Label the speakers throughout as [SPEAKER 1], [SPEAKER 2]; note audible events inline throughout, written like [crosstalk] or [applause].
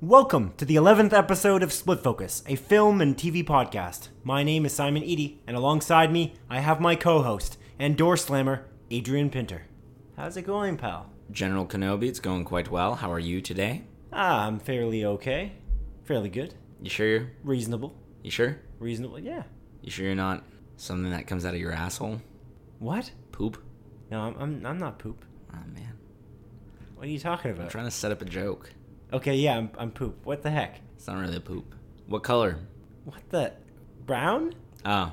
[SPEAKER 1] Welcome to the 11th episode of Split Focus, a film and TV podcast. My name is Simon Eady, and alongside me, I have my co host and door slammer, Adrian Pinter. How's it going, pal?
[SPEAKER 2] General Kenobi, it's going quite well. How are you today?
[SPEAKER 1] Ah, I'm fairly okay. Fairly good.
[SPEAKER 2] You sure? You're,
[SPEAKER 1] Reasonable.
[SPEAKER 2] you sure?
[SPEAKER 1] Reasonable, yeah.
[SPEAKER 2] You sure you're not something that comes out of your asshole?
[SPEAKER 1] What?
[SPEAKER 2] Poop?
[SPEAKER 1] No, I'm, I'm, I'm not poop.
[SPEAKER 2] Oh man,
[SPEAKER 1] What are you talking
[SPEAKER 2] I'm
[SPEAKER 1] about?
[SPEAKER 2] trying to set up a joke.
[SPEAKER 1] Okay, yeah, I'm, I'm poop. What the heck?
[SPEAKER 2] It's not really poop. What color?
[SPEAKER 1] What the? Brown?
[SPEAKER 2] Oh,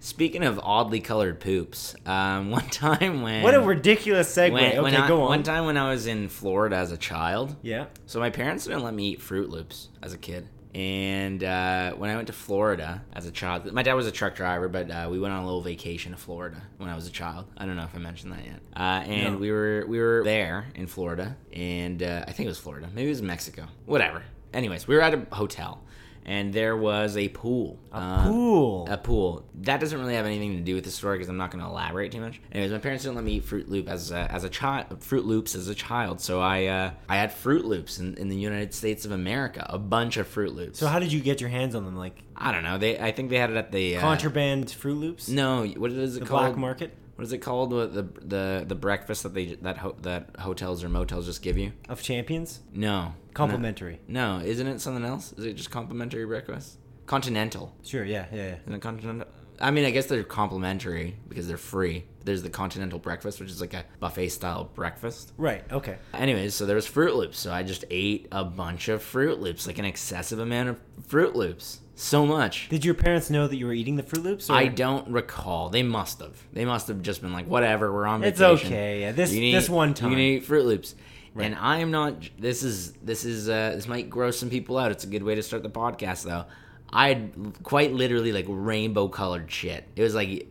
[SPEAKER 2] speaking of oddly colored poops, um, [laughs] one time when
[SPEAKER 1] What a ridiculous segue.
[SPEAKER 2] when,
[SPEAKER 1] okay,
[SPEAKER 2] when I-
[SPEAKER 1] go on.
[SPEAKER 2] One time when I was in Florida as a child,
[SPEAKER 1] Yeah.
[SPEAKER 2] So my parents didn't let me eat Fruit Loops as a kid. And uh, when I went to Florida as a child, my dad was a truck driver, but uh, we went on a little vacation to Florida when I was a child. I don't know if I mentioned that yet. Uh, and
[SPEAKER 1] No.
[SPEAKER 2] we were we were there in Florida, and uh, I think it was Florida, maybe it was Mexico, whatever. Anyways, we were at a hotel, and there was a pool. um, A
[SPEAKER 1] pool.
[SPEAKER 2] a pool. That doesn't really have anything to do with the story because I'm not going to elaborate too much. Anyways, my parents didn't let me eat Fruit Loop as a, as a child. Fruit Loops as a child, so I uh, I had Fruit Loops in, in the United States of America, a bunch of Fruit Loops.
[SPEAKER 1] So, how did you get your hands on them? Like,
[SPEAKER 2] I don't know. They I think they had it at the uh,
[SPEAKER 1] contraband Fruit Loops?
[SPEAKER 2] No, what is it
[SPEAKER 1] The
[SPEAKER 2] called?
[SPEAKER 1] black market?
[SPEAKER 2] What is it called? What the the the breakfast that they that ho- that hotels or motels just give you?
[SPEAKER 1] Of champions?
[SPEAKER 2] No,
[SPEAKER 1] Complimentary.
[SPEAKER 2] No, no, isn't it something else? Is it just complimentary breakfast? Continental.
[SPEAKER 1] Sure, yeah, yeah, yeah.
[SPEAKER 2] And the continental. I mean, I guess they're complimentary because they're free. There's the continental breakfast, which is like a buffet style breakfast.
[SPEAKER 1] Right, okay.
[SPEAKER 2] Anyways, so there was Fruit Loops, so I just ate a bunch of Fruit Loops, like an excessive amount of Fruit Loops, so much.
[SPEAKER 1] Did your parents know that you were eating the Fruit Loops? Or?
[SPEAKER 2] I don't recall. They must have. They must have just been like, whatever. We're on
[SPEAKER 1] It's
[SPEAKER 2] vacation.
[SPEAKER 1] okay, yeah, this-
[SPEAKER 2] You can
[SPEAKER 1] this
[SPEAKER 2] eat-
[SPEAKER 1] one
[SPEAKER 2] You
[SPEAKER 1] time.
[SPEAKER 2] can eat Fruit Loops. And I am not. This is this is uh, this might gross some people out. It's a good way to start the podcast, though. I had quite literally like rainbow colored shit. It was like,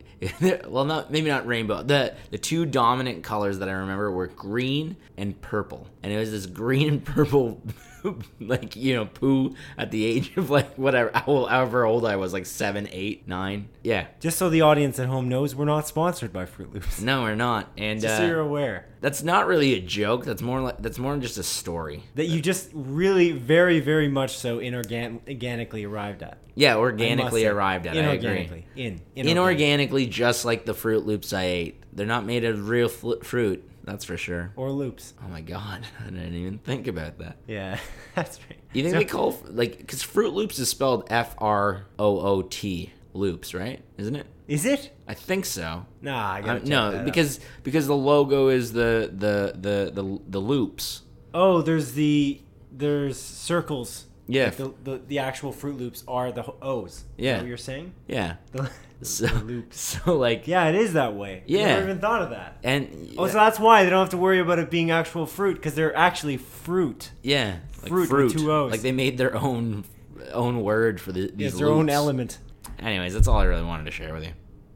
[SPEAKER 2] [laughs] well, not maybe not rainbow. The the two dominant colors that I remember were green and purple, and it was this green and purple, [laughs] like you know, poo at the age of like whatever, however old I was, like seven, eight, nine. Yeah,
[SPEAKER 1] Just so the audience at home knows, we're not sponsored by Fruit Loops.
[SPEAKER 2] no, we're not.
[SPEAKER 1] [laughs]
[SPEAKER 2] And
[SPEAKER 1] Just so
[SPEAKER 2] uh,
[SPEAKER 1] you're aware.
[SPEAKER 2] that's not really a joke. That's more like that's more just a story.
[SPEAKER 1] That you just really, very, very much so inorgan- organically arrived at.
[SPEAKER 2] Yeah,
[SPEAKER 1] I must
[SPEAKER 2] organically
[SPEAKER 1] say.
[SPEAKER 2] arrived at. I agree.
[SPEAKER 1] Inorganically. In. Inorganic.
[SPEAKER 2] Inorganically, just like the Fruit Loops I ate, they're not made of real fl- fruit. That's for sure.
[SPEAKER 1] Or loops.
[SPEAKER 2] Oh my god, [laughs] I didn't even think about that.
[SPEAKER 1] Yeah, [laughs] that's right.
[SPEAKER 2] You think
[SPEAKER 1] So-
[SPEAKER 2] they call like because Fruit Loops is spelled F R O O T Loops, right? Isn't it?
[SPEAKER 1] Is it?
[SPEAKER 2] I think so.
[SPEAKER 1] Nah, I
[SPEAKER 2] I-
[SPEAKER 1] gotta check that
[SPEAKER 2] Uh, no,
[SPEAKER 1] out.
[SPEAKER 2] because because the logo is the the the the, the loops.
[SPEAKER 1] Oh, there's the there's circles.
[SPEAKER 2] Yeah.
[SPEAKER 1] Like the, the the actual Fruit Loops are the ho- O's. Is
[SPEAKER 2] Yeah.
[SPEAKER 1] that what you're
[SPEAKER 2] [laughs]
[SPEAKER 1] saying?
[SPEAKER 2] Yeah.
[SPEAKER 1] The-
[SPEAKER 2] So
[SPEAKER 1] the loops.
[SPEAKER 2] [laughs] so like
[SPEAKER 1] Yeah, it is that way.
[SPEAKER 2] Yeah.
[SPEAKER 1] Never even thought of that.
[SPEAKER 2] and
[SPEAKER 1] Oh, so that's why they don't have to worry about it being actual fruit because they're actually fruit.
[SPEAKER 2] Yeah, like
[SPEAKER 1] Fruit with
[SPEAKER 2] fruit.
[SPEAKER 1] two O's.
[SPEAKER 2] Like they made their own own word for the, these.
[SPEAKER 1] It's their own
[SPEAKER 2] loops.
[SPEAKER 1] element.
[SPEAKER 2] Anyways, that's all I really wanted to share with you. [laughs]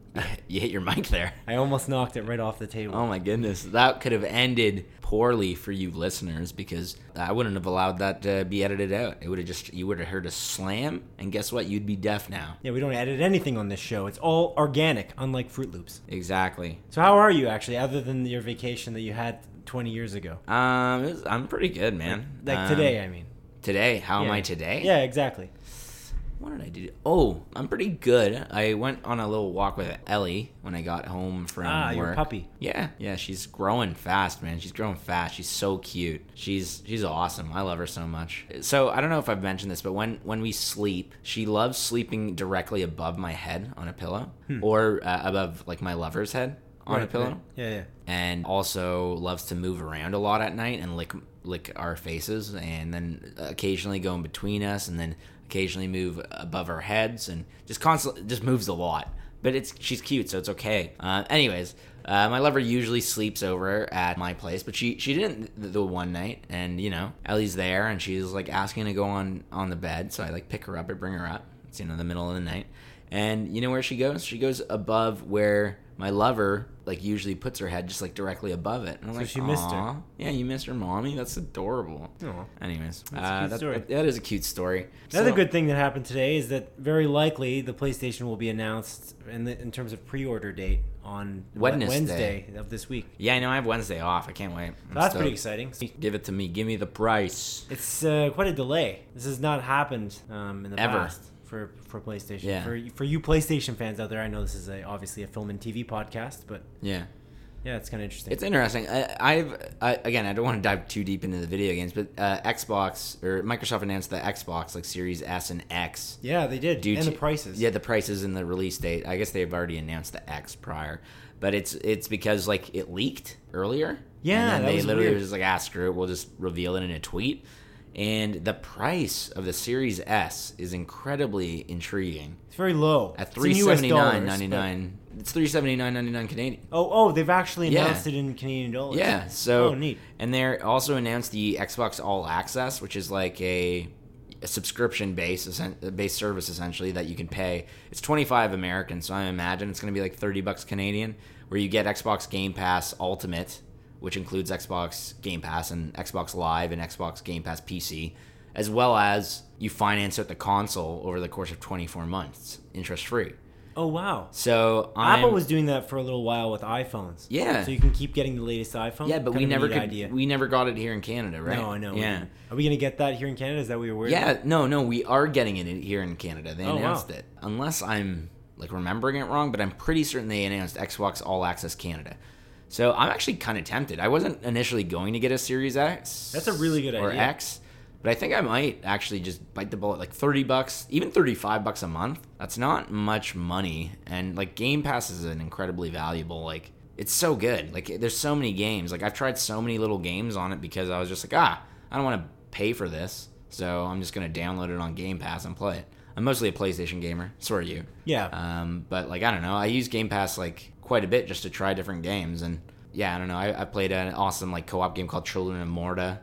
[SPEAKER 2] you hit your mic there.
[SPEAKER 1] I almost knocked it right off the table.
[SPEAKER 2] Oh my goodness, that could have ended poorly for you listeners because I wouldn't have allowed that to be edited out. It would have just you would have heard a slam, and guess what? You'd be deaf now.
[SPEAKER 1] Yeah, we don't edit anything on this show. It's all organic, unlike Fruit Loops.
[SPEAKER 2] Exactly.
[SPEAKER 1] So how are you actually, other than your vacation that you had 20 years ago?
[SPEAKER 2] Um, it was- I'm pretty good, man.
[SPEAKER 1] Like
[SPEAKER 2] Um,
[SPEAKER 1] today, I mean.
[SPEAKER 2] Today, how am
[SPEAKER 1] Yeah.
[SPEAKER 2] I today?
[SPEAKER 1] Yeah, exactly.
[SPEAKER 2] What did I do? Oh, I'm pretty good. I went on a little walk with Ellie when I got home from
[SPEAKER 1] Ah,
[SPEAKER 2] work.
[SPEAKER 1] your puppy.
[SPEAKER 2] Yeah, yeah. She's growing fast, man. She's growing fast. She's so cute. She's she's awesome. I love her so much. So I don't know if I've mentioned this, but when when we sleep, she loves sleeping directly above my head on a pillow, or uh, above like my lover's head on a
[SPEAKER 1] Hmm. Right,
[SPEAKER 2] pillow
[SPEAKER 1] right. Yeah, yeah.
[SPEAKER 2] and also loves to move around a lot at night and lick lick our faces and then occasionally go in between us and then occasionally move above our heads and just constantly just moves a lot but it's she's cute so it's okay uh, anyways uh, my lover usually sleeps over at my place but she she didn't th- the one night and you know ellie's there and she's like asking to go on on the bed so i like pick her up i bring her up it's you know the middle of the night And you know where she goes? She goes above where my lover like usually puts her head, just like directly above it. And I'm like,
[SPEAKER 1] she missed her.
[SPEAKER 2] "Aw, Yeah, you missed her, mommy. That's adorable.
[SPEAKER 1] Aw.
[SPEAKER 2] Anyways, that's
[SPEAKER 1] a
[SPEAKER 2] uh,
[SPEAKER 1] cute
[SPEAKER 2] that-
[SPEAKER 1] story.
[SPEAKER 2] that is a cute story.
[SPEAKER 1] Another
[SPEAKER 2] So-
[SPEAKER 1] good thing that happened today is that very likely the PlayStation will be announced in, the, in terms of pre-order date on
[SPEAKER 2] Wednesday.
[SPEAKER 1] Wednesday of this week.
[SPEAKER 2] Yeah, I know. I have Wednesday off. I can't wait. I'm
[SPEAKER 1] That's
[SPEAKER 2] stoked.
[SPEAKER 1] pretty exciting.
[SPEAKER 2] Give it to me. Give me the price.
[SPEAKER 1] It's uh, quite a delay. This has not happened um, in the
[SPEAKER 2] Ever.
[SPEAKER 1] past for for PlayStation.
[SPEAKER 2] Yeah.
[SPEAKER 1] For for you PlayStation fans out there, I know this is a, obviously a film and TV podcast, but
[SPEAKER 2] Yeah.
[SPEAKER 1] yeah, it's kind of interesting.
[SPEAKER 2] It's interesting. I, I've I, again, I don't want to dive too deep into the video games, but uh, Xbox or Microsoft announced the Xbox like Series S and X.
[SPEAKER 1] yeah, they did.
[SPEAKER 2] due
[SPEAKER 1] and
[SPEAKER 2] to-
[SPEAKER 1] the prices.
[SPEAKER 2] Yeah, the prices and the release date. I guess they've already announced the X prior, but it's it's because like it leaked earlier.
[SPEAKER 1] Yeah,
[SPEAKER 2] and then
[SPEAKER 1] that
[SPEAKER 2] they
[SPEAKER 1] was
[SPEAKER 2] literally
[SPEAKER 1] weird.
[SPEAKER 2] were just like, ah, screw it, we'll just reveal it in a tweet. And the price of the Series S is incredibly intriguing
[SPEAKER 1] It's very low.
[SPEAKER 2] at
[SPEAKER 1] It's in
[SPEAKER 2] three
[SPEAKER 1] US
[SPEAKER 2] seventy nine
[SPEAKER 1] dollars,
[SPEAKER 2] ninety nine. It's three seventy nine ninety nine Canadian.
[SPEAKER 1] but- Oh, oh, they've actually
[SPEAKER 2] Yeah.
[SPEAKER 1] announced it in Canadian dollars.
[SPEAKER 2] Yeah. So
[SPEAKER 1] Oh, neat.
[SPEAKER 2] And they also announced the Xbox All Access, which is like a, a subscription based based service essentially that you can pay. It's twenty five American, so I imagine it's going to be like thirty bucks Canadian, where you get Xbox Game Pass Ultimate, which includes Xbox Game Pass and Xbox Live and Xbox Game Pass PC, as well as you finance out the console over the course of twenty four months, interest free.
[SPEAKER 1] Oh, wow.
[SPEAKER 2] So
[SPEAKER 1] Apple
[SPEAKER 2] I'm-
[SPEAKER 1] was doing that for a little while with iPhones.
[SPEAKER 2] Yeah.
[SPEAKER 1] So you can keep getting the latest iPhone.
[SPEAKER 2] yeah, but
[SPEAKER 1] Kind
[SPEAKER 2] we
[SPEAKER 1] of a
[SPEAKER 2] never
[SPEAKER 1] neat
[SPEAKER 2] could.
[SPEAKER 1] idea.
[SPEAKER 2] We never got it here in Canada, right?
[SPEAKER 1] No, I know. we
[SPEAKER 2] Yeah.
[SPEAKER 1] didn't. Are we gonna get that here in Canada? Is that what you're worried?
[SPEAKER 2] Yeah, no, no, we are getting it in- here in Canada. They
[SPEAKER 1] Oh, wow.
[SPEAKER 2] announced it. Unless I'm like remembering it wrong, but I'm pretty certain they announced Xbox All Access Canada. So I'm actually kind of tempted. I wasn't initially going to get a Series X.
[SPEAKER 1] That's a really good
[SPEAKER 2] or
[SPEAKER 1] idea.
[SPEAKER 2] X, but I think I might actually just bite the bullet. Like 30 bucks, even 35 bucks a month. That's not much money, and like Game Pass is an incredibly valuable like. It's so good. Like there's so many games. Like I've tried so many little games on it because I was just like, ah, I don't want to pay for this, so I'm just gonna download it on Game Pass and play it. I'm mostly a PlayStation gamer. So are you?
[SPEAKER 1] Yeah.
[SPEAKER 2] Um, but like I don't know, I use Game Pass like quite a bit just to try different games, and yeah, I don't know. I, I played an awesome like co-op game called Children of Morta,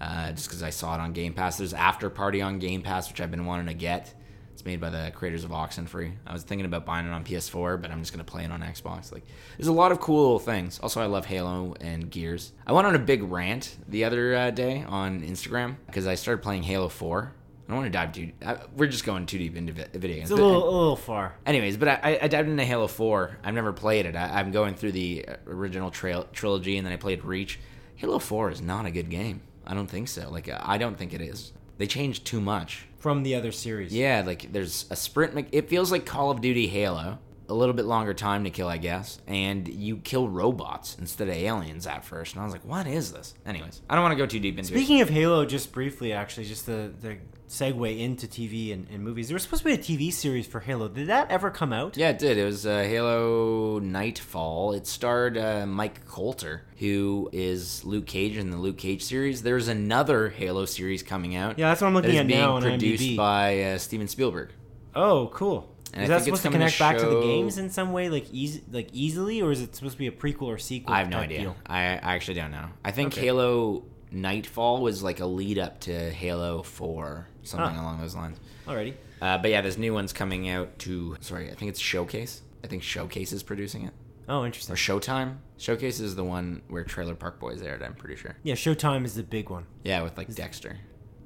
[SPEAKER 2] uh, just because I saw it on Game Pass. There's After Party on Game Pass, which I've been wanting to get. It's made by the creators of Oxenfree. I was thinking about buying it on PS4, but I'm just gonna play it on Xbox. Like, there's a lot of cool little things. Also, I love Halo and Gears. I went on a big rant the other uh, day on Instagram because I started playing Halo 4. I don't want to dive too. I, we're just going too deep into vi- video games.
[SPEAKER 1] It's a
[SPEAKER 2] but-
[SPEAKER 1] little, a little far.
[SPEAKER 2] Anyways, but I, I, I dived into Halo 4. I've never played it. I, I'm going through the uh, original trail, trilogy, and then I played Reach. Halo 4 is not a good game. I don't think so. Like, uh, I don't think it is. They changed too much.
[SPEAKER 1] from the other series.
[SPEAKER 2] Yeah, like, there's a sprint. me- It feels like Call of Duty Halo. A little bit longer time to kill, I guess. And you kill robots instead of aliens at first. And I was like, what is this? Anyways, I don't want to go too deep into it.
[SPEAKER 1] Speaking of Halo, just briefly, actually, just the, the segue into TV and, and movies. There was supposed to be a TV series for Halo. Did that ever come out?
[SPEAKER 2] Yeah, it did. It was uh, Halo Nightfall. It starred uh, Mike Coulter, who is Luke Cage in the Luke Cage series. There's another Halo series coming out.
[SPEAKER 1] Yeah, that's what I'm looking
[SPEAKER 2] that is
[SPEAKER 1] at
[SPEAKER 2] being
[SPEAKER 1] now on
[SPEAKER 2] produced
[SPEAKER 1] IMDb.
[SPEAKER 2] by uh, Steven Spielberg.
[SPEAKER 1] Oh, cool.
[SPEAKER 2] And
[SPEAKER 1] is
[SPEAKER 2] I
[SPEAKER 1] that
[SPEAKER 2] think it's
[SPEAKER 1] supposed to
[SPEAKER 2] coming to
[SPEAKER 1] connect back to the
[SPEAKER 2] show-
[SPEAKER 1] games in some way, like easy, like easily, or is it supposed to be a prequel or sequel?
[SPEAKER 2] I have no
[SPEAKER 1] type
[SPEAKER 2] idea.
[SPEAKER 1] deal?
[SPEAKER 2] I, I actually don't know. I think
[SPEAKER 1] Okay.
[SPEAKER 2] Halo Nightfall was like a lead up to Halo 4, something
[SPEAKER 1] Huh.
[SPEAKER 2] along those lines.
[SPEAKER 1] Alrighty.
[SPEAKER 2] Uh, but yeah, this new one's coming out to. Sorry, I think it's Showcase. I think Showcase is producing it.
[SPEAKER 1] Oh,
[SPEAKER 2] Or
[SPEAKER 1] interesting.
[SPEAKER 2] Showtime. Showcase is the one where Trailer Park Boys aired, I'm pretty sure.
[SPEAKER 1] Yeah, Showtime is the big one,
[SPEAKER 2] Yeah, with like Dexter.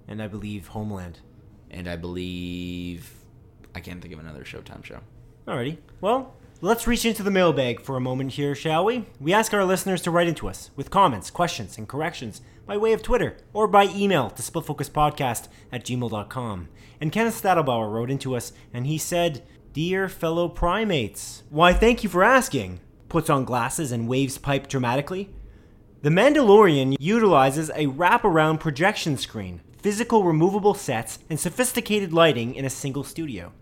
[SPEAKER 1] and I believe Homeland.
[SPEAKER 2] And I believe I can't think of another Showtime show.
[SPEAKER 1] Alrighty. Well, let's reach into the mailbag for a moment here, shall we? We ask our listeners to write into us with comments, questions, and corrections by way of Twitter or by email to splitfocuspodcast at gmail.com. And Kenneth Stadelbauer wrote into us and he said, Dear fellow primates, why thank you for asking. Puts on glasses and waves pipe dramatically. The Mandalorian utilizes a wraparound projection screen, physical removable sets, and sophisticated lighting in a single studio.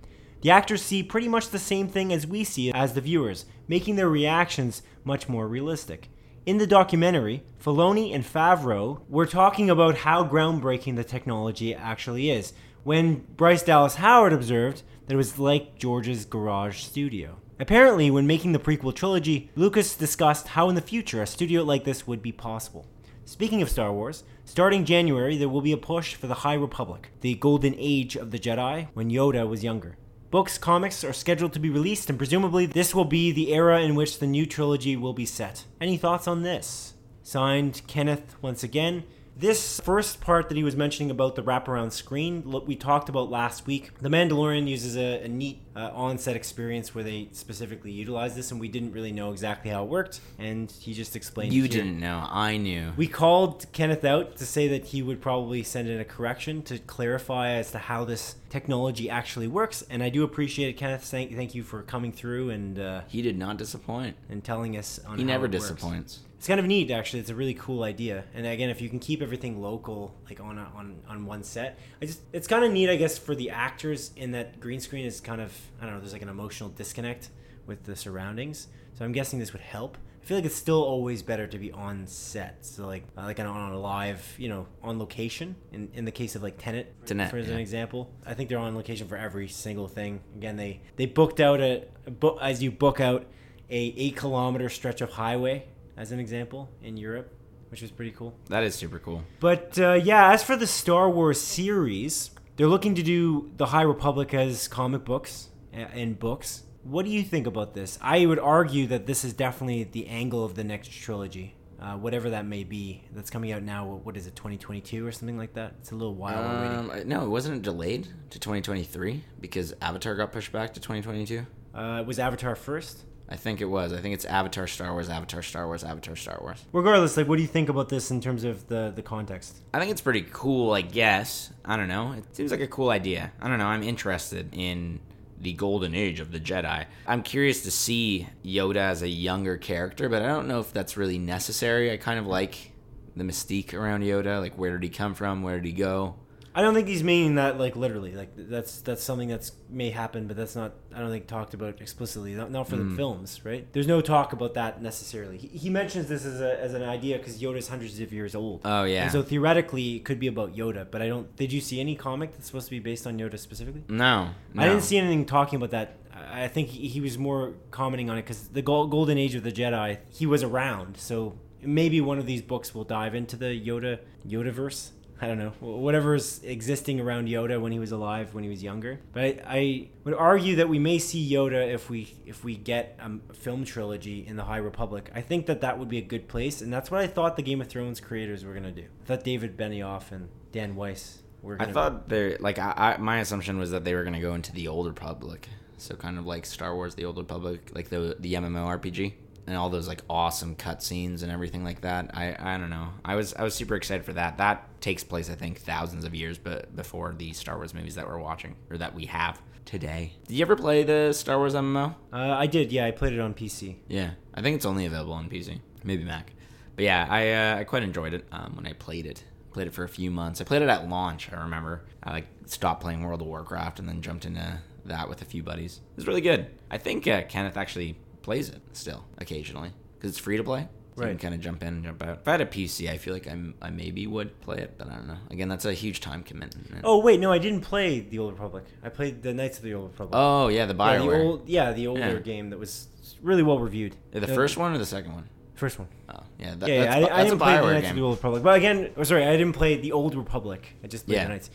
[SPEAKER 1] The actors see pretty much the same thing as we see as the viewers, making their reactions much more realistic. In the documentary, Filoni and Favreau were talking about how groundbreaking the technology actually is, when Bryce Dallas Howard observed that it was like George's garage studio. Apparently, when making the prequel trilogy, Lucas discussed how in the future a studio like this would be possible. Speaking of Star Wars, starting January there will be a push for the High Republic, the golden age of the Jedi when Yoda was younger. Books, comics are scheduled to be released, and presumably this will be the era in which the new trilogy will be set. Any thoughts on this? Signed, Kenneth, once again. This first part that he was mentioning about the wraparound screen, look, we talked about last week. The Mandalorian uses a, a neat uh, on-set experience where they specifically utilize this, and we didn't really know exactly how it worked. And he just explained.
[SPEAKER 2] You
[SPEAKER 1] here.
[SPEAKER 2] didn't know. I knew.
[SPEAKER 1] We called Kenneth out to say that he would probably send in a correction to clarify as to how this technology actually works. And I do appreciate it, Kenneth. Thank, thank you for coming through and uh,
[SPEAKER 2] He did not disappoint.
[SPEAKER 1] and telling us. On
[SPEAKER 2] He
[SPEAKER 1] how
[SPEAKER 2] never
[SPEAKER 1] it works.
[SPEAKER 2] disappoints.
[SPEAKER 1] It's kind of neat, actually. It's a really cool idea. And again, if you can keep everything local, like on a, on on one set, I just it's kind of neat, I guess, for the actors in that green screen is kind of I don't know. There's like an emotional disconnect with the surroundings, so I'm guessing this would help. I feel like it's still always better to be on set, so like uh, like on, on a live, you know, on location. In in the case of like Tenet,
[SPEAKER 2] Tenet,
[SPEAKER 1] for as an
[SPEAKER 2] yeah.
[SPEAKER 1] example, I think they're on location for every single thing. Again, they they booked out a, a book as you book out a eight kilometer stretch of highway as an example in Europe, which was pretty cool.
[SPEAKER 2] That is super cool.
[SPEAKER 1] But uh, yeah, as for the Star Wars series, they're looking to do the High Republic as comic books a- and books. What do you think about this? I would argue that this is definitely the angle of the next trilogy, uh, whatever that may be. That's coming out now. What, what is it, 2022 or something like that? It's a little while already.
[SPEAKER 2] Um, no, it wasn't delayed to 2023 because Avatar got pushed back to 2022.
[SPEAKER 1] Uh, was Avatar first?
[SPEAKER 2] I think it was. I think it's Avatar, Star Wars, Avatar, Star Wars, Avatar, Star Wars.
[SPEAKER 1] Regardless, like, what do you think about this in terms of the the context?
[SPEAKER 2] I think it's pretty cool, I guess. I don't know. It seems like a cool idea. I don't know. I'm interested in the golden age of the Jedi. I'm curious to see Yoda as a younger character, but I don't know if that's really necessary. I kind of like the mystique around Yoda. Like, where did he come from? Where did he go?
[SPEAKER 1] I don't think he's meaning that like literally. Like th- that's that's something that's may happen, but that's not. I don't think talked about explicitly. Not, not for the films, right? There's no talk about that necessarily. He, he mentions this as a, as an idea because Yoda's hundreds of years old.
[SPEAKER 2] Oh, yeah.
[SPEAKER 1] And so theoretically, it could be about Yoda, but I don't. Did you see any comic that's supposed to be based on Yoda specifically?
[SPEAKER 2] No. no.
[SPEAKER 1] I didn't see anything talking about that. I I think he he was more commenting on it because the gol- Golden Age of the Jedi, he was around. So maybe one of these books will dive into the Yoda Yodaverse. I don't know, wh- whatever's existing around Yoda when he was alive, when he was younger. But I, I would argue that we may see Yoda if we if we get a m- film trilogy in the High Republic. I think that that would be a good place, and that's what I thought the Game of Thrones creators were gonna do. I thought David Benioff and Dan Weiss were.
[SPEAKER 2] I
[SPEAKER 1] Gonna
[SPEAKER 2] thought they like I, I my assumption was that they were gonna go into the old republic, so kind of like Star Wars, the old republic, like the the MMORPG and all those like awesome cutscenes and everything like that. I I don't know. I was I was super excited for that. That takes place I think thousands of years but before the Star Wars movies that we're watching or that we have today. Did you ever play the Star Wars MMO?
[SPEAKER 1] Uh, I did, yeah. I played it on PC.
[SPEAKER 2] Yeah, I think it's only available on PC, maybe Mac. But yeah, I uh, I quite enjoyed it um, when I played it. Played it for a few months. I played it at launch. I remember I like stopped playing World of Warcraft and then jumped into that with a few buddies. It was really good. I think uh, Kenneth actually plays it still occasionally because it's free to play. So You
[SPEAKER 1] Right.
[SPEAKER 2] can kind of jump in and jump out. If I had a PC, I feel like I'm, I maybe would play it, but I don't know. Again, that's a huge time commitment.
[SPEAKER 1] Oh wait, no, I didn't play the Old Republic. I played the Knights of the Old Republic.
[SPEAKER 2] Oh,
[SPEAKER 1] yeah,
[SPEAKER 2] yeah, the
[SPEAKER 1] the
[SPEAKER 2] Bioware.
[SPEAKER 1] old, yeah, the older
[SPEAKER 2] Yeah.
[SPEAKER 1] game that was really well reviewed.
[SPEAKER 2] the first one or the second one?
[SPEAKER 1] First one.
[SPEAKER 2] Oh, yeah. That,
[SPEAKER 1] yeah,
[SPEAKER 2] that's,
[SPEAKER 1] yeah.
[SPEAKER 2] that's
[SPEAKER 1] I, I didn't
[SPEAKER 2] a
[SPEAKER 1] play the
[SPEAKER 2] Bioware
[SPEAKER 1] Knights
[SPEAKER 2] game.
[SPEAKER 1] of the Old Republic, but again, oh, sorry, I didn't play the Old Republic. I just played
[SPEAKER 2] Yeah.
[SPEAKER 1] the Knights.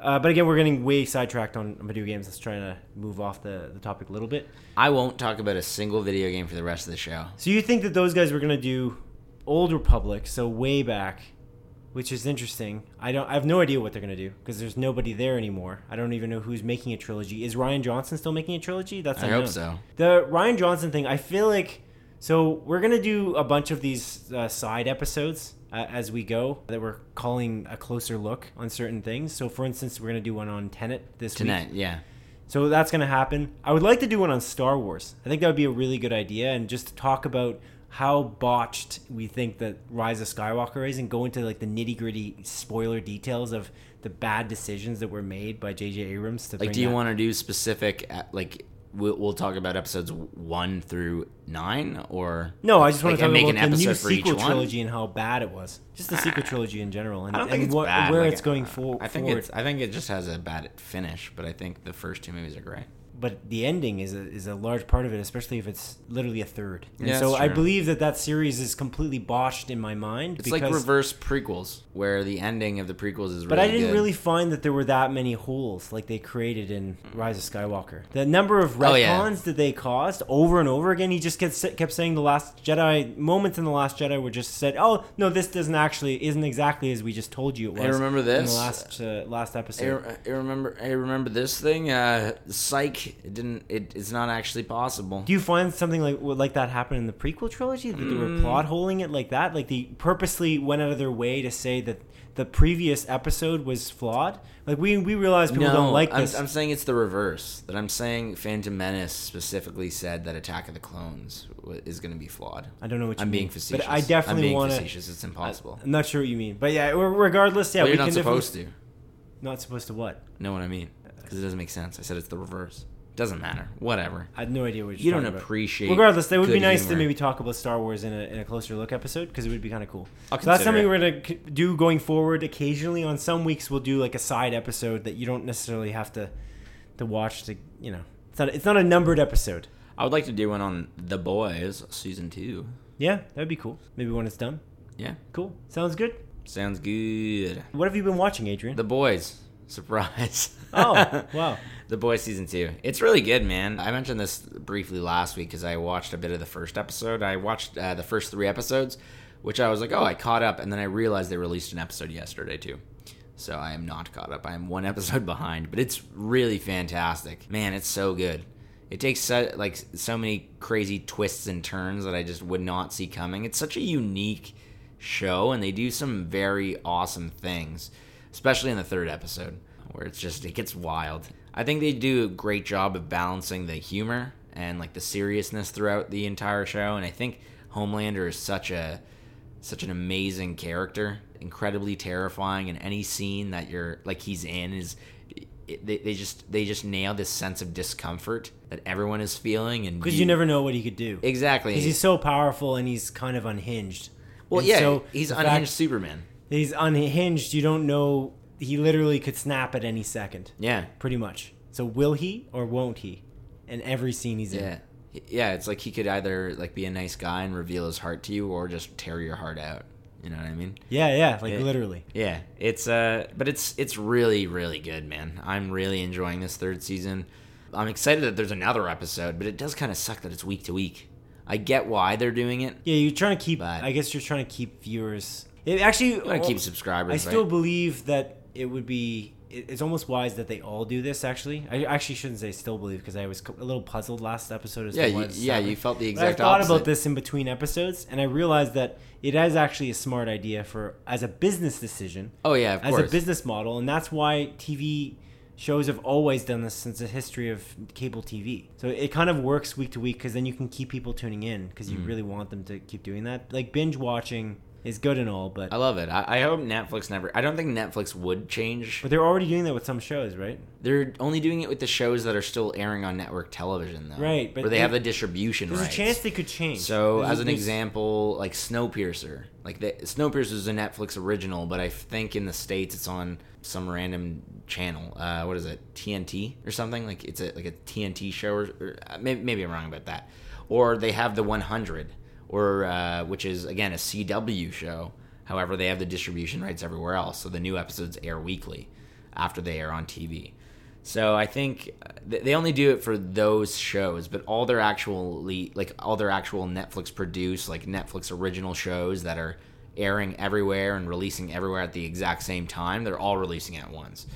[SPEAKER 1] Uh, but again, we're getting way sidetracked on on video games. Let's try to move off the, the topic a little bit.
[SPEAKER 2] I won't talk about a single video game for the rest of the show.
[SPEAKER 1] So you think that those guys were gonna do Old Republic, so way back, which is interesting. I don't. I have no idea what they're gonna do because there's nobody there anymore. I don't even know who's making a trilogy. Is Ryan Johnson still making a trilogy? That's
[SPEAKER 2] I
[SPEAKER 1] unknown.
[SPEAKER 2] hope so.
[SPEAKER 1] The Ryan Johnson thing. I feel like so we're gonna do a bunch of these uh, side episodes. Uh, as we go, that we're calling a closer look on certain things. So, for instance, we're gonna do one on Tenet this week.
[SPEAKER 2] Tonight, yeah.
[SPEAKER 1] So that's going to happen. I would like to do one on Star Wars. I think that would be a really good idea and just to talk about how botched we think that Rise of Skywalker is and go into like the nitty-gritty spoiler details of the bad decisions that were made by JJ Abrams to
[SPEAKER 2] Like,
[SPEAKER 1] bring
[SPEAKER 2] do you
[SPEAKER 1] that-
[SPEAKER 2] want to do specific? uh, Like, we'll, we'll talk about episodes one through nine, or
[SPEAKER 1] No, I just want
[SPEAKER 2] like,
[SPEAKER 1] to
[SPEAKER 2] and
[SPEAKER 1] talk
[SPEAKER 2] make
[SPEAKER 1] about
[SPEAKER 2] an
[SPEAKER 1] the new
[SPEAKER 2] episode for each
[SPEAKER 1] sequel
[SPEAKER 2] one?
[SPEAKER 1] trilogy and how bad it was. Just the sequel trilogy in general and,
[SPEAKER 2] I don't think
[SPEAKER 1] and
[SPEAKER 2] it's
[SPEAKER 1] what-
[SPEAKER 2] bad.
[SPEAKER 1] where
[SPEAKER 2] like,
[SPEAKER 1] it's going
[SPEAKER 2] uh,
[SPEAKER 1] for-
[SPEAKER 2] I think
[SPEAKER 1] forward.
[SPEAKER 2] it's. I think it just has a bad finish, but I think the first two movies are great.
[SPEAKER 1] but the ending is a, is a large part of it, especially if it's literally a third. And
[SPEAKER 2] Yeah,
[SPEAKER 1] so
[SPEAKER 2] that's
[SPEAKER 1] I
[SPEAKER 2] true.
[SPEAKER 1] believe that that series is completely botched in my mind.
[SPEAKER 2] It's like reverse prequels, where the ending of the prequels is. Really
[SPEAKER 1] But I didn't
[SPEAKER 2] good.
[SPEAKER 1] really find that there were that many holes like they created in Rise of Skywalker. The number of retcons
[SPEAKER 2] Hmm. Oh, yeah.
[SPEAKER 1] that they caused over and over again. He just kept, kept saying the Last Jedi moments in the Last Jedi were just said, "Oh no, this doesn't actually isn't exactly as we just told you it was."
[SPEAKER 2] remember
[SPEAKER 1] in
[SPEAKER 2] this.
[SPEAKER 1] the last uh, last episode.
[SPEAKER 2] I, I remember. I remember this thing. Uh, psych. It didn't. It, it's not actually possible.
[SPEAKER 1] Do you find something like well, like that happen in the prequel trilogy that they
[SPEAKER 2] Mm.
[SPEAKER 1] were plot holing it like that? Like they purposely went out of their way to say that the previous episode was flawed. Like we we realize people don't like
[SPEAKER 2] I'm,
[SPEAKER 1] this.
[SPEAKER 2] I'm saying it's the reverse. That I'm saying Phantom Menace specifically said that Attack of the Clones w- is going to be flawed.
[SPEAKER 1] I don't know what you
[SPEAKER 2] I'm
[SPEAKER 1] mean,
[SPEAKER 2] being facetious.
[SPEAKER 1] but I definitely
[SPEAKER 2] I'm being
[SPEAKER 1] wanna-
[SPEAKER 2] facetious. It's impossible.
[SPEAKER 1] I'm not sure what you mean, but yeah, we're- regardless, yeah,
[SPEAKER 2] Well,
[SPEAKER 1] we
[SPEAKER 2] you're
[SPEAKER 1] can
[SPEAKER 2] not supposed
[SPEAKER 1] definitely-
[SPEAKER 2] to.
[SPEAKER 1] Not supposed to what?
[SPEAKER 2] Know what I mean? Because it doesn't make sense. I said it's the reverse. Doesn't matter. Whatever.
[SPEAKER 1] I had no idea what you're
[SPEAKER 2] You don't
[SPEAKER 1] talking about.
[SPEAKER 2] appreciate
[SPEAKER 1] Regardless, that would be
[SPEAKER 2] good
[SPEAKER 1] nice to
[SPEAKER 2] humor.
[SPEAKER 1] maybe talk about Star Wars in a, in a closer look episode because it would be kind of cool.
[SPEAKER 2] I'll
[SPEAKER 1] So that's
[SPEAKER 2] consider
[SPEAKER 1] something
[SPEAKER 2] it.
[SPEAKER 1] we're gonna c- do going forward occasionally. On some weeks, we'll do like a side episode that you don't necessarily have to to watch to you know. It's not it's not a numbered episode.
[SPEAKER 2] I would like to do one on The Boys season two.
[SPEAKER 1] Yeah, that'd be cool. Maybe when it's done.
[SPEAKER 2] Yeah,
[SPEAKER 1] Cool. Sounds good.
[SPEAKER 2] sounds good.
[SPEAKER 1] What have you been watching, Adrian?
[SPEAKER 2] The Boys. Surprise. [laughs]
[SPEAKER 1] oh wow.
[SPEAKER 2] The Boys season two. It's really good, man. I mentioned this briefly last week because I watched a bit of the first episode. I watched uh, the first three episodes, which I was like, oh, I caught up, and then I realized they released an episode yesterday too. So I am not caught up. I am one [laughs] episode behind, but it's really fantastic, man. It's so good. It takes so, like so many crazy twists and turns that I just would not see coming. It's such a unique show, and they do some very awesome things, especially in the third episode where it's just it gets wild. I think they do a great job of balancing the humor and like the seriousness throughout the entire show and I think Homelander is such a such an amazing character, incredibly terrifying and any scene that you're like he's in is it, they, they just they just nail this sense of discomfort that everyone is feeling and
[SPEAKER 1] Because you never know what he could do. Because
[SPEAKER 2] exactly
[SPEAKER 1] he's so powerful and he's kind of unhinged.
[SPEAKER 2] well
[SPEAKER 1] And
[SPEAKER 2] yeah
[SPEAKER 1] so
[SPEAKER 2] he's
[SPEAKER 1] the fact-
[SPEAKER 2] unhinged Superman
[SPEAKER 1] He's unhinged. You don't know. He literally could snap at any second,
[SPEAKER 2] yeah
[SPEAKER 1] pretty much. So will he or won't he? In every scene he's in.
[SPEAKER 2] Yeah. Yeah, it's like he could either like be a nice guy and reveal his heart to you or just tear your heart out. You know what I mean?
[SPEAKER 1] Yeah, yeah, like
[SPEAKER 2] Yeah.
[SPEAKER 1] literally.
[SPEAKER 2] Yeah. It's uh but it's it's really, really good, man. I'm really enjoying this third season. I'm excited that there's another episode, but it does kinda suck that it's week to week. I get why they're doing it.
[SPEAKER 1] Yeah, you're trying to keep.
[SPEAKER 2] But-
[SPEAKER 1] I guess you're trying to keep viewers. It actually.
[SPEAKER 2] I keep
[SPEAKER 1] I
[SPEAKER 2] subscribers.
[SPEAKER 1] still
[SPEAKER 2] right?
[SPEAKER 1] believe that it would be. it- It's almost wise that they all do this. Actually, I actually shouldn't say still believe because I was co- a little puzzled last episode. As
[SPEAKER 2] Yeah,
[SPEAKER 1] to why
[SPEAKER 2] you,
[SPEAKER 1] this
[SPEAKER 2] yeah,
[SPEAKER 1] happened.
[SPEAKER 2] you felt the
[SPEAKER 1] But I
[SPEAKER 2] exact
[SPEAKER 1] thought
[SPEAKER 2] opposite.
[SPEAKER 1] about this in between episodes, and I realized that it is actually a smart idea for as a business decision.
[SPEAKER 2] Oh yeah, of
[SPEAKER 1] as
[SPEAKER 2] course.
[SPEAKER 1] a business model, and that's why TV shows have always done this since the history of cable TV. So it kind of works week to week because then you can keep people tuning in because you
[SPEAKER 2] Hmm.
[SPEAKER 1] really want them to keep doing that. Like binge watching is good and all, but
[SPEAKER 2] I love it. I, I hope Netflix never I don't think Netflix would change
[SPEAKER 1] but they're already doing that with some shows, right?
[SPEAKER 2] They're only doing it with the shows that are still airing on network television, though.
[SPEAKER 1] Right, but
[SPEAKER 2] where they
[SPEAKER 1] they-
[SPEAKER 2] have the distribution
[SPEAKER 1] There's
[SPEAKER 2] rights.
[SPEAKER 1] a chance they could change.
[SPEAKER 2] so,
[SPEAKER 1] There's-
[SPEAKER 2] as an
[SPEAKER 1] there's-
[SPEAKER 2] example, like Snowpiercer, like the, Snowpiercer is a Netflix original, but I think in the states it's on some random channel. Uh, what is it, TNT or something? Like it's a like a TNT show, or, or uh, maybe, maybe I'm wrong about that. Or they have the 100, or uh, which is again a CW show. However, they have the distribution rights everywhere else, so the new episodes air weekly after they air on TV. So I think uh, th- they only do it for those shows, but all their actually like all their actual Netflix produced like Netflix original shows that are airing everywhere and releasing everywhere at the exact same time, they're all releasing at once.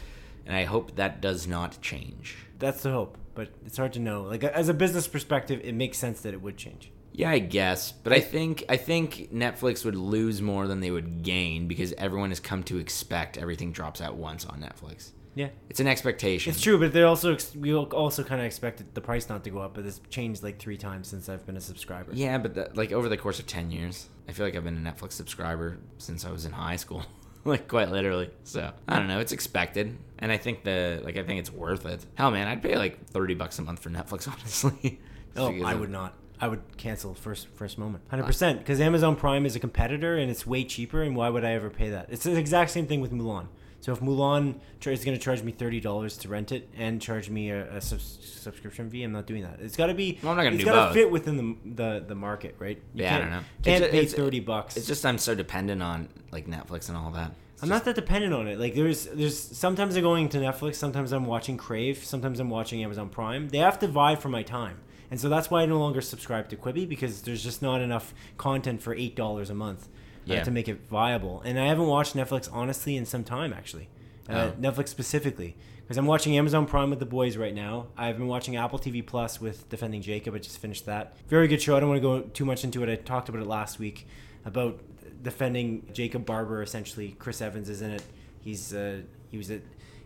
[SPEAKER 2] And I hope that does not change.
[SPEAKER 1] that's the hope, but it's hard to know. Like as a business perspective, it makes sense that it would change.
[SPEAKER 2] Yeah, I guess, but I think I think Netflix would lose more than they would gain because everyone has come to expect everything drops at once on Netflix.
[SPEAKER 1] Yeah.
[SPEAKER 2] It's an expectation.
[SPEAKER 1] It's true, but they also ex- we al- also kind of expected the price not to go up, but it's changed like three times since I've been a subscriber.
[SPEAKER 2] Yeah, but that, like over the course of 10 years, I feel like I've been a Netflix subscriber since I was in high school. [laughs] like quite literally. So, I don't know, it's expected, and I think the like I think it's worth it. Hell man, I'd pay like 30 bucks a month for Netflix [laughs] honestly. Just
[SPEAKER 1] Oh,
[SPEAKER 2] because
[SPEAKER 1] I
[SPEAKER 2] of-
[SPEAKER 1] would not. I would cancel first first moment, hundred percent, because Amazon Prime is a competitor and it's way cheaper. And why would I ever pay that? It's the exact same thing with Mulan. So if Mulan tra- is going to charge me thirty dollars to rent it and charge me a, a subs- subscription fee, I'm not doing that. It's got to be.
[SPEAKER 2] Well, I'm not gonna
[SPEAKER 1] it's
[SPEAKER 2] do
[SPEAKER 1] gotta
[SPEAKER 2] both.
[SPEAKER 1] fit within the, the the market, right? You
[SPEAKER 2] Yeah, I
[SPEAKER 1] can't-
[SPEAKER 2] don't know.
[SPEAKER 1] Can't
[SPEAKER 2] It's-
[SPEAKER 1] pay
[SPEAKER 2] it's-
[SPEAKER 1] thirty bucks.
[SPEAKER 2] It's just I'm so dependent on like Netflix and all that. It's
[SPEAKER 1] I'm
[SPEAKER 2] just-
[SPEAKER 1] not that dependent on it. Like there's there's sometimes I'm going to Netflix, sometimes I'm watching Crave, sometimes I'm watching Amazon Prime. They have to vie for my time. And so that's why I no longer subscribe to Quibi because there's just not enough content for eight dollars a month uh,
[SPEAKER 2] Yeah.
[SPEAKER 1] to make it viable. And I haven't watched Netflix honestly in some time actually, uh,
[SPEAKER 2] Oh.
[SPEAKER 1] Netflix specifically because I'm watching Amazon Prime with the boys right now. I've been watching Apple TV Plus with Defending Jacob. I just finished that. Very good show. I don't want to go too much into it. I talked about it last week about defending Jacob Barber. Essentially, Chris Evans is in it. He's uh, he was an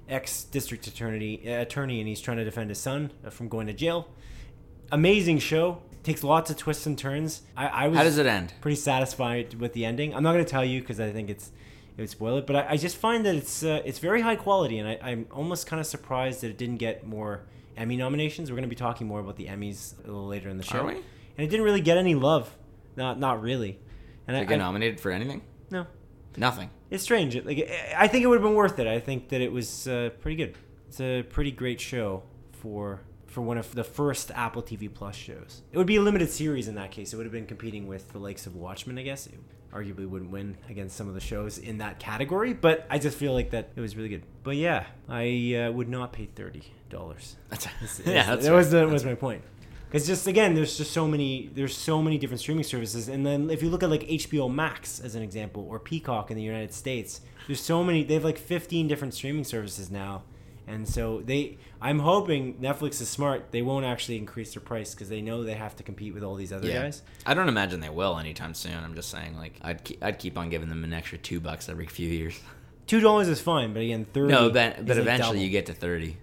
[SPEAKER 1] ex district attorney uh, attorney, and he's trying to defend his son uh, from going to jail. Amazing show. Takes lots of twists and turns. I, I was
[SPEAKER 2] How does it end?
[SPEAKER 1] pretty satisfied with the ending. I'm not going to tell you because I think it's it would spoil it. But I, I just find that it's uh, it's very high quality, and I, I'm almost kind of surprised that it didn't get more Emmy nominations. We're going to be talking more about the Emmys a little later in the show,
[SPEAKER 2] Are we?
[SPEAKER 1] and it didn't really get any love. Not not really. And
[SPEAKER 2] Did
[SPEAKER 1] I,
[SPEAKER 2] it get
[SPEAKER 1] I
[SPEAKER 2] nominated for anything?
[SPEAKER 1] no,
[SPEAKER 2] Nothing.
[SPEAKER 1] it's strange. It, like I- I think it would have been worth it. I think that it was uh, pretty good. It's a pretty great show for for one of the first Apple TV Plus shows. It would be a limited series in that case. It would have been competing with the likes of Watchmen, I guess. It arguably wouldn't win against some of the shows in that category, but I just feel like that it was really good. But yeah, I uh, would not pay thirty dollars.
[SPEAKER 2] That's,
[SPEAKER 1] Yeah,
[SPEAKER 2] [laughs] yeah, that's
[SPEAKER 1] that
[SPEAKER 2] right.
[SPEAKER 1] was that was my point. Because just again, there's just so many there's so many different streaming services, and then if you look at like HBO Max as an example, or Peacock in the United States, there's so many. They have like 15 different streaming services now, and so they. I'm hoping Netflix is smart. They won't actually increase their price because they know they have to compete with all these other
[SPEAKER 2] Yeah.
[SPEAKER 1] guys.
[SPEAKER 2] I don't imagine they will anytime soon. I'm just saying, like, I'd keep, I'd keep on giving them an extra two bucks every few years. [laughs]
[SPEAKER 1] Two dollars is fine, but again, thirty.
[SPEAKER 2] No, but,
[SPEAKER 1] is,
[SPEAKER 2] but
[SPEAKER 1] like,
[SPEAKER 2] eventually
[SPEAKER 1] double.
[SPEAKER 2] you get to thirty.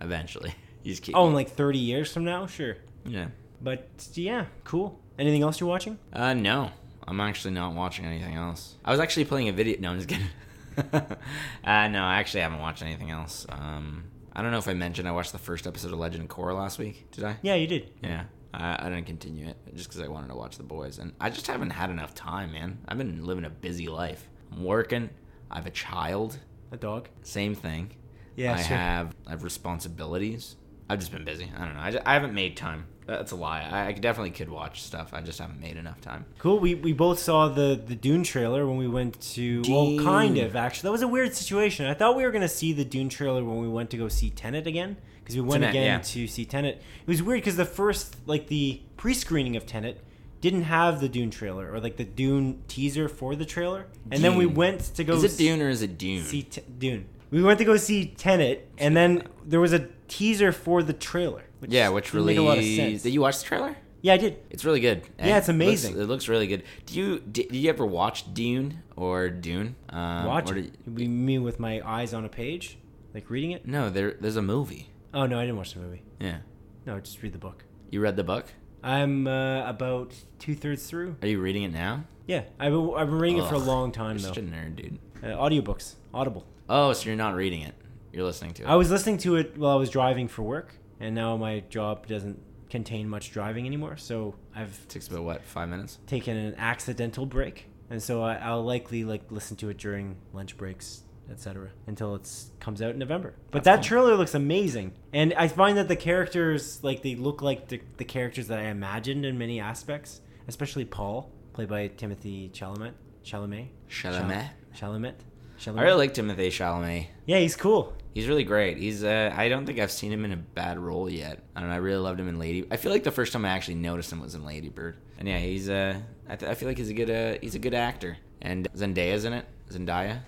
[SPEAKER 2] Eventually, [laughs] you just keep.
[SPEAKER 1] Oh, in like 30 years from now, sure.
[SPEAKER 2] yeah.
[SPEAKER 1] But yeah, cool. Anything else you're watching?
[SPEAKER 2] Uh, no, I'm actually not watching anything else. I was actually playing a video. [laughs] No, I'm just kidding. uh, no, I actually haven't watched anything else. Um, I don't know if I mentioned I watched the first episode of Legend of Korra last week. Did I?
[SPEAKER 1] Yeah, you did.
[SPEAKER 2] Yeah. I, I didn't continue it just because I wanted to watch The Boys, and I just haven't had enough time, man. I've been living a busy life. I'm working. I have a child.
[SPEAKER 1] A dog.
[SPEAKER 2] Same thing.
[SPEAKER 1] Yeah,
[SPEAKER 2] I
[SPEAKER 1] sure.
[SPEAKER 2] have I have responsibilities. I've just been busy. I don't know. I, ju- I haven't made time. That's a lie. I, I definitely could watch stuff. I just haven't made enough time.
[SPEAKER 1] Cool. We, we both saw the the Dune trailer when we went to
[SPEAKER 2] Dune.
[SPEAKER 1] well, kind of actually. That was a weird situation. I thought we were gonna see the Dune trailer when we went to go see Tenet again because we went
[SPEAKER 2] Tenet,
[SPEAKER 1] again
[SPEAKER 2] yeah.
[SPEAKER 1] to see Tenet. It was weird because the first like the pre screening of Tenet didn't have the Dune trailer or like the Dune teaser for the trailer, and then we
[SPEAKER 2] Dune.
[SPEAKER 1] went to go
[SPEAKER 2] Is it
[SPEAKER 1] s-
[SPEAKER 2] Dune or is it Dune?
[SPEAKER 1] see T- Dune. We went to go see Tenet, and then there was a teaser for the trailer. Which
[SPEAKER 2] yeah, which
[SPEAKER 1] didn't
[SPEAKER 2] really
[SPEAKER 1] make a lot of sense.
[SPEAKER 2] Did you watch the trailer?
[SPEAKER 1] yeah, I did.
[SPEAKER 2] It's really good.
[SPEAKER 1] Yeah, it's
[SPEAKER 2] it looks-
[SPEAKER 1] amazing.
[SPEAKER 2] It looks, really good. Do you did, did you ever watch Dune or Dune? Um,
[SPEAKER 1] Watch
[SPEAKER 2] or
[SPEAKER 1] it.
[SPEAKER 2] did-
[SPEAKER 1] It'd be me with my eyes on a page, like reading it.
[SPEAKER 2] no, there there's a movie.
[SPEAKER 1] Oh no, I didn't watch the movie.
[SPEAKER 2] Yeah,
[SPEAKER 1] No, just read the book.
[SPEAKER 2] you read the book.
[SPEAKER 1] I'm uh, about two thirds through.
[SPEAKER 2] Are you reading it now?
[SPEAKER 1] Yeah, I've been, I've been reading it for a
[SPEAKER 2] Ugh,
[SPEAKER 1] long time though.
[SPEAKER 2] You're such a nerd, dude.
[SPEAKER 1] Uh, audiobooks, Audible.
[SPEAKER 2] Oh, so you're not reading it. You're listening to it.
[SPEAKER 1] I was listening to it while I was driving for work, and now my job doesn't contain much driving anymore, so I've
[SPEAKER 2] takes about what five minutes.
[SPEAKER 1] taken an accidental break, and so I, I'll likely like listen to it during lunch breaks, etc., until it's comes out in November. But that
[SPEAKER 2] That's cool.
[SPEAKER 1] trailer looks amazing, and I find that the characters like they look like the, the characters that I imagined in many aspects, especially Paul, played by Timothy Chalamet. Chalamet.
[SPEAKER 2] Chalamet.
[SPEAKER 1] Chal- Chalamet. Chalamet.
[SPEAKER 2] I really like Timothy Chalamet.
[SPEAKER 1] yeah, he's cool.
[SPEAKER 2] He's really great. He's uh, I don't think I've seen him in a bad role yet. I don't know. I really loved him in Lady. I feel like the first time I actually noticed him was in Lady Bird. And yeah, he's uh, I, th- I feel like he's a good uh, he's a good actor. And Zendaya's in it. Zendaya,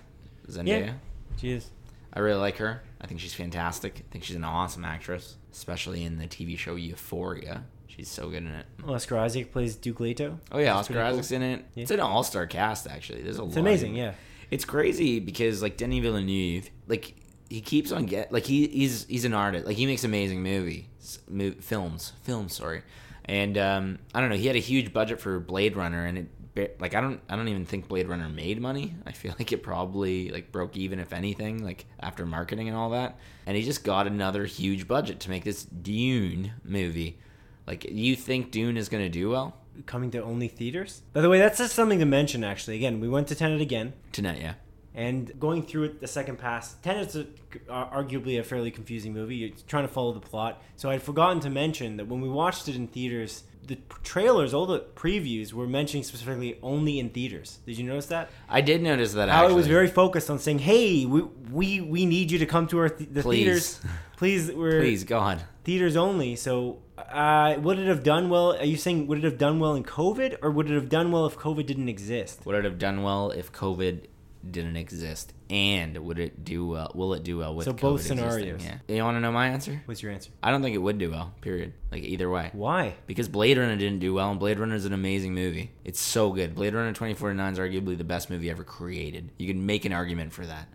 [SPEAKER 2] Zendaya.
[SPEAKER 1] Yeah. Jeez.
[SPEAKER 2] I really like her. I think she's fantastic. I think she's an awesome actress, especially in the TV show Euphoria. She's so good in it.
[SPEAKER 1] Oscar Isaac plays Duke Leto.
[SPEAKER 2] Oh yeah,
[SPEAKER 1] That's
[SPEAKER 2] Oscar
[SPEAKER 1] pretty cool.
[SPEAKER 2] Isaac's in it.
[SPEAKER 1] Yeah.
[SPEAKER 2] It's an all-star cast actually. There's a
[SPEAKER 1] It's
[SPEAKER 2] lot
[SPEAKER 1] amazing.
[SPEAKER 2] of-
[SPEAKER 1] Yeah.
[SPEAKER 2] it's crazy because like Denis Villeneuve, like he keeps on get like he he's he's an artist. Like he makes amazing movies, mo- films, films. Sorry, and um, I don't know. He had a huge budget for Blade Runner, and it ba- like I don't I don't even think Blade Runner made money. I feel like it probably like broke even if anything, like after marketing and all that. And he just got another huge budget to make this Dune movie. Like you think Dune is gonna do well
[SPEAKER 1] Coming to only theaters. By the way, that's just something to mention. Actually, again, we went to Tenet again.
[SPEAKER 2] tonight? Yeah.
[SPEAKER 1] And going through it the second pass, Tenet's a, ar- arguably a fairly confusing movie. You're trying to follow the plot. So I'd forgotten to mention that when we watched it in theaters, the p- trailers, all the previews were mentioning specifically only in theaters. Did you notice that?
[SPEAKER 2] I did notice that.
[SPEAKER 1] How
[SPEAKER 2] Actually.
[SPEAKER 1] it was very focused on saying, "Hey, we we, we need you to come to our th- the
[SPEAKER 2] Please. [laughs]
[SPEAKER 1] theaters, please, we're
[SPEAKER 2] Please go on.
[SPEAKER 1] theaters only." So, uh, would it have done well? Are you saying would it have done well in COVID, or would it have done well if COVID didn't exist?
[SPEAKER 2] Would it have done well if COVID didn't exist? And would it do well? Will it do well with
[SPEAKER 1] So both
[SPEAKER 2] COVID existing?
[SPEAKER 1] scenarios.
[SPEAKER 2] Yeah. You want to know my answer?
[SPEAKER 1] What's your answer?
[SPEAKER 2] I don't think it would do well. Period. Like either way.
[SPEAKER 1] Why?
[SPEAKER 2] Because Blade Runner didn't do well, and Blade Runner is an amazing movie. It's so good. Blade Runner 2049 is arguably the best movie ever created. You can make an argument for that.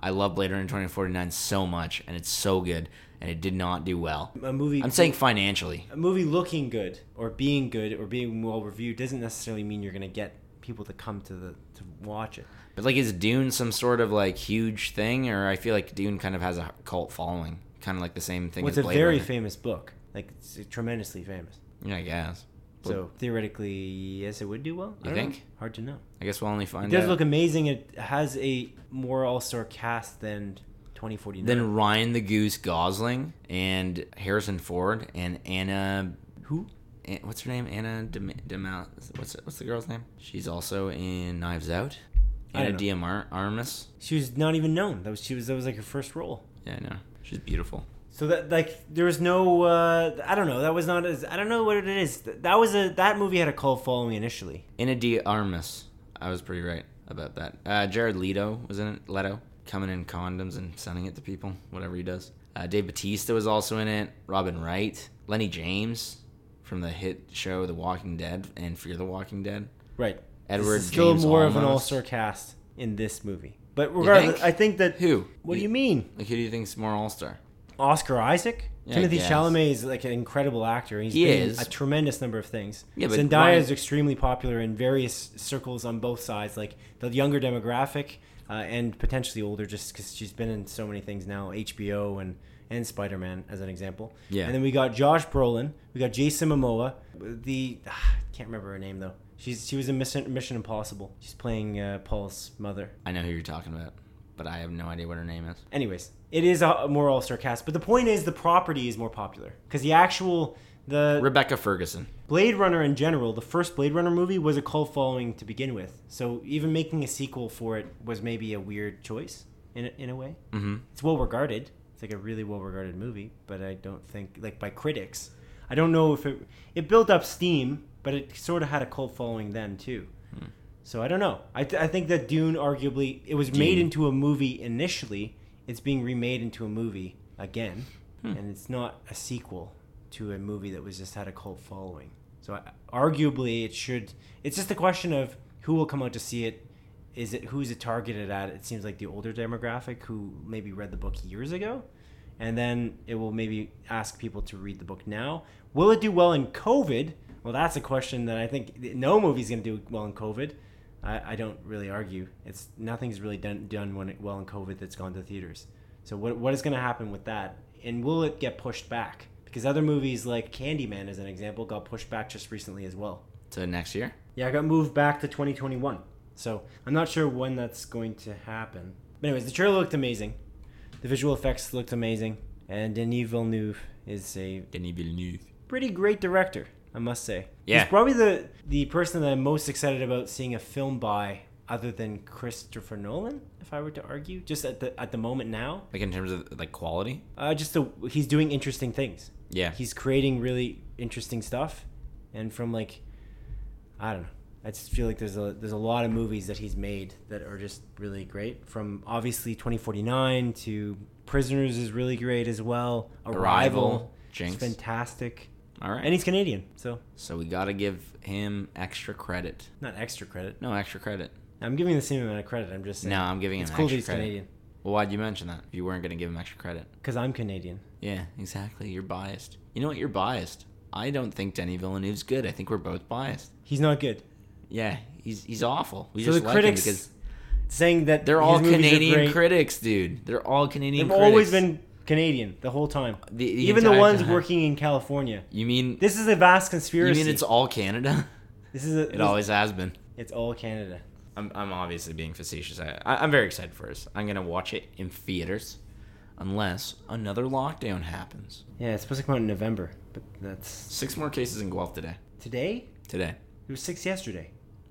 [SPEAKER 2] I love Blade Runner 2049 so much, and it's so good, and it did not do well.
[SPEAKER 1] A movie.
[SPEAKER 2] I'm saying financially.
[SPEAKER 1] a movie looking good or being good or being well reviewed doesn't necessarily mean you're going to get people to come to the to watch it.
[SPEAKER 2] But like, is Dune some sort of like huge thing, or I feel like Dune kind of has a cult following, kind of like the same thing.
[SPEAKER 1] Well, it's
[SPEAKER 2] as
[SPEAKER 1] a
[SPEAKER 2] Blade
[SPEAKER 1] very
[SPEAKER 2] Runner.
[SPEAKER 1] famous book, like it's tremendously famous.
[SPEAKER 2] yeah, I guess. But
[SPEAKER 1] So theoretically, yes, it would do well. I
[SPEAKER 2] You
[SPEAKER 1] don't know.
[SPEAKER 2] think?
[SPEAKER 1] Hard to know.
[SPEAKER 2] I guess we'll only
[SPEAKER 1] It
[SPEAKER 2] find
[SPEAKER 1] does
[SPEAKER 2] out.
[SPEAKER 1] look amazing. It has a more all star cast than 2049.
[SPEAKER 2] then Ryan the Goose Gosling and Harrison Ford and Anna.
[SPEAKER 1] who?
[SPEAKER 2] An- What's her name? Anna Dem- Demal. What's what's the girl's name? She's also in Knives Out.
[SPEAKER 1] I
[SPEAKER 2] Anna
[SPEAKER 1] know.
[SPEAKER 2] Diarmas.
[SPEAKER 1] She was not even known. That was she was that was like her first role.
[SPEAKER 2] Yeah, I know. She's beautiful.
[SPEAKER 1] So that like there was no uh, I don't know that was not as I don't know what it is Th- that was a that movie had a cult following initially.
[SPEAKER 2] Anna Diarmas. I was pretty right about that. Uh, Jared Leto was in it. Leto coming in condoms and sending it to people. Whatever he does. Uh, Dave Batista was also in it. Robin Wright. Lenny James from the hit show The Walking Dead and Fear the Walking Dead.
[SPEAKER 1] Right.
[SPEAKER 2] Edward
[SPEAKER 1] This is still
[SPEAKER 2] James
[SPEAKER 1] more of an
[SPEAKER 2] Olmos.
[SPEAKER 1] all star cast in this movie. But regardless,
[SPEAKER 2] think?
[SPEAKER 1] I think that
[SPEAKER 2] Who?
[SPEAKER 1] What do you mean?
[SPEAKER 2] Like, who do you think's more all star?
[SPEAKER 1] Oscar Isaac?
[SPEAKER 2] Yeah, I
[SPEAKER 1] Timothy
[SPEAKER 2] guess.
[SPEAKER 1] Chalamet is like an incredible actor. He's
[SPEAKER 2] He
[SPEAKER 1] been
[SPEAKER 2] is.
[SPEAKER 1] a tremendous number of things.
[SPEAKER 2] Yeah, but
[SPEAKER 1] Zendaya
[SPEAKER 2] why-
[SPEAKER 1] is extremely popular in various circles on both sides, like the younger demographic uh, and potentially older, just because she's been in so many things now, HBO and and Spider Man as an example.
[SPEAKER 2] Yeah.
[SPEAKER 1] And then we got Josh Brolin, we got Jason Momoa, the ah, I can't remember her name though. She's she was in Mission, Mission Impossible. She's playing uh, Paul's mother.
[SPEAKER 2] I know who you're talking about, but I have no idea what her name is.
[SPEAKER 1] Anyways, it is a a more all star cast, but the point is the property is more popular because the actual the
[SPEAKER 2] Rebecca Ferguson.
[SPEAKER 1] Blade Runner in general, the first Blade Runner movie was a cult following to begin with, so even making a sequel for it was maybe a weird choice in a, in a way.
[SPEAKER 2] Mm-hmm.
[SPEAKER 1] It's well regarded. It's like a really well regarded movie, but I don't think like by critics. I don't know if it it built up steam, but it sort of had a cult following then too. So I don't know. I, th- I think that Dune arguably it was made
[SPEAKER 2] Dune.
[SPEAKER 1] into a movie initially. It's being remade into a movie again, and it's not a sequel to a movie that was just had a cult following. So I, arguably it should. It's just a question of who will come out to see it. Is it who's it targeted at? It seems like the older demographic who maybe read the book years ago, and then it will maybe ask people to read the book now. Will it do well in COVID? Well, that's a question that I think no movie's going to do well in COVID. I, I don't really argue. It's nothing's really done done when it, well in COVID that's gone to theaters. So what what is going to happen with that? And will it get pushed back? Because other movies like Candyman, as an example, got pushed back just recently as well.
[SPEAKER 2] So next year?
[SPEAKER 1] Yeah, I got moved back to 2021. So I'm not sure when that's going to happen. But anyways, the trailer looked amazing. The visual effects looked amazing. And Denis Villeneuve is a
[SPEAKER 2] Denis Villeneuve.
[SPEAKER 1] pretty great director, I must say.
[SPEAKER 2] Yeah.
[SPEAKER 1] He's probably the, the person that I'm most excited about seeing a film by other than Christopher Nolan, if I were to argue, just at the at the moment now.
[SPEAKER 2] Like in terms of like quality?
[SPEAKER 1] Uh, just the, he's doing interesting things.
[SPEAKER 2] Yeah.
[SPEAKER 1] He's creating really interesting stuff, and from like, I don't know. I just feel like there's a there's a lot of movies that he's made that are just really great. From obviously 2049 to Prisoners is really great as well. Arrival,
[SPEAKER 2] Arrival,
[SPEAKER 1] is
[SPEAKER 2] Jinx.
[SPEAKER 1] fantastic,
[SPEAKER 2] All right.
[SPEAKER 1] and he's Canadian, so
[SPEAKER 2] so we gotta give him extra credit.
[SPEAKER 1] not extra credit.
[SPEAKER 2] No extra credit.
[SPEAKER 1] I'm giving the same amount of credit. I'm just saying.
[SPEAKER 2] No, I'm giving him
[SPEAKER 1] it's cool that
[SPEAKER 2] extra
[SPEAKER 1] he's
[SPEAKER 2] credit.
[SPEAKER 1] Canadian
[SPEAKER 2] Well, why'd you mention that? If you weren't gonna give him extra credit.
[SPEAKER 1] because I'm Canadian.
[SPEAKER 2] Yeah, exactly. You're biased. You know what? You're biased. I don't think Denis Villeneuve's good. I think we're both biased.
[SPEAKER 1] He's not good.
[SPEAKER 2] Yeah, he's he's awful. We
[SPEAKER 1] So
[SPEAKER 2] just
[SPEAKER 1] the
[SPEAKER 2] like
[SPEAKER 1] critics-
[SPEAKER 2] him because
[SPEAKER 1] Saying that
[SPEAKER 2] they're
[SPEAKER 1] his
[SPEAKER 2] all
[SPEAKER 1] movies are
[SPEAKER 2] Canadian
[SPEAKER 1] great-
[SPEAKER 2] critics, dude. They're all Canadian
[SPEAKER 1] They've
[SPEAKER 2] critics.
[SPEAKER 1] always been Canadian the whole time.
[SPEAKER 2] The- the
[SPEAKER 1] Even the
[SPEAKER 2] entire
[SPEAKER 1] ones
[SPEAKER 2] time.
[SPEAKER 1] working in California.
[SPEAKER 2] You mean
[SPEAKER 1] This is a vast
[SPEAKER 2] you
[SPEAKER 1] conspiracy.
[SPEAKER 2] mean it's all Canada? [laughs]
[SPEAKER 1] this is a,
[SPEAKER 2] It always has been.
[SPEAKER 1] it's all Canada.
[SPEAKER 2] I'm, I'm obviously being facetious. I, I, I'm very excited for this. I'm gonna watch it in theaters, unless another lockdown happens.
[SPEAKER 1] Yeah, it's supposed to come out in November, but that's
[SPEAKER 2] Six more cases in Guelph today.
[SPEAKER 1] today.
[SPEAKER 2] Today.
[SPEAKER 1] It was six yesterday.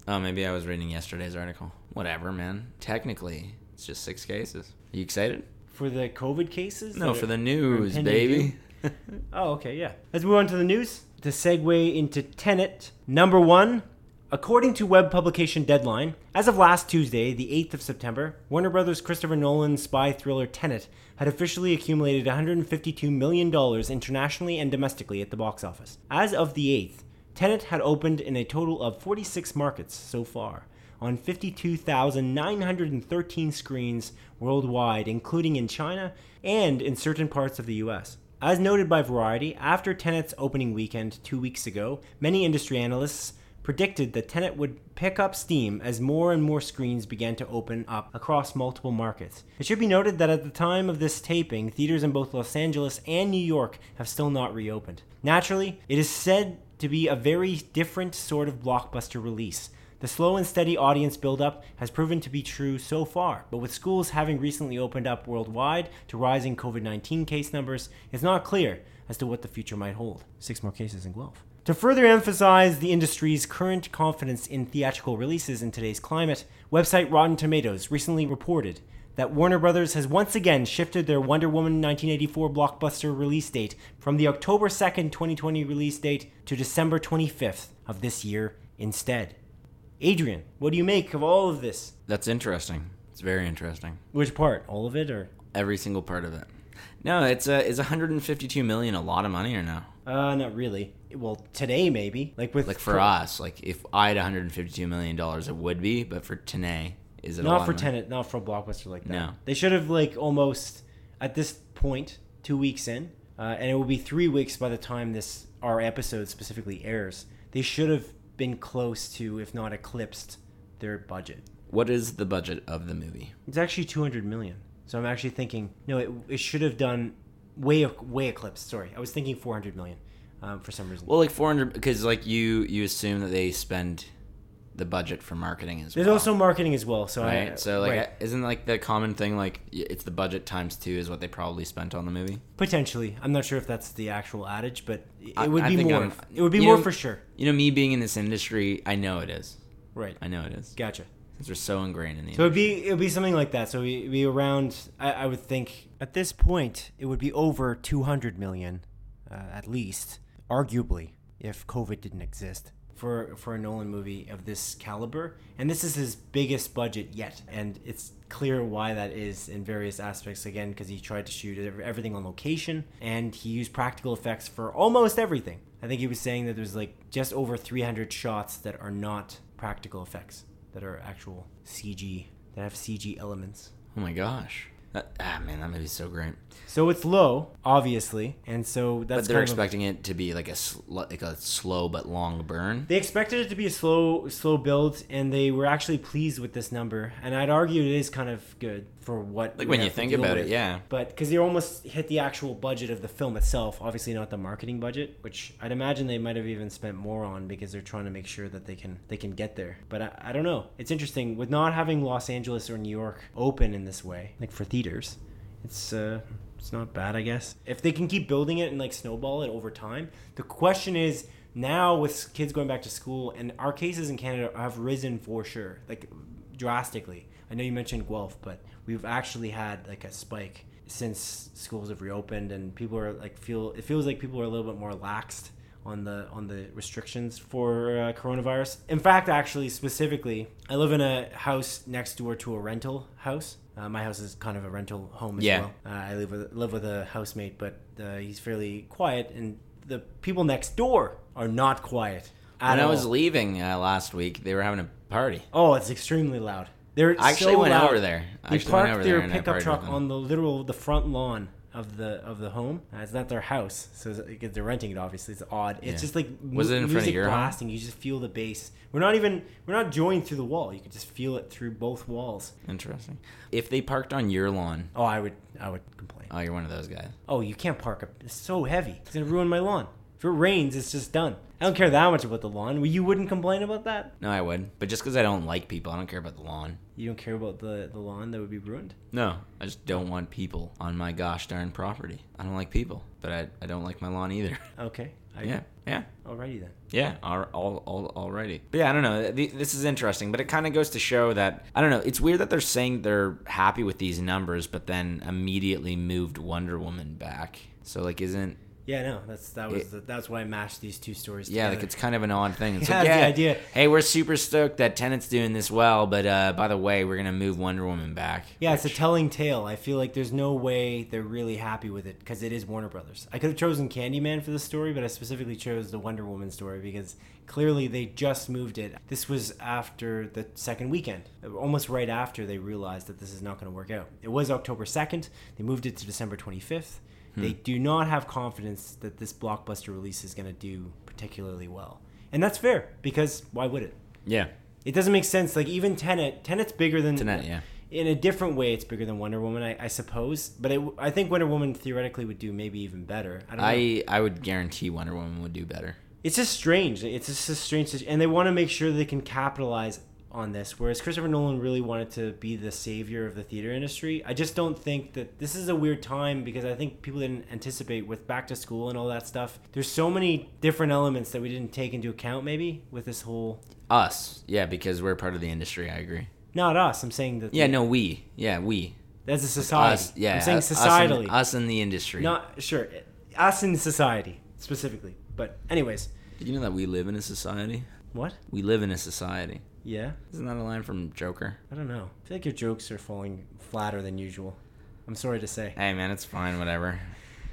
[SPEAKER 2] Oh, maybe I was reading yesterday's article. Whatever, man. Technically, it's just six cases. Are you excited?
[SPEAKER 1] For the COVID cases?
[SPEAKER 2] No,
[SPEAKER 1] that
[SPEAKER 2] for
[SPEAKER 1] are-
[SPEAKER 2] the news,
[SPEAKER 1] impending
[SPEAKER 2] baby.
[SPEAKER 1] Oh, okay, yeah. Let's move on to the news. To segue into Tenet, number one, according to web publication Deadline, as of last Tuesday, the 8th of September, Warner Brothers' Christopher Nolan's spy thriller Tenet had officially accumulated $152 million internationally and domestically at the box office. As of the 8th, Tenet had opened in a total of 46 markets so far, on 52,913 screens worldwide, including in China and in certain parts of the US. As noted by Variety, after Tenet's opening weekend two weeks ago, many industry analysts predicted that Tenet would pick up steam as more and more screens began to open up across multiple markets. It should be noted that at the time of this taping, theaters in both Los Angeles and New York have still not reopened. Naturally, it is said to be a very different sort of blockbuster release. The slow and steady audience buildup has proven to be true so far, but with schools having recently opened up worldwide to rising COVID 19 case numbers, it's not clear as to what the future might hold. Six more cases in Guelph. To further emphasize the industry's current confidence in theatrical releases in today's climate, website Rotten Tomatoes recently reported that Warner Brothers has once again shifted their Wonder Woman 1984 blockbuster release date from the October 2nd, 2020 release date to December 25th of this year instead. Adrian, what do you make of all of this?
[SPEAKER 2] [laughs] That's interesting. It's very interesting.
[SPEAKER 1] Which part? All of it or
[SPEAKER 2] Every single part of it. No, it's uh, is 152 million a lot of money or no?
[SPEAKER 1] uh not really. Well, today maybe. Like with
[SPEAKER 2] Like for us, like if I had 152 million dollars, it would be. But for Tene, is it a lot
[SPEAKER 1] not for
[SPEAKER 2] of money?
[SPEAKER 1] Tenet, not for a blockbuster like that.
[SPEAKER 2] No.
[SPEAKER 1] They should have like almost at this point two weeks in, uh, and it will be three weeks by the time this our episode specifically airs. They should have been close to, if not eclipsed, their budget.
[SPEAKER 2] What is the budget of the movie?
[SPEAKER 1] It's actually two hundred million. So I'm actually thinking, no, it, it should have done way way eclipsed. Sorry, I was thinking four hundred million um, for some reason.
[SPEAKER 2] Well, like 400 because like you you assume that they spend the budget for marketing as
[SPEAKER 1] There's
[SPEAKER 2] well.
[SPEAKER 1] also marketing as well. So I,
[SPEAKER 2] right? So like,
[SPEAKER 1] right.
[SPEAKER 2] isn't like the common thing like y- it's the budget times two is what they probably spent on the movie?
[SPEAKER 1] potentially, I'm not sure if that's the actual adage, but it
[SPEAKER 2] I-
[SPEAKER 1] would
[SPEAKER 2] I
[SPEAKER 1] be
[SPEAKER 2] think
[SPEAKER 1] more.
[SPEAKER 2] I'm-
[SPEAKER 1] it would be
[SPEAKER 2] you
[SPEAKER 1] more
[SPEAKER 2] know-
[SPEAKER 1] for sure.
[SPEAKER 2] You know, me being in this industry, I know it is.
[SPEAKER 1] Right.
[SPEAKER 2] I know it is.
[SPEAKER 1] Gotcha.
[SPEAKER 2] Since we're so ingrained in the
[SPEAKER 1] So it'd be it'd be something like that. So it'd be around. I, I would think at this point it would be over 200 million, uh, at least, arguably, if COVID didn't exist for for a Nolan movie of this caliber. And this is his biggest budget yet, and it's clear why that is in various aspects. Again, because he tried to shoot ev- everything on location, and he used practical effects for almost everything. I think he was saying that there's like just over 300 shots that are not practical effects that are actual CG that have CG elements.
[SPEAKER 2] oh my gosh. That, ah, man, that movie's so great.
[SPEAKER 1] So it's low, obviously, and so that's
[SPEAKER 2] But they're
[SPEAKER 1] kind of a-
[SPEAKER 2] expecting it to be like a sl- like a slow but long burn.
[SPEAKER 1] they expected it to be a slow, slow build, and they were actually pleased with this number. And I'd argue it is kind of good for what
[SPEAKER 2] Like
[SPEAKER 1] we
[SPEAKER 2] when you
[SPEAKER 1] have to
[SPEAKER 2] think
[SPEAKER 1] deal
[SPEAKER 2] about it,
[SPEAKER 1] with.
[SPEAKER 2] yeah.
[SPEAKER 1] But because they almost hit the actual budget of the film itself, obviously not the marketing budget, which I'd imagine they might have even spent more on because they're trying to make sure that they can they can get there. But I, I don't know. It's interesting with not having Los Angeles or New York open in this way, like for theaters. It's uh, it's not bad, I guess. If they can keep building it and like snowball it over time, the question is now with kids going back to school and our cases in Canada have risen for sure, like drastically. I know you mentioned Guelph, but we've actually had like a spike since schools have reopened and people are like feel it feels like people are a little bit more laxed on the on the restrictions for uh, coronavirus. In fact, actually specifically, I live in a house next door to a rental house. Uh, my house is kind of a rental home as
[SPEAKER 2] Yeah.
[SPEAKER 1] well. Uh, I live with live with a housemate, but uh, he's fairly quiet, and the people next door are not quiet at
[SPEAKER 2] When I
[SPEAKER 1] all.
[SPEAKER 2] was leaving uh, last week, they were having a party.
[SPEAKER 1] oh, it's extremely loud. They're
[SPEAKER 2] I actually
[SPEAKER 1] so
[SPEAKER 2] went
[SPEAKER 1] loud.
[SPEAKER 2] over there. I
[SPEAKER 1] They
[SPEAKER 2] actually went
[SPEAKER 1] parked
[SPEAKER 2] over
[SPEAKER 1] their
[SPEAKER 2] there and I
[SPEAKER 1] pickup
[SPEAKER 2] partied
[SPEAKER 1] truck
[SPEAKER 2] with them.
[SPEAKER 1] on the literal the front lawn of the of the home. Uh, it's not their house, so it's- like, they're renting it. Obviously, it's odd. It's
[SPEAKER 2] Yeah.
[SPEAKER 1] just like
[SPEAKER 2] Was
[SPEAKER 1] mu-
[SPEAKER 2] it in front of
[SPEAKER 1] music
[SPEAKER 2] your home?
[SPEAKER 1] blasting. You just feel the bass. We're not even we're not joined through the wall. You can just feel it through both walls.
[SPEAKER 2] Interesting. If they parked on your lawn,
[SPEAKER 1] Oh, I would I would complain.
[SPEAKER 2] oh, you're one of those guys.
[SPEAKER 1] Oh, you can't park up. It's so heavy. It's gonna ruin my lawn. If it rains, it's just done. I don't care that much about the lawn. You wouldn't complain about that?
[SPEAKER 2] No, I would. But just because I don't like people, I don't care about the lawn.
[SPEAKER 1] You don't care about the, the lawn that would be ruined?
[SPEAKER 2] No, I just don't want people on my gosh darn property. I don't like people, but I, I don't like my
[SPEAKER 1] [laughs]
[SPEAKER 2] lawn either.
[SPEAKER 1] Okay. I,
[SPEAKER 2] yeah, yeah.
[SPEAKER 1] Alrighty then.
[SPEAKER 2] Yeah, all, all, all, already. But yeah, I don't know. Th- This is interesting, but it kind of goes to show that I don't know. It's weird that they're saying they're happy with these numbers, but then immediately moved Wonder Woman back. So like, isn't
[SPEAKER 1] Yeah, no, that's that was
[SPEAKER 2] It-
[SPEAKER 1] the, that's why I mashed these two stories
[SPEAKER 2] yeah,
[SPEAKER 1] together.
[SPEAKER 2] like it's kind of an odd
[SPEAKER 1] [laughs]
[SPEAKER 2] thing. It's
[SPEAKER 1] Yeah,
[SPEAKER 2] like,
[SPEAKER 1] that's the
[SPEAKER 2] yeah,
[SPEAKER 1] idea.
[SPEAKER 2] Hey, we're super stoked that Tenant's doing this well, but uh, by the way, we're gonna move Wonder Woman back.
[SPEAKER 1] Yeah, it's a telling tale. I feel like there's no way they're really happy with it because it is Warner Brothers. I could have chosen Candyman for this story, but I specifically chose the Wonder Woman story because clearly they just moved it. This was after the second weekend, almost right after they realized that this is not going to work out. It was October 2nd, they moved it to December 25th. They do not have confidence that this blockbuster release is going to do particularly well. And that's fair because why would it?
[SPEAKER 2] Yeah,
[SPEAKER 1] It doesn't make sense. Like even Tenet, Tenet's bigger than
[SPEAKER 2] Tenet, yeah.
[SPEAKER 1] In a different way, it's bigger than Wonder Woman, I, I suppose. But it, I think Wonder Woman theoretically would do maybe even better. I don't know.
[SPEAKER 2] I I would guarantee Wonder Woman would do better.
[SPEAKER 1] It's just strange. It's just a strange, situ- and they want to make sure they can capitalize on this. Whereas Christopher Nolan really wanted to be the savior of the theater industry. I just don't think that this is a weird time because I think people didn't anticipate with back to school and all that stuff. There's so many different elements that we didn't take into account maybe with this whole.
[SPEAKER 2] Us, yeah, because we're part of the industry. I agree.
[SPEAKER 1] Not us. I'm saying that.
[SPEAKER 2] Yeah, no, we, yeah, we,
[SPEAKER 1] As a society.
[SPEAKER 2] us, yeah,
[SPEAKER 1] I'm saying
[SPEAKER 2] us- us in-
[SPEAKER 1] societally.
[SPEAKER 2] us in, the industry.
[SPEAKER 1] Not sure. Us in society specifically. But anyways,
[SPEAKER 2] Did you know that we live in a society?
[SPEAKER 1] what?
[SPEAKER 2] We live in a society.
[SPEAKER 1] Yeah,
[SPEAKER 2] Isn't that a line from Joker?
[SPEAKER 1] I don't know. I feel like your jokes are falling flatter than usual. I'm sorry to say.
[SPEAKER 2] Hey man, it's fine, whatever.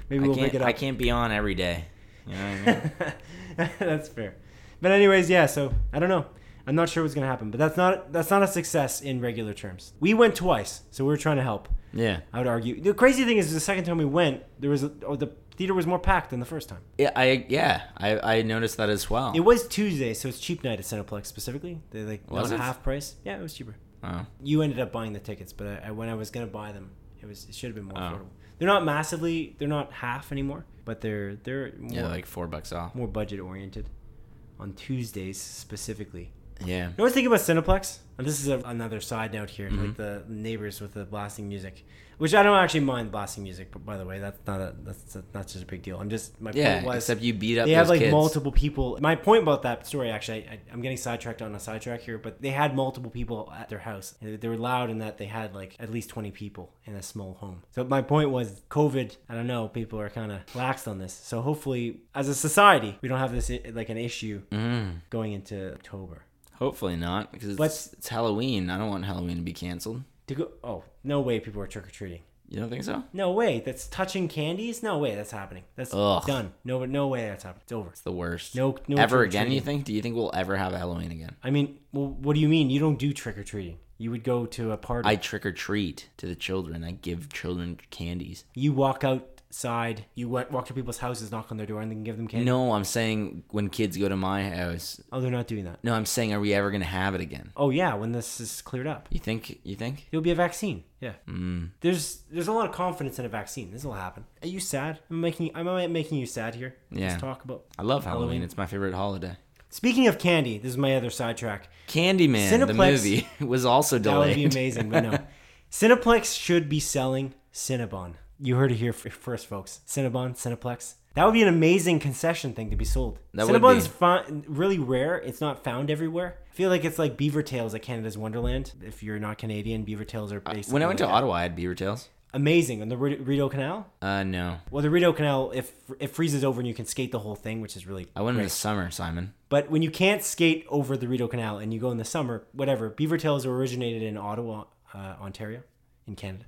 [SPEAKER 1] Maybe
[SPEAKER 2] I
[SPEAKER 1] we'll
[SPEAKER 2] can't,
[SPEAKER 1] pick it up.
[SPEAKER 2] I can't be on every day. You know what I
[SPEAKER 1] [laughs]
[SPEAKER 2] mean?
[SPEAKER 1] that's fair. But anyways, yeah. So I don't know. I'm not sure what's gonna happen. But that's not that's not a success in regular terms. We went twice, so we were trying to help.
[SPEAKER 2] yeah.
[SPEAKER 1] I would argue. The crazy thing is, the second time we went, there was a, oh, the theater was more packed than the first time.
[SPEAKER 2] Yeah, I yeah, I, I noticed that as well.
[SPEAKER 1] It was Tuesday, so it's cheap night at Cineplex specifically. They like
[SPEAKER 2] Was
[SPEAKER 1] was
[SPEAKER 2] it?
[SPEAKER 1] half price. Yeah, it was cheaper.
[SPEAKER 2] oh.
[SPEAKER 1] You ended up buying the tickets, but I, I, when I was gonna buy them, it was it should have been more
[SPEAKER 2] Oh.
[SPEAKER 1] affordable. They're not massively. They're not half anymore, but they're they're more,
[SPEAKER 2] Yeah, like 4 bucks off.
[SPEAKER 1] more budget oriented on Tuesdays specifically.
[SPEAKER 2] Yeah.
[SPEAKER 1] You know what I was thinking about Cineplex? And this is a, another side note here,
[SPEAKER 2] Mm-hmm.
[SPEAKER 1] like the neighbors with the blasting music, which I don't actually mind blasting music. But by the way, that's not a, that's that's not such a big deal. I'm just my
[SPEAKER 2] Yeah,
[SPEAKER 1] point was
[SPEAKER 2] except you beat up
[SPEAKER 1] they have
[SPEAKER 2] those
[SPEAKER 1] like
[SPEAKER 2] kids.
[SPEAKER 1] multiple people. My point about that story, actually, I, I, I'm getting sidetracked on a sidetrack here, but they had multiple people at their house. And they were loud in that they had like at least 20 people in a small home. So my point was, COVID. I don't know. People are kind of laxed on this. So hopefully, as a society, we don't have this i- like an issue
[SPEAKER 2] Hmm.
[SPEAKER 1] going into October.
[SPEAKER 2] Mm-hmm. Hopefully not because it's,
[SPEAKER 1] But-
[SPEAKER 2] it's Halloween. I don't want Halloween to be canceled.
[SPEAKER 1] To go, oh no way, people are trick or treating.
[SPEAKER 2] You don't think so?
[SPEAKER 1] No way, that's touching candies. No way, that's happening. That's
[SPEAKER 2] Ugh.
[SPEAKER 1] done. No, no way, that's happening. It's over.
[SPEAKER 2] It's the worst.
[SPEAKER 1] No- no
[SPEAKER 2] Ever again, you
[SPEAKER 1] trick-or-treating.
[SPEAKER 2] think? Do you think we'll ever have Halloween again?
[SPEAKER 1] I mean, well, what do you mean? You don't do trick or treating. You would go to a party.
[SPEAKER 2] I trick or treat to the children. I give children candies.
[SPEAKER 1] you walk outside, you went, walk to people's houses, knock on their door, and then give them candy.
[SPEAKER 2] No, I'm saying when kids go to my house.
[SPEAKER 1] Oh, they're not doing that.
[SPEAKER 2] No, I'm saying are we ever gonna have it again?
[SPEAKER 1] Oh yeah, when this is cleared up,
[SPEAKER 2] You think? You think?
[SPEAKER 1] there'll be a vaccine. Yeah. Mm. There's there's a lot of confidence in a vaccine. This will happen. Are you sad? I'm making am I making you sad here?
[SPEAKER 2] Yeah.
[SPEAKER 1] Let's talk about.
[SPEAKER 2] I love Halloween.
[SPEAKER 1] Halloween.
[SPEAKER 2] It's my favorite holiday.
[SPEAKER 1] Speaking of candy, this is my other sidetrack.
[SPEAKER 2] Candyman, the
[SPEAKER 1] Cineplex-
[SPEAKER 2] movie, [laughs] was also
[SPEAKER 1] That would be
[SPEAKER 2] delayed.
[SPEAKER 1] amazing, but
[SPEAKER 2] [laughs]
[SPEAKER 1] no. Cineplex should be selling Cinnabon. You heard it here f- first, folks. Cinnabon, Cineplex. That would be an amazing concession thing to be sold.
[SPEAKER 2] That would
[SPEAKER 1] Cinnabon's
[SPEAKER 2] be.
[SPEAKER 1] fo- really rare. It's not found everywhere. I feel like it's like Beaver Tails at Canada's Wonderland. If you're not Canadian, Beaver Tails are basically
[SPEAKER 2] Uh, [laughs] When I went to
[SPEAKER 1] like that.
[SPEAKER 2] Ottawa, I had beaver tails.
[SPEAKER 1] amazing on the Ri- Rideau Canal.
[SPEAKER 2] Uh, no,
[SPEAKER 1] Well, the Rideau Canal, if it freezes over and you can skate the whole thing, which is really
[SPEAKER 2] I went in the summer, Simon.
[SPEAKER 1] but when you can't skate over the Rideau Canal and you go in the summer, whatever, beaver tails are originated in Ottawa, uh, Ontario, in Canada.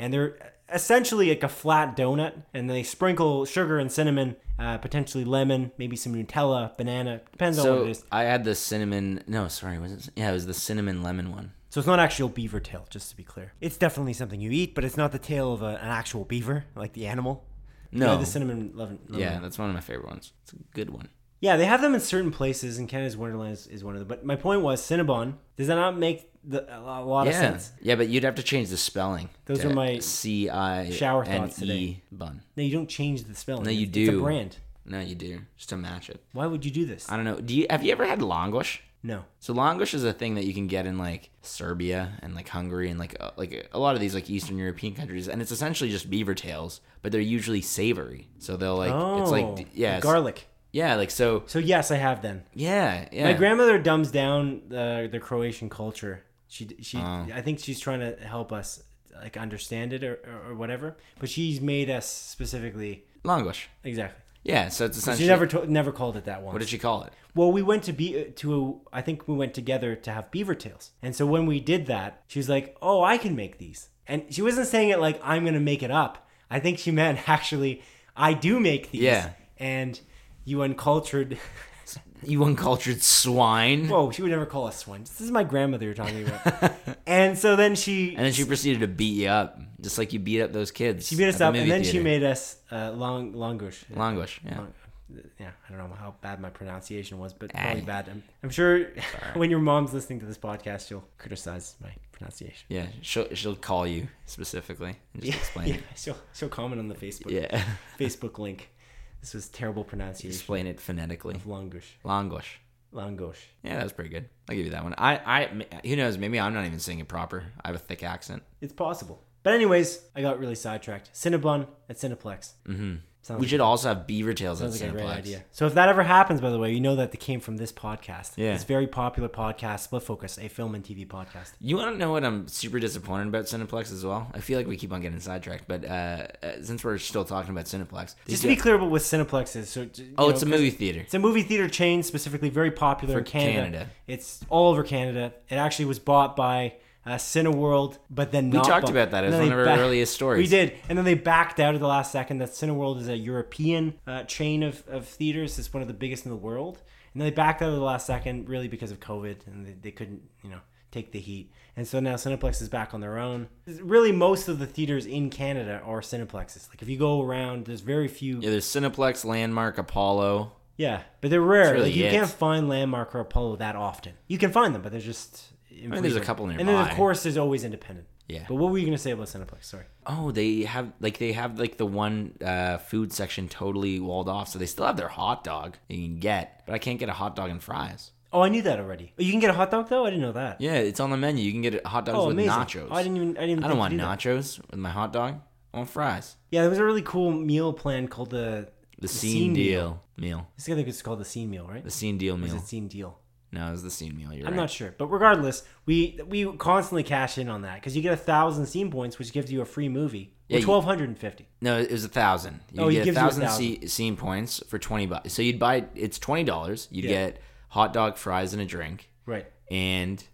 [SPEAKER 1] And they're essentially like a flat donut, and they sprinkle sugar and cinnamon, uh, potentially lemon, maybe some Nutella, banana, depends on what it
[SPEAKER 2] So
[SPEAKER 1] is.
[SPEAKER 2] I had the cinnamon. No, sorry, was it? Yeah, it was the cinnamon lemon one.
[SPEAKER 1] So it's not actual beaver tail, just to be clear. It's definitely something you eat, but it's not the tail of a, an actual beaver, like the animal. You know,
[SPEAKER 2] No.
[SPEAKER 1] the cinnamon lemon. lemon
[SPEAKER 2] Yeah, that's one of my favorite ones. It's a good one.
[SPEAKER 1] Yeah, they have them in certain places, and Canada's Wonderland is, is one of them. But my point was, Cinnabon, does that not make the, a lo- a lot of
[SPEAKER 2] Yeah,
[SPEAKER 1] sense?
[SPEAKER 2] yeah, but you'd have to change the spelling.
[SPEAKER 1] Those
[SPEAKER 2] to
[SPEAKER 1] are my
[SPEAKER 2] C I
[SPEAKER 1] shower thoughts
[SPEAKER 2] N E
[SPEAKER 1] today.
[SPEAKER 2] bun.
[SPEAKER 1] No, you don't change the spelling.
[SPEAKER 2] No, you
[SPEAKER 1] It's- It's a
[SPEAKER 2] do.
[SPEAKER 1] brand.
[SPEAKER 2] No, you do just to match it.
[SPEAKER 1] Why would you do this?
[SPEAKER 2] I don't know. Do you have you ever had langosh?
[SPEAKER 1] No.
[SPEAKER 2] So langosh is a thing that you can get in like Serbia and like Hungary and like uh, like a lot of these like Eastern European countries, and it's essentially just beaver tails, but they're usually savory. So they'll like
[SPEAKER 1] Oh,
[SPEAKER 2] it's like d- yeah it's-
[SPEAKER 1] garlic.
[SPEAKER 2] yeah like so
[SPEAKER 1] So yes, I have then.
[SPEAKER 2] yeah yeah
[SPEAKER 1] My grandmother dumbs down the the Croatian culture. She she
[SPEAKER 2] Oh.
[SPEAKER 1] I think she's trying to help us like understand it or, or, or whatever. But she's made us specifically
[SPEAKER 2] langosh
[SPEAKER 1] exactly.
[SPEAKER 2] yeah so it's
[SPEAKER 1] She
[SPEAKER 2] essentially
[SPEAKER 1] never to, never called it that once.
[SPEAKER 2] what did she call it
[SPEAKER 1] Well, we went to be to I think we went together to have beaver tails, and so when we did that, she was like, "Oh, I can make these," and she wasn't saying it like I'm gonna make it up. I think she [laughs] meant actually, I do make these.
[SPEAKER 2] Yeah.
[SPEAKER 1] And you uncultured. [laughs]
[SPEAKER 2] you uncultured swine
[SPEAKER 1] Whoa, she would never call us swine. This is my grandmother you're talking
[SPEAKER 2] [laughs]
[SPEAKER 1] about. and so then she
[SPEAKER 2] and then she proceeded to beat you up just like you beat up those kids
[SPEAKER 1] she beat us
[SPEAKER 2] at the
[SPEAKER 1] up, and
[SPEAKER 2] movie
[SPEAKER 1] then she
[SPEAKER 2] theater.
[SPEAKER 1] made us uh, long longush.
[SPEAKER 2] langosh yeah
[SPEAKER 1] yeah, I don't know how bad my pronunciation was, but probably bad. I'm, I'm sure [laughs] when your mom's listening to this podcast, you'll criticize my pronunciation.
[SPEAKER 2] yeah she'll she'll call you specifically and just explain
[SPEAKER 1] Yeah, [laughs]
[SPEAKER 2] it
[SPEAKER 1] she'll she'll comment on the Facebook
[SPEAKER 2] yeah [laughs]
[SPEAKER 1] Facebook link. This was terrible pronunciation.
[SPEAKER 2] explain it phonetically
[SPEAKER 1] Longush,
[SPEAKER 2] langosh
[SPEAKER 1] longosh.
[SPEAKER 2] yeah that was pretty good I'll give you that one I I who knows maybe I'm not even saying it proper I have a thick accent
[SPEAKER 1] It's possible. But anyways, I got really sidetracked. Cinnabon at Cineplex. Mm-hmm. Sounds,
[SPEAKER 2] we should also have beaver tails at
[SPEAKER 1] sounds like a
[SPEAKER 2] Cineplex
[SPEAKER 1] great idea. So if that ever happens, by the way, you know that they came from this podcast.
[SPEAKER 2] Yeah.
[SPEAKER 1] This very popular podcast, Split Focus, a film and TV podcast.
[SPEAKER 2] You want to know what I'm super disappointed about Cineplex as well? I feel like we keep on getting sidetracked, but uh, uh, since we're still talking about Cineplex,
[SPEAKER 1] Just to be clear about what Cineplex is. So, you
[SPEAKER 2] oh,
[SPEAKER 1] know,
[SPEAKER 2] it's a
[SPEAKER 1] 'cause-
[SPEAKER 2] movie theater.
[SPEAKER 1] It's a movie theater chain, specifically very popular in Canada.
[SPEAKER 2] Canada.
[SPEAKER 1] It's all over Canada. It actually was bought by uh, Cineworld, but then not
[SPEAKER 2] talked
[SPEAKER 1] bought-
[SPEAKER 2] about that. It
[SPEAKER 1] and
[SPEAKER 2] was
[SPEAKER 1] then
[SPEAKER 2] one
[SPEAKER 1] they
[SPEAKER 2] of
[SPEAKER 1] [laughs]
[SPEAKER 2] our earliest stories.
[SPEAKER 1] We did, and then they backed out at the last second. That Cineworld is a European uh, chain of, of theaters. It's one of the biggest in the world, and then they backed out at the last second, really because of COVID, and they, they couldn't, you know. Take the heat, and so now Cineplex is back on their own. Really, most of the theaters in Canada are Cineplexes. Like if you go around, there's very few.
[SPEAKER 2] Yeah, there's Cineplex, Landmark, Apollo.
[SPEAKER 1] Yeah, but they're rare.
[SPEAKER 2] really
[SPEAKER 1] like you
[SPEAKER 2] it.
[SPEAKER 1] can't find Landmark or Apollo that often. You can find them, but they're just.
[SPEAKER 2] there's
[SPEAKER 1] infrequent.
[SPEAKER 2] a couple
[SPEAKER 1] And then of
[SPEAKER 2] nearby.
[SPEAKER 1] course there's always independent.
[SPEAKER 2] Yeah.
[SPEAKER 1] But what were you gonna say about Cineplex? Sorry.
[SPEAKER 2] Oh, they have like they have like the one uh, food section totally walled off, so they still have their hot dog you can get, but I can't get a hot dog and fries.
[SPEAKER 1] Oh, I knew that already. Oh, you can get a hot dog though. I didn't know that.
[SPEAKER 2] Yeah, it's on the menu. You can get hot dogs
[SPEAKER 1] Oh,
[SPEAKER 2] with
[SPEAKER 1] amazing.
[SPEAKER 2] nachos.
[SPEAKER 1] Oh, I didn't even. I didn't. Even
[SPEAKER 2] I don't
[SPEAKER 1] think
[SPEAKER 2] want
[SPEAKER 1] to do that.
[SPEAKER 2] nachos with my hot dog. I want fries.
[SPEAKER 1] Yeah, there was a really cool meal plan called the.
[SPEAKER 2] The scene, deal meal.
[SPEAKER 1] This guy think it's called the scene meal, right?
[SPEAKER 2] The scene deal
[SPEAKER 1] Is
[SPEAKER 2] meal.
[SPEAKER 1] it scene deal?
[SPEAKER 2] No, it was the scene meal. You're
[SPEAKER 1] I'm
[SPEAKER 2] right.
[SPEAKER 1] not sure, but regardless, we we constantly cash in on that because you get a thousand scene points, which gives you a free movie.
[SPEAKER 2] Yeah,
[SPEAKER 1] Yeah,
[SPEAKER 2] you-
[SPEAKER 1] twelve hundred and fifty.
[SPEAKER 2] No, it was a thousand. You
[SPEAKER 1] Oh, he
[SPEAKER 2] get a
[SPEAKER 1] gives you a
[SPEAKER 2] thousand
[SPEAKER 1] thousand.
[SPEAKER 2] se- scene points for twenty bucks. So you'd buy it's twenty dollars. You'd
[SPEAKER 1] Yeah.
[SPEAKER 2] get hot dog, fries, and a drink,
[SPEAKER 1] Right.
[SPEAKER 2] and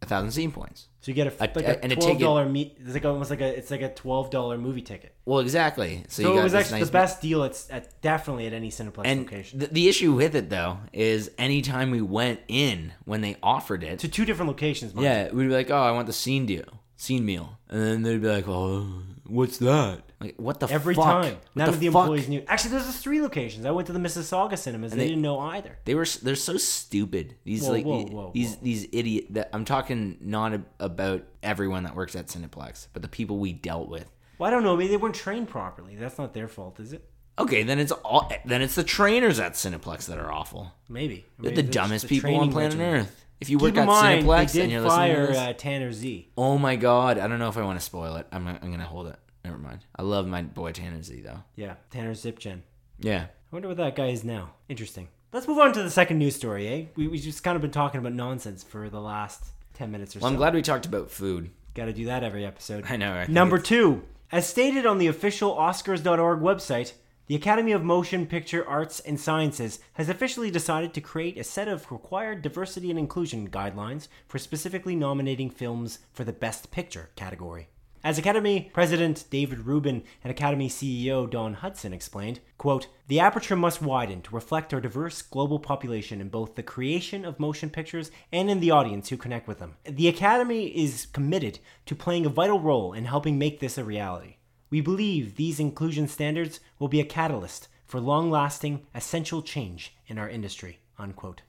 [SPEAKER 2] a thousand scene points.
[SPEAKER 1] So you get a,
[SPEAKER 2] A-
[SPEAKER 1] like
[SPEAKER 2] a-
[SPEAKER 1] a,
[SPEAKER 2] and a
[SPEAKER 1] twelve dollar meet. It's like almost like a it's like a twelve dollar movie ticket.
[SPEAKER 2] Well, exactly.
[SPEAKER 1] So
[SPEAKER 2] So, you got
[SPEAKER 1] it was
[SPEAKER 2] this
[SPEAKER 1] actually
[SPEAKER 2] nice
[SPEAKER 1] the best deal at, at definitely at any Cineplex
[SPEAKER 2] And
[SPEAKER 1] location.
[SPEAKER 2] the, the issue with it though is anytime we went in when they offered it,
[SPEAKER 1] to two different locations. mind you.
[SPEAKER 2] yeah, we'd be like, oh, I want the scene deal, scene meal, and then they'd be like, oh, what's that? Like what the
[SPEAKER 1] Every
[SPEAKER 2] fuck?
[SPEAKER 1] time,
[SPEAKER 2] What
[SPEAKER 1] none of the
[SPEAKER 2] fuck?
[SPEAKER 1] employees knew. Actually, there's just three locations. I went to the Mississauga cinemas, and they,
[SPEAKER 2] they-
[SPEAKER 1] didn't know either.
[SPEAKER 2] They were s- they're so stupid. These
[SPEAKER 1] Whoa,
[SPEAKER 2] like
[SPEAKER 1] whoa,
[SPEAKER 2] the-
[SPEAKER 1] whoa,
[SPEAKER 2] these
[SPEAKER 1] whoa.
[SPEAKER 2] these idiot. That, I'm talking not ab- about everyone that works at Cineplex, but the people we dealt with.
[SPEAKER 1] Well, I don't know. Maybe they weren't trained properly. That's not their fault, is it?
[SPEAKER 2] Okay, then it's all then it's the trainers at Cineplex that are awful.
[SPEAKER 1] Maybe
[SPEAKER 2] They're
[SPEAKER 1] Maybe
[SPEAKER 2] the
[SPEAKER 1] it's the
[SPEAKER 2] dumbest people on
[SPEAKER 1] training
[SPEAKER 2] planet
[SPEAKER 1] regimen.
[SPEAKER 2] Earth. If you work
[SPEAKER 1] Keep in
[SPEAKER 2] at
[SPEAKER 1] mind,
[SPEAKER 2] Cineplex
[SPEAKER 1] they
[SPEAKER 2] and you're
[SPEAKER 1] did
[SPEAKER 2] listening
[SPEAKER 1] fire
[SPEAKER 2] to this,
[SPEAKER 1] uh, Tanner Z.
[SPEAKER 2] oh my god, I don't know if I want to spoil it. I'm I'm gonna hold it. Never mind. I love my boy Tanner Z though.
[SPEAKER 1] Yeah, Tanner Zipgen.
[SPEAKER 2] Yeah.
[SPEAKER 1] I wonder what that guy is now. Interesting. Let's move on to the second news story, eh? We, we just kind of been talking about nonsense for the last 10 minutes or
[SPEAKER 2] Well,
[SPEAKER 1] so.
[SPEAKER 2] I'm glad we talked about food.
[SPEAKER 1] Got to do that every episode.
[SPEAKER 2] I know. I think
[SPEAKER 1] Number
[SPEAKER 2] it's-
[SPEAKER 1] two, as stated on the official Oscars.org website, the Academy of Motion Picture Arts and Sciences has officially decided to create a set of required diversity and inclusion guidelines for specifically nominating films for the Best Picture category. As Academy President David Rubin and Academy CEO Don Hudson explained, quote, The aperture must widen to reflect our diverse global population in both the creation of motion pictures and in the audience who connect with them. The Academy is committed to playing a vital role in helping make this a reality. We believe these inclusion standards will be a catalyst for long lasting, essential change in our industry. Unquote.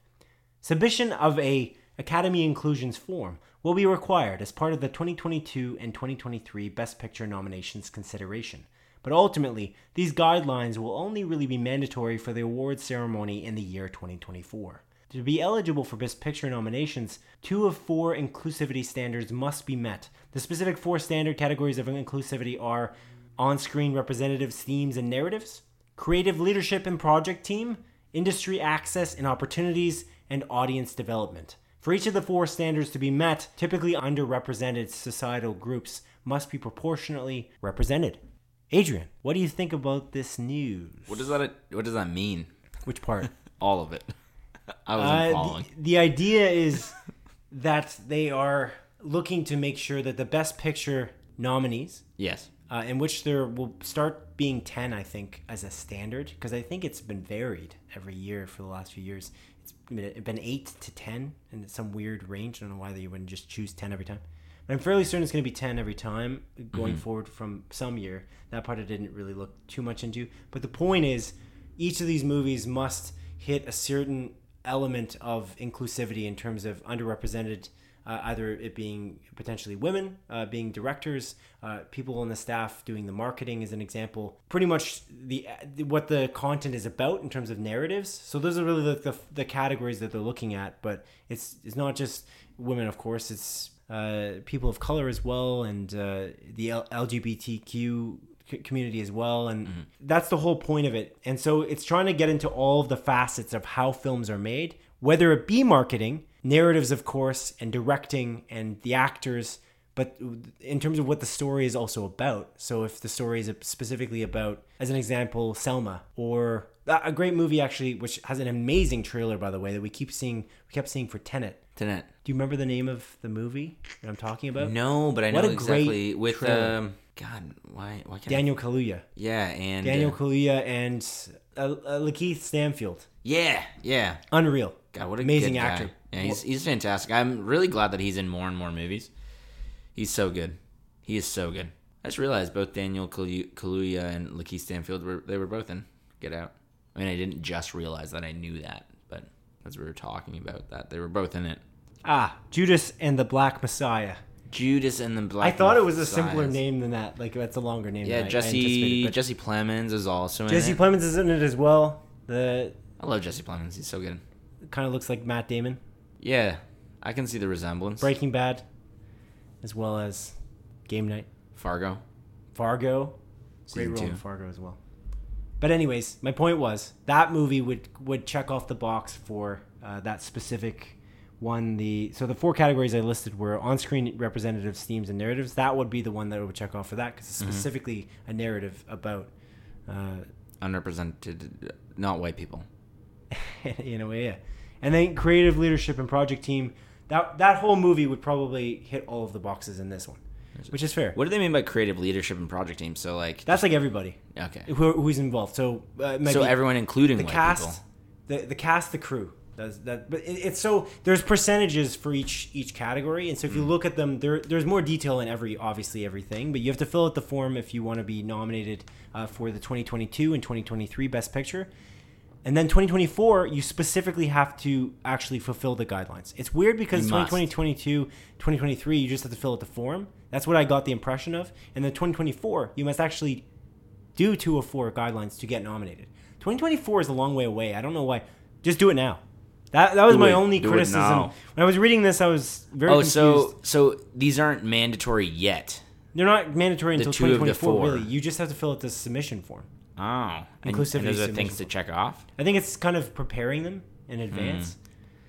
[SPEAKER 1] Submission of a Academy Inclusions form will be required as part of the 2022 and 2023 Best Picture nominations consideration. But ultimately, these guidelines will only really be mandatory for the awards ceremony in the year 2024. To be eligible for Best Picture nominations, two of four inclusivity standards must be met. The specific four standard categories of inclusivity are on screen representatives, themes, and narratives, creative leadership and project team, industry access and opportunities, and audience development. For each of the four standards to be met, typically underrepresented societal groups must be proportionately represented. Adrian, what do you think about this news?
[SPEAKER 2] What does that What does that mean?
[SPEAKER 1] Which [laughs] part?
[SPEAKER 2] All of it. [laughs] I
[SPEAKER 1] Uh,
[SPEAKER 2] wasn't
[SPEAKER 1] the-
[SPEAKER 2] following.
[SPEAKER 1] The, idea is that they are looking to make sure that the best picture nominees,
[SPEAKER 2] Yes.
[SPEAKER 1] uh, in which there will start being 10, I think, as a standard, because I think it's been varied every year for the last few years. It's been uh, been 8 to 10 in some weird range. I don't know why they wouldn't just choose 10 every time. But I'm fairly certain it's going to be 10 every time going forward from some year. That part I didn't really look too much into. But the point is, each of these movies must hit a certain element of inclusivity in terms of underrepresented, uh, either it being potentially women, uh, being directors, uh, people on the staff doing the marketing is an example. Pretty much the what the content is about in terms of narratives. So those are really the, the, the categories that they're looking at. But it's it's not just women, of course. It's uh, people of color as well, and uh, the L- LGBTQ c- community as well and that's the whole point of it and so it's trying to get into all of the facets of how films are made whether it be marketing narratives of course and directing and the actors but in terms of what the story is also about so if the story is specifically about as an example selma or a a great movie actually which has an amazing trailer by the way that we keep seeing we kept seeing for tenet
[SPEAKER 2] Tenet.
[SPEAKER 1] do you remember the name of the movie that i'm talking about
[SPEAKER 2] No, but I
[SPEAKER 1] What
[SPEAKER 2] know
[SPEAKER 1] a great
[SPEAKER 2] exactly with
[SPEAKER 1] trailer.
[SPEAKER 2] um. God, why? Why can't? I-
[SPEAKER 1] daniel kaluuya
[SPEAKER 2] yeah, and
[SPEAKER 1] daniel
[SPEAKER 2] uh,
[SPEAKER 1] kaluuya and uh, uh, lakeith stanfield
[SPEAKER 2] yeah, yeah.
[SPEAKER 1] Unreal.
[SPEAKER 2] God, what an
[SPEAKER 1] amazing actor.
[SPEAKER 2] Yeah, he's he's fantastic. I'm really glad that he's in more and more movies. He's so good. He is so good. I just realized both Daniel Kalu- Kaluuya and Lakeith Stanfield were they were both in Get Out. I mean, I didn't just realize that. I knew that, but as we were talking about that, they were both in it.
[SPEAKER 1] Ah, Judas and the Black Messiah.
[SPEAKER 2] Judas and the Black.
[SPEAKER 1] I thought it was a simpler
[SPEAKER 2] Messiahs.
[SPEAKER 1] name than that. Like that's a longer name.
[SPEAKER 2] Yeah,
[SPEAKER 1] than I- I
[SPEAKER 2] Jesse
[SPEAKER 1] anticipated, but
[SPEAKER 2] Jesse Plemons is also in
[SPEAKER 1] Jesse
[SPEAKER 2] it.
[SPEAKER 1] Plemons is in it as well. The
[SPEAKER 2] I love Jesse Plemons. He's so good.
[SPEAKER 1] kind of looks like Matt Damon.
[SPEAKER 2] Yeah, I can see the resemblance.
[SPEAKER 1] Breaking Bad, as well as Game Night,
[SPEAKER 2] Fargo.
[SPEAKER 1] Fargo. Great
[SPEAKER 2] Season
[SPEAKER 1] role in
[SPEAKER 2] two.
[SPEAKER 1] Fargo as well. But anyways, my point was that movie would would check off the box for uh, that specific one. The so the four categories I listed were on-screen representatives, themes, and narratives. That would be the one that it would check off for that because it's
[SPEAKER 2] Mm-hmm.
[SPEAKER 1] specifically a narrative about, uh, [laughs]
[SPEAKER 2] Unrepresented, not white people.
[SPEAKER 1] in a way, yeah. And then creative leadership and project team. That that whole movie would probably hit all of the boxes in this one, which is fair.
[SPEAKER 2] What do they mean by creative leadership and project team? So like,
[SPEAKER 1] That's like everybody
[SPEAKER 2] okay,
[SPEAKER 1] who, who's involved. So uh, it might
[SPEAKER 2] so
[SPEAKER 1] be-
[SPEAKER 2] everyone including
[SPEAKER 1] the
[SPEAKER 2] white people.
[SPEAKER 1] cast, the the cast, the crew. Does that, but it, it's so there's percentages for each each category, and so
[SPEAKER 2] Mm.
[SPEAKER 1] if you look at them, there there's more detail in every obviously everything, but you have to fill out the form if you want to be nominated uh, for the 2022 and 2023 Best Picture, and then 2024 you specifically have to actually fulfill the guidelines. It's weird because
[SPEAKER 2] You
[SPEAKER 1] 2020,
[SPEAKER 2] must.
[SPEAKER 1] 2022, 2023 you just have to fill out the form. That's what I got the impression of, and then 2024 you must actually do 204 guidelines to get nominated. 2024 is a long way away. I don't know why. Just do it now. That that was
[SPEAKER 2] Do
[SPEAKER 1] my
[SPEAKER 2] it.
[SPEAKER 1] only
[SPEAKER 2] Do it
[SPEAKER 1] criticism.
[SPEAKER 2] now.
[SPEAKER 1] When I was reading this, I was very
[SPEAKER 2] Oh,
[SPEAKER 1] confused.
[SPEAKER 2] so so these aren't mandatory yet.
[SPEAKER 1] They're not mandatory until
[SPEAKER 2] two of the
[SPEAKER 1] 2024,
[SPEAKER 2] four.
[SPEAKER 1] really. You just have to fill out the submission form.
[SPEAKER 2] Oh, and, and those
[SPEAKER 1] Inclusivity
[SPEAKER 2] are
[SPEAKER 1] is
[SPEAKER 2] things to check off.
[SPEAKER 1] I think it's kind of preparing them in advance.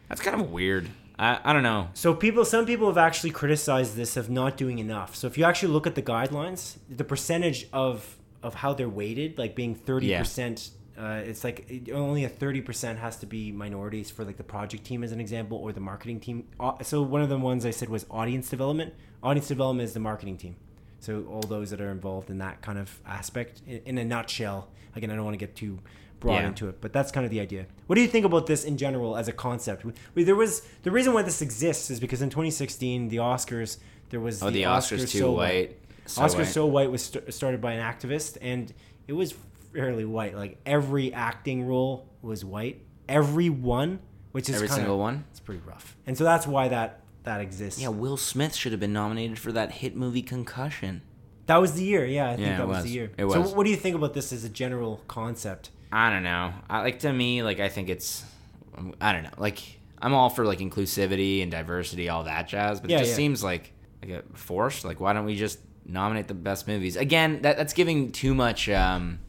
[SPEAKER 2] That's kind of weird. I I don't know.
[SPEAKER 1] So people, some people have actually criticized this of not doing enough. So if you actually look at the guidelines, the percentage of of how they're weighted, like being thirty percent, uh, it's like it- only a thirty percent has to be minorities for like the project team as an example or the marketing team. Au- So one of the ones I said was audience development. Audience development is the marketing team. So all those that are involved in that kind of aspect, in, in a nutshell. Again, I don't want to get too broad
[SPEAKER 2] Yeah.
[SPEAKER 1] into it, but that's kind of the idea. What do you think about this in general as a concept? We, there was the reason why this exists is because in 2016, the Oscars there was
[SPEAKER 2] Oh, the
[SPEAKER 1] Oscar
[SPEAKER 2] Oscars too
[SPEAKER 1] So
[SPEAKER 2] white. So
[SPEAKER 1] Oscar
[SPEAKER 2] white.
[SPEAKER 1] So White was st- started by an activist, and it was fairly white. Like every acting role was white. Every one, which is
[SPEAKER 2] every
[SPEAKER 1] kinda-
[SPEAKER 2] single one.
[SPEAKER 1] it's pretty rough. And so that's why that that exists.
[SPEAKER 2] Yeah, Will Smith should have been nominated for that hit movie Concussion.
[SPEAKER 1] That was the year. Yeah, I think
[SPEAKER 2] Yeah,
[SPEAKER 1] that
[SPEAKER 2] it
[SPEAKER 1] was, the
[SPEAKER 2] was.
[SPEAKER 1] year.
[SPEAKER 2] It
[SPEAKER 1] So,
[SPEAKER 2] was.
[SPEAKER 1] what do you think about this as a general concept?
[SPEAKER 2] I don't know. I like to me, like I think it's, I don't know. Like I'm all for like inclusivity and diversity, all that jazz. But
[SPEAKER 1] Yeah,
[SPEAKER 2] it just
[SPEAKER 1] yeah.
[SPEAKER 2] seems like like a forced. Like why don't we just nominate the best movies again? That that's giving too much. um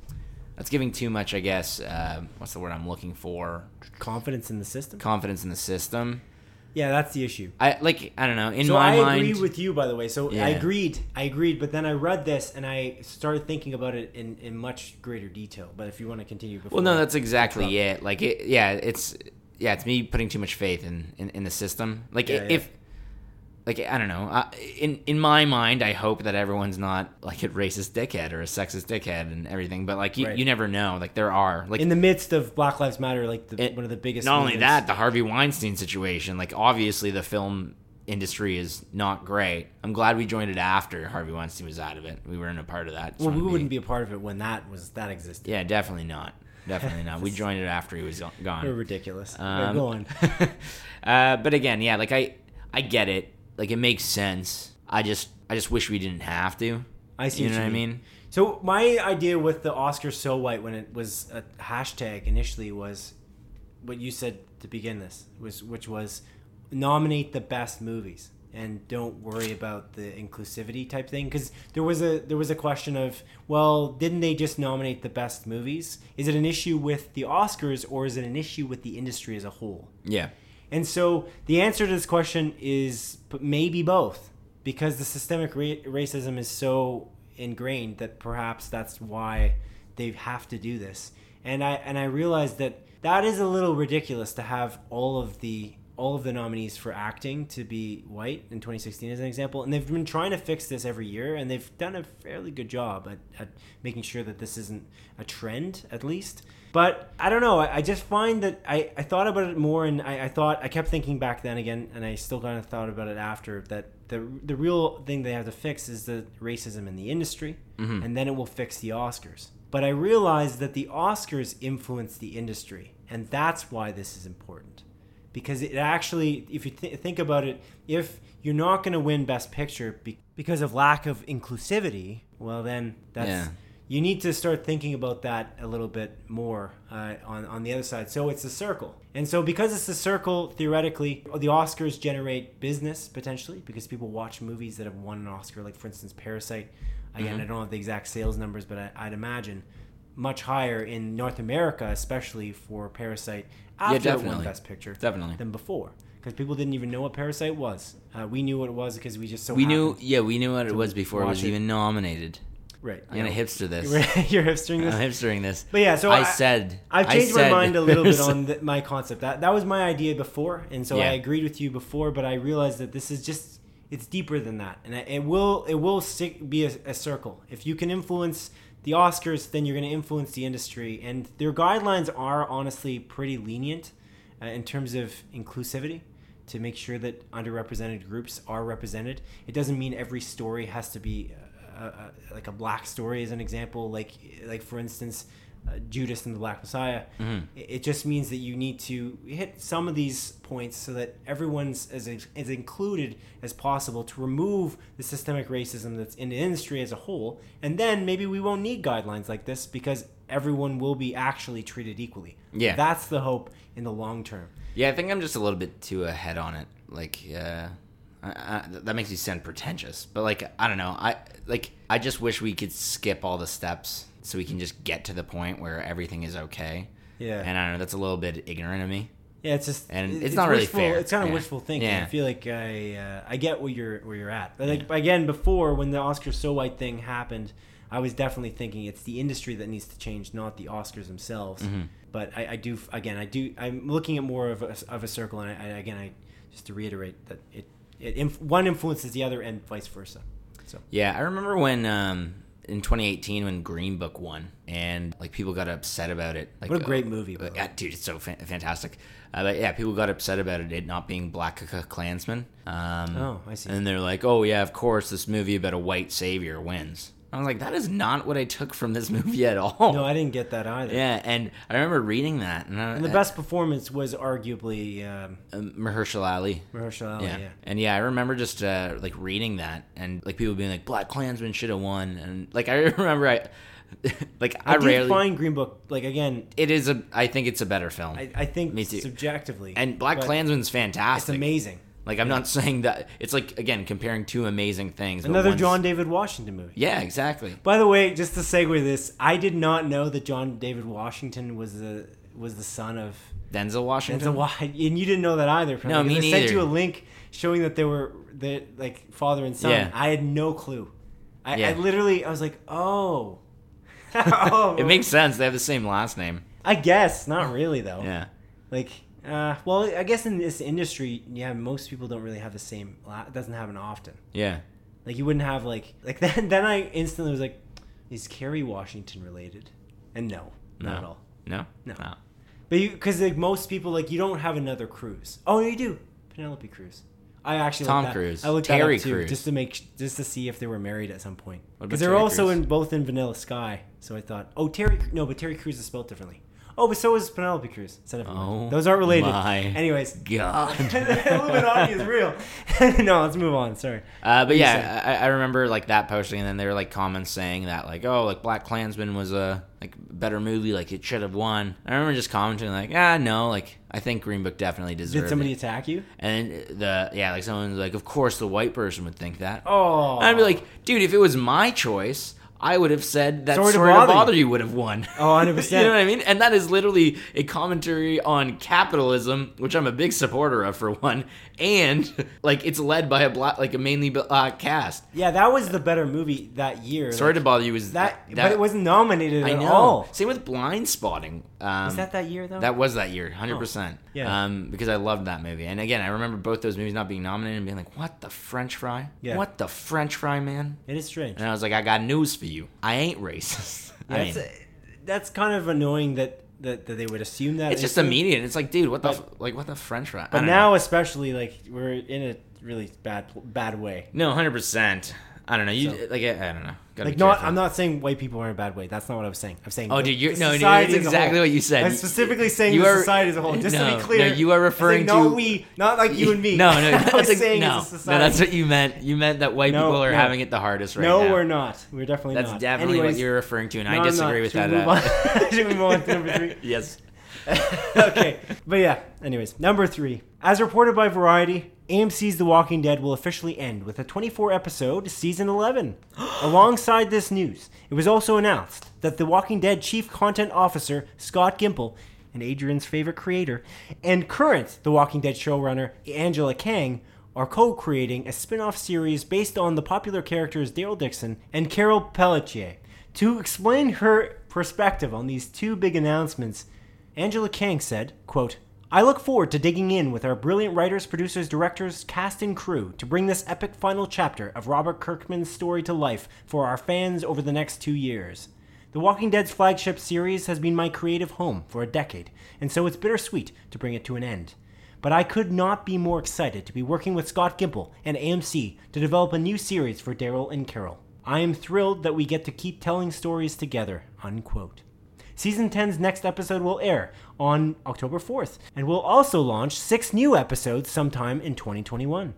[SPEAKER 2] That's giving too much. I guess. Uh, what's the word I'm looking for?
[SPEAKER 1] Confidence in the system.
[SPEAKER 2] Confidence in the system.
[SPEAKER 1] Yeah, that's the issue.
[SPEAKER 2] I like. I don't know. In
[SPEAKER 1] So
[SPEAKER 2] my
[SPEAKER 1] I
[SPEAKER 2] mind,
[SPEAKER 1] agree with you, by the way. So
[SPEAKER 2] Yeah.
[SPEAKER 1] I agreed, I agreed, but then I read this and I started thinking about it in, in much greater detail. But if you want to continue, before
[SPEAKER 2] Well, no, that's exactly it. Like, it, yeah, it's yeah, it's me putting too much faith in in, in the system. Like,
[SPEAKER 1] Yeah, yeah.
[SPEAKER 2] if like I don't know, I, in in my mind, I hope that everyone's not like a racist dickhead or a sexist dickhead and everything. But like, you,
[SPEAKER 1] Right.
[SPEAKER 2] you never know. Like, there are like
[SPEAKER 1] in the midst of Black Lives Matter, like the,
[SPEAKER 2] it-
[SPEAKER 1] one of the biggest.
[SPEAKER 2] Not only
[SPEAKER 1] movements-
[SPEAKER 2] that, the Harvey Weinstein situation. Like, obviously, the film industry is not great. I'm glad we joined it after Harvey Weinstein was out of it. We weren't a part of that. Just
[SPEAKER 1] well, we
[SPEAKER 2] wanna
[SPEAKER 1] wouldn't be a part of it when that was that existed.
[SPEAKER 2] Yeah, definitely not. Definitely
[SPEAKER 1] [laughs]
[SPEAKER 2] not. We joined it after he was go- gone.
[SPEAKER 1] We're ridiculous.
[SPEAKER 2] Um,
[SPEAKER 1] We're going.
[SPEAKER 2] [laughs] uh, but again, yeah, like I, I get it. Like it makes sense. I just, I just wish we didn't have to.
[SPEAKER 1] I see
[SPEAKER 2] You
[SPEAKER 1] what
[SPEAKER 2] know
[SPEAKER 1] you
[SPEAKER 2] what I
[SPEAKER 1] mean.
[SPEAKER 2] mean?
[SPEAKER 1] So my idea with the Oscar so white when it was a hashtag initially was what you said to begin this was which was nominate the best movies and don't worry about the inclusivity type thing because there was a there was a question of well didn't they just nominate the best movies is it an issue with the Oscars or is it an issue with the industry as a whole
[SPEAKER 2] Yeah.
[SPEAKER 1] and so the answer to this question is p- maybe both, because the systemic ra- racism is so ingrained that perhaps that's why they have to do this. And I and I realized that that is a little ridiculous to have all of the all of the nominees for acting to be white in 2016 as an example and they've been trying to fix this every year and they've done a fairly good job at, at making sure that this isn't a trend at least but i don't know i, I just find that I, I thought about it more and I, I thought i kept thinking back then again and i still kind of thought about it after that the, the real thing they have to fix is the racism in the industry and then it will fix the oscars but i realized that the oscars influence the industry and that's why this is important because it actually if you th- think about it if you're not going to win best picture be- because of lack of inclusivity well then that's
[SPEAKER 2] Yeah.
[SPEAKER 1] you need to start thinking about that a little bit more uh, on, on the other side so it's a circle and so because it's a circle theoretically the oscars generate business potentially because people watch movies that have won an oscar like for instance parasite
[SPEAKER 2] Mm-hmm.
[SPEAKER 1] again i don't have the exact sales numbers but I, i'd imagine much higher in north america especially for parasite after it won
[SPEAKER 2] definitely.
[SPEAKER 1] best picture
[SPEAKER 2] Definitely.
[SPEAKER 1] than before because people didn't even know what Parasite was. Uh, we knew what it was because we just so
[SPEAKER 2] We knew.
[SPEAKER 1] happened-
[SPEAKER 2] Yeah, we knew what it was before it
[SPEAKER 1] watch
[SPEAKER 2] was
[SPEAKER 1] it.
[SPEAKER 2] even nominated.
[SPEAKER 1] right.
[SPEAKER 2] I'm gonna
[SPEAKER 1] [laughs]
[SPEAKER 2] hipster this.
[SPEAKER 1] You're hipstering
[SPEAKER 2] I'm
[SPEAKER 1] this.
[SPEAKER 2] hipstering this.
[SPEAKER 1] But yeah, so
[SPEAKER 2] I,
[SPEAKER 1] I-
[SPEAKER 2] said.
[SPEAKER 1] I've
[SPEAKER 2] I
[SPEAKER 1] changed my
[SPEAKER 2] said-
[SPEAKER 1] mind a little
[SPEAKER 2] [laughs]
[SPEAKER 1] bit on the, my concept. That that was my idea before, and so I
[SPEAKER 2] Yeah.
[SPEAKER 1] agreed with you before. But I realized that this is just it's deeper than that, and it- it will it will stick, be a, a circle. If you can influence the Oscars, then you're going to influence the industry, and their guidelines are honestly pretty lenient uh, in terms of inclusivity to make sure that underrepresented groups are represented. It doesn't mean every story has to be uh, uh, like a black story, as an example. Like like for instance, uh, Judas and the Black Messiah. It, it just means that you need to hit some of these points so that everyone's as as included as possible to remove the systemic racism that's in the industry as a whole, and then maybe we won't need guidelines like this because everyone will be actually treated equally.
[SPEAKER 2] Yeah.
[SPEAKER 1] that's the hope in the long term.
[SPEAKER 2] Yeah, I think I'm just a little bit too ahead on it. Like, uh, I, I, that makes me sound pretentious, but like, I don't know. I like, I just wish we could skip all the steps so we can just get to the point where everything is okay.
[SPEAKER 1] Yeah.
[SPEAKER 2] and I don't know. That's a little bit ignorant of me.
[SPEAKER 1] Yeah, it's just
[SPEAKER 2] And
[SPEAKER 1] it-
[SPEAKER 2] it's not really
[SPEAKER 1] wishful,
[SPEAKER 2] fair.
[SPEAKER 1] It's kind of
[SPEAKER 2] Yeah.
[SPEAKER 1] wishful thinking. I
[SPEAKER 2] Yeah.
[SPEAKER 1] feel like I uh, I get where you're where you're at. But like again, before when the Oscar so white thing happened, I was definitely thinking it's the industry that needs to change, not the Oscars themselves.
[SPEAKER 2] Mm-hmm.
[SPEAKER 1] But I, I do again. I do. I'm looking at more of a, of a circle, and I, I, again, I just to reiterate that it it inf- one influences the other, and vice versa. So
[SPEAKER 2] Yeah, I remember when um, in 2018 when Green Book won, and like people got upset about it. Like,
[SPEAKER 1] What a great
[SPEAKER 2] uh,
[SPEAKER 1] movie, by
[SPEAKER 2] uh,
[SPEAKER 1] the way.
[SPEAKER 2] dude, it's so fan- fantastic. Uh, but yeah, people got upset about it, it not being Black K- K- Klansman. Um,
[SPEAKER 1] Oh, I see.
[SPEAKER 2] And they're like, oh yeah, of course, this movie about a white savior wins. I was like, that is not what I took from this [laughs] movie at all.
[SPEAKER 1] No, I didn't get that either.
[SPEAKER 2] yeah, and I remember reading that. And, I,
[SPEAKER 1] And the best performance was arguably um,
[SPEAKER 2] um, Mahershala Ali.
[SPEAKER 1] Mahershala Ali.
[SPEAKER 2] Yeah.
[SPEAKER 1] Yeah.
[SPEAKER 2] and yeah, I remember just uh, like reading that and like people being like, "Black Klansman should have won," and like I [laughs] remember I, like I,
[SPEAKER 1] I, did
[SPEAKER 2] rarely.
[SPEAKER 1] find Green Book like again.
[SPEAKER 2] it is a. I think it's a better film,
[SPEAKER 1] I, I think
[SPEAKER 2] Me too.
[SPEAKER 1] subjectively
[SPEAKER 2] and Black
[SPEAKER 1] but
[SPEAKER 2] Klansman's
[SPEAKER 1] It's
[SPEAKER 2] fantastic.
[SPEAKER 1] amazing.
[SPEAKER 2] Like I'm not saying that it's like again comparing two amazing things. but
[SPEAKER 1] Another
[SPEAKER 2] one's-
[SPEAKER 1] John David Washington movie.
[SPEAKER 2] Yeah, exactly.
[SPEAKER 1] By the way, just to segue this, I did not know that John David Washington was the was the son of
[SPEAKER 2] Denzel
[SPEAKER 1] and,
[SPEAKER 2] Washington.
[SPEAKER 1] so why, and you didn't know that either.
[SPEAKER 2] No,
[SPEAKER 1] apparently,
[SPEAKER 2] me
[SPEAKER 1] 'cause I sent
[SPEAKER 2] neither.
[SPEAKER 1] you a link showing that they were the like father and son.
[SPEAKER 2] Yeah.
[SPEAKER 1] I had no clue. I, I
[SPEAKER 2] Yeah.
[SPEAKER 1] literally I was like, oh, [laughs] oh.
[SPEAKER 2] it makes sense. They have the same last name.
[SPEAKER 1] I guess not really though.
[SPEAKER 2] Yeah.
[SPEAKER 1] Like, uh, well, I guess in this industry, yeah, most people don't really have the same. la- It doesn't happen often.
[SPEAKER 2] Yeah.
[SPEAKER 1] Like you wouldn't have like [laughs] like then then I instantly was like, is Kerry Washington related? And no, not at all.
[SPEAKER 2] No. Oh,
[SPEAKER 1] No. But you because like most people like you don't have another Cruz. Oh, you do Penelope Cruz. I actually
[SPEAKER 2] Tom
[SPEAKER 1] looked that-
[SPEAKER 2] Cruise.
[SPEAKER 1] I looked
[SPEAKER 2] Terry
[SPEAKER 1] that up too,
[SPEAKER 2] Crews.
[SPEAKER 1] just to make just to see if they were married at some point
[SPEAKER 2] What about
[SPEAKER 1] because they're
[SPEAKER 2] Terry
[SPEAKER 1] also
[SPEAKER 2] Crews?
[SPEAKER 1] in both in Vanilla Sky. So I thought, oh Terry, no, but Terry Crews is spelled differently. Oh, but so is Penelope Cruz. Son of a-
[SPEAKER 2] Oh
[SPEAKER 1] those aren't related.
[SPEAKER 2] my
[SPEAKER 1] Anyways, [laughs]
[SPEAKER 2] God.
[SPEAKER 1] Illuminati is real. [laughs] no, let's move on. Sorry.
[SPEAKER 2] Uh, but
[SPEAKER 1] you
[SPEAKER 2] yeah, I, I remember like that posting, and then there were like comments saying that like, oh, like Black Klansman was a like better movie, like it should have won. I remember just commenting like, ah, no, like I think Green Book definitely deserved
[SPEAKER 1] Did somebody
[SPEAKER 2] it.
[SPEAKER 1] attack you?
[SPEAKER 2] And the yeah, like someone's like, of course the white person would think that.
[SPEAKER 1] Oh,
[SPEAKER 2] And I'd be like, dude, if it was my choice, I would have said that
[SPEAKER 1] Sorry
[SPEAKER 2] Sorry,
[SPEAKER 1] to
[SPEAKER 2] to
[SPEAKER 1] Bother
[SPEAKER 2] Bother
[SPEAKER 1] You.
[SPEAKER 2] You would have won.
[SPEAKER 1] Oh,
[SPEAKER 2] [laughs]
[SPEAKER 1] 100%.
[SPEAKER 2] you know what I mean? And that is literally a commentary on capitalism, which I'm a big supporter of for one, and [laughs] like it's led by a black, like a mainly black cast.
[SPEAKER 1] yeah, that was the better movie that year.
[SPEAKER 2] Sorry
[SPEAKER 1] Like,
[SPEAKER 2] to Bother You is
[SPEAKER 1] that, but it wasn't nominated
[SPEAKER 2] I
[SPEAKER 1] at
[SPEAKER 2] know.
[SPEAKER 1] all.
[SPEAKER 2] Same with Blind Spotting. Um,
[SPEAKER 1] Was that that year though?
[SPEAKER 2] That was that year, hundred percent.
[SPEAKER 1] Yeah.
[SPEAKER 2] Um, because I loved that movie, and again, I remember both those movies not being nominated and being like, "What the French fry?
[SPEAKER 1] Yeah.
[SPEAKER 2] What the French fry, man?"
[SPEAKER 1] it is strange.
[SPEAKER 2] And I was like, I got news for you. I ain't racist. [laughs] I
[SPEAKER 1] that's
[SPEAKER 2] mean,
[SPEAKER 1] that's kind of annoying that, that that they would assume that.
[SPEAKER 2] it's just
[SPEAKER 1] instantly.
[SPEAKER 2] immediate. It's like, dude, what the f- like, what the French fry? I
[SPEAKER 1] But
[SPEAKER 2] don't
[SPEAKER 1] now,
[SPEAKER 2] know.
[SPEAKER 1] especially, like we're in a really bad pl- bad way.
[SPEAKER 2] no, hundred percent. I don't know. You like, I, I don't know. Gotta
[SPEAKER 1] Like
[SPEAKER 2] be
[SPEAKER 1] not,
[SPEAKER 2] careful.
[SPEAKER 1] I'm not saying white people are in a bad way. That's not what I was saying. I'm saying.
[SPEAKER 2] Oh,
[SPEAKER 1] the-
[SPEAKER 2] dude, you're
[SPEAKER 1] the
[SPEAKER 2] no, dude,
[SPEAKER 1] society
[SPEAKER 2] that's
[SPEAKER 1] as a
[SPEAKER 2] exactly
[SPEAKER 1] whole.
[SPEAKER 2] what you said.
[SPEAKER 1] I'm specifically saying
[SPEAKER 2] You
[SPEAKER 1] the
[SPEAKER 2] are-
[SPEAKER 1] society as a whole. Just to
[SPEAKER 2] no,
[SPEAKER 1] be
[SPEAKER 2] no,
[SPEAKER 1] clear,
[SPEAKER 2] you
[SPEAKER 1] I said
[SPEAKER 2] are referring
[SPEAKER 1] not
[SPEAKER 2] to-
[SPEAKER 1] we, not like you and me.
[SPEAKER 2] [laughs] No,
[SPEAKER 1] [laughs]
[SPEAKER 2] no,
[SPEAKER 1] I was
[SPEAKER 2] that's like-
[SPEAKER 1] saying
[SPEAKER 2] no,
[SPEAKER 1] as a
[SPEAKER 2] no. That's
[SPEAKER 1] society.
[SPEAKER 2] what you meant. You meant that white
[SPEAKER 1] No,
[SPEAKER 2] people are
[SPEAKER 1] no.
[SPEAKER 2] having it the hardest right
[SPEAKER 1] no,
[SPEAKER 2] now.
[SPEAKER 1] we're not. We're definitely
[SPEAKER 2] That's
[SPEAKER 1] not.
[SPEAKER 2] definitely
[SPEAKER 1] Anyways,
[SPEAKER 2] what you're referring to, and
[SPEAKER 1] no,
[SPEAKER 2] I
[SPEAKER 1] I'm
[SPEAKER 2] disagree
[SPEAKER 1] not.
[SPEAKER 2] with
[SPEAKER 1] Should
[SPEAKER 2] that.
[SPEAKER 1] we
[SPEAKER 2] uh,
[SPEAKER 1] move on? [laughs] Should we move on to number three?
[SPEAKER 2] [laughs] yes.
[SPEAKER 1] [laughs] okay. But yeah, anyways, number three. As reported by Variety, AMC's The Walking Dead will officially end with a 24 episode season 11. Alongside this news, it was also announced that The Walking Dead chief content officer, Scott Gimple, and Adrian's favorite creator, and current The Walking Dead showrunner, Angela Kang, are co creating a spin off series based on the popular characters Daryl Dixon and Carol Pelletier. To explain her perspective on these two big announcements, Angela Kang said, quote, I look forward to digging in with our brilliant writers, producers, directors, cast, and crew to bring this epic final chapter of Robert Kirkman's story to life for our fans over the next two years. The Walking Dead's flagship series has been my creative home for a decade, and so it's bittersweet to bring it to an end. But I could not be more excited to be working with Scott Gimple and AMC to develop a new series for Daryl and Carol. I am thrilled that we get to keep telling stories together. Unquote. Season 10's next episode will air on October 4th, and will also launch six new episodes sometime in 2021.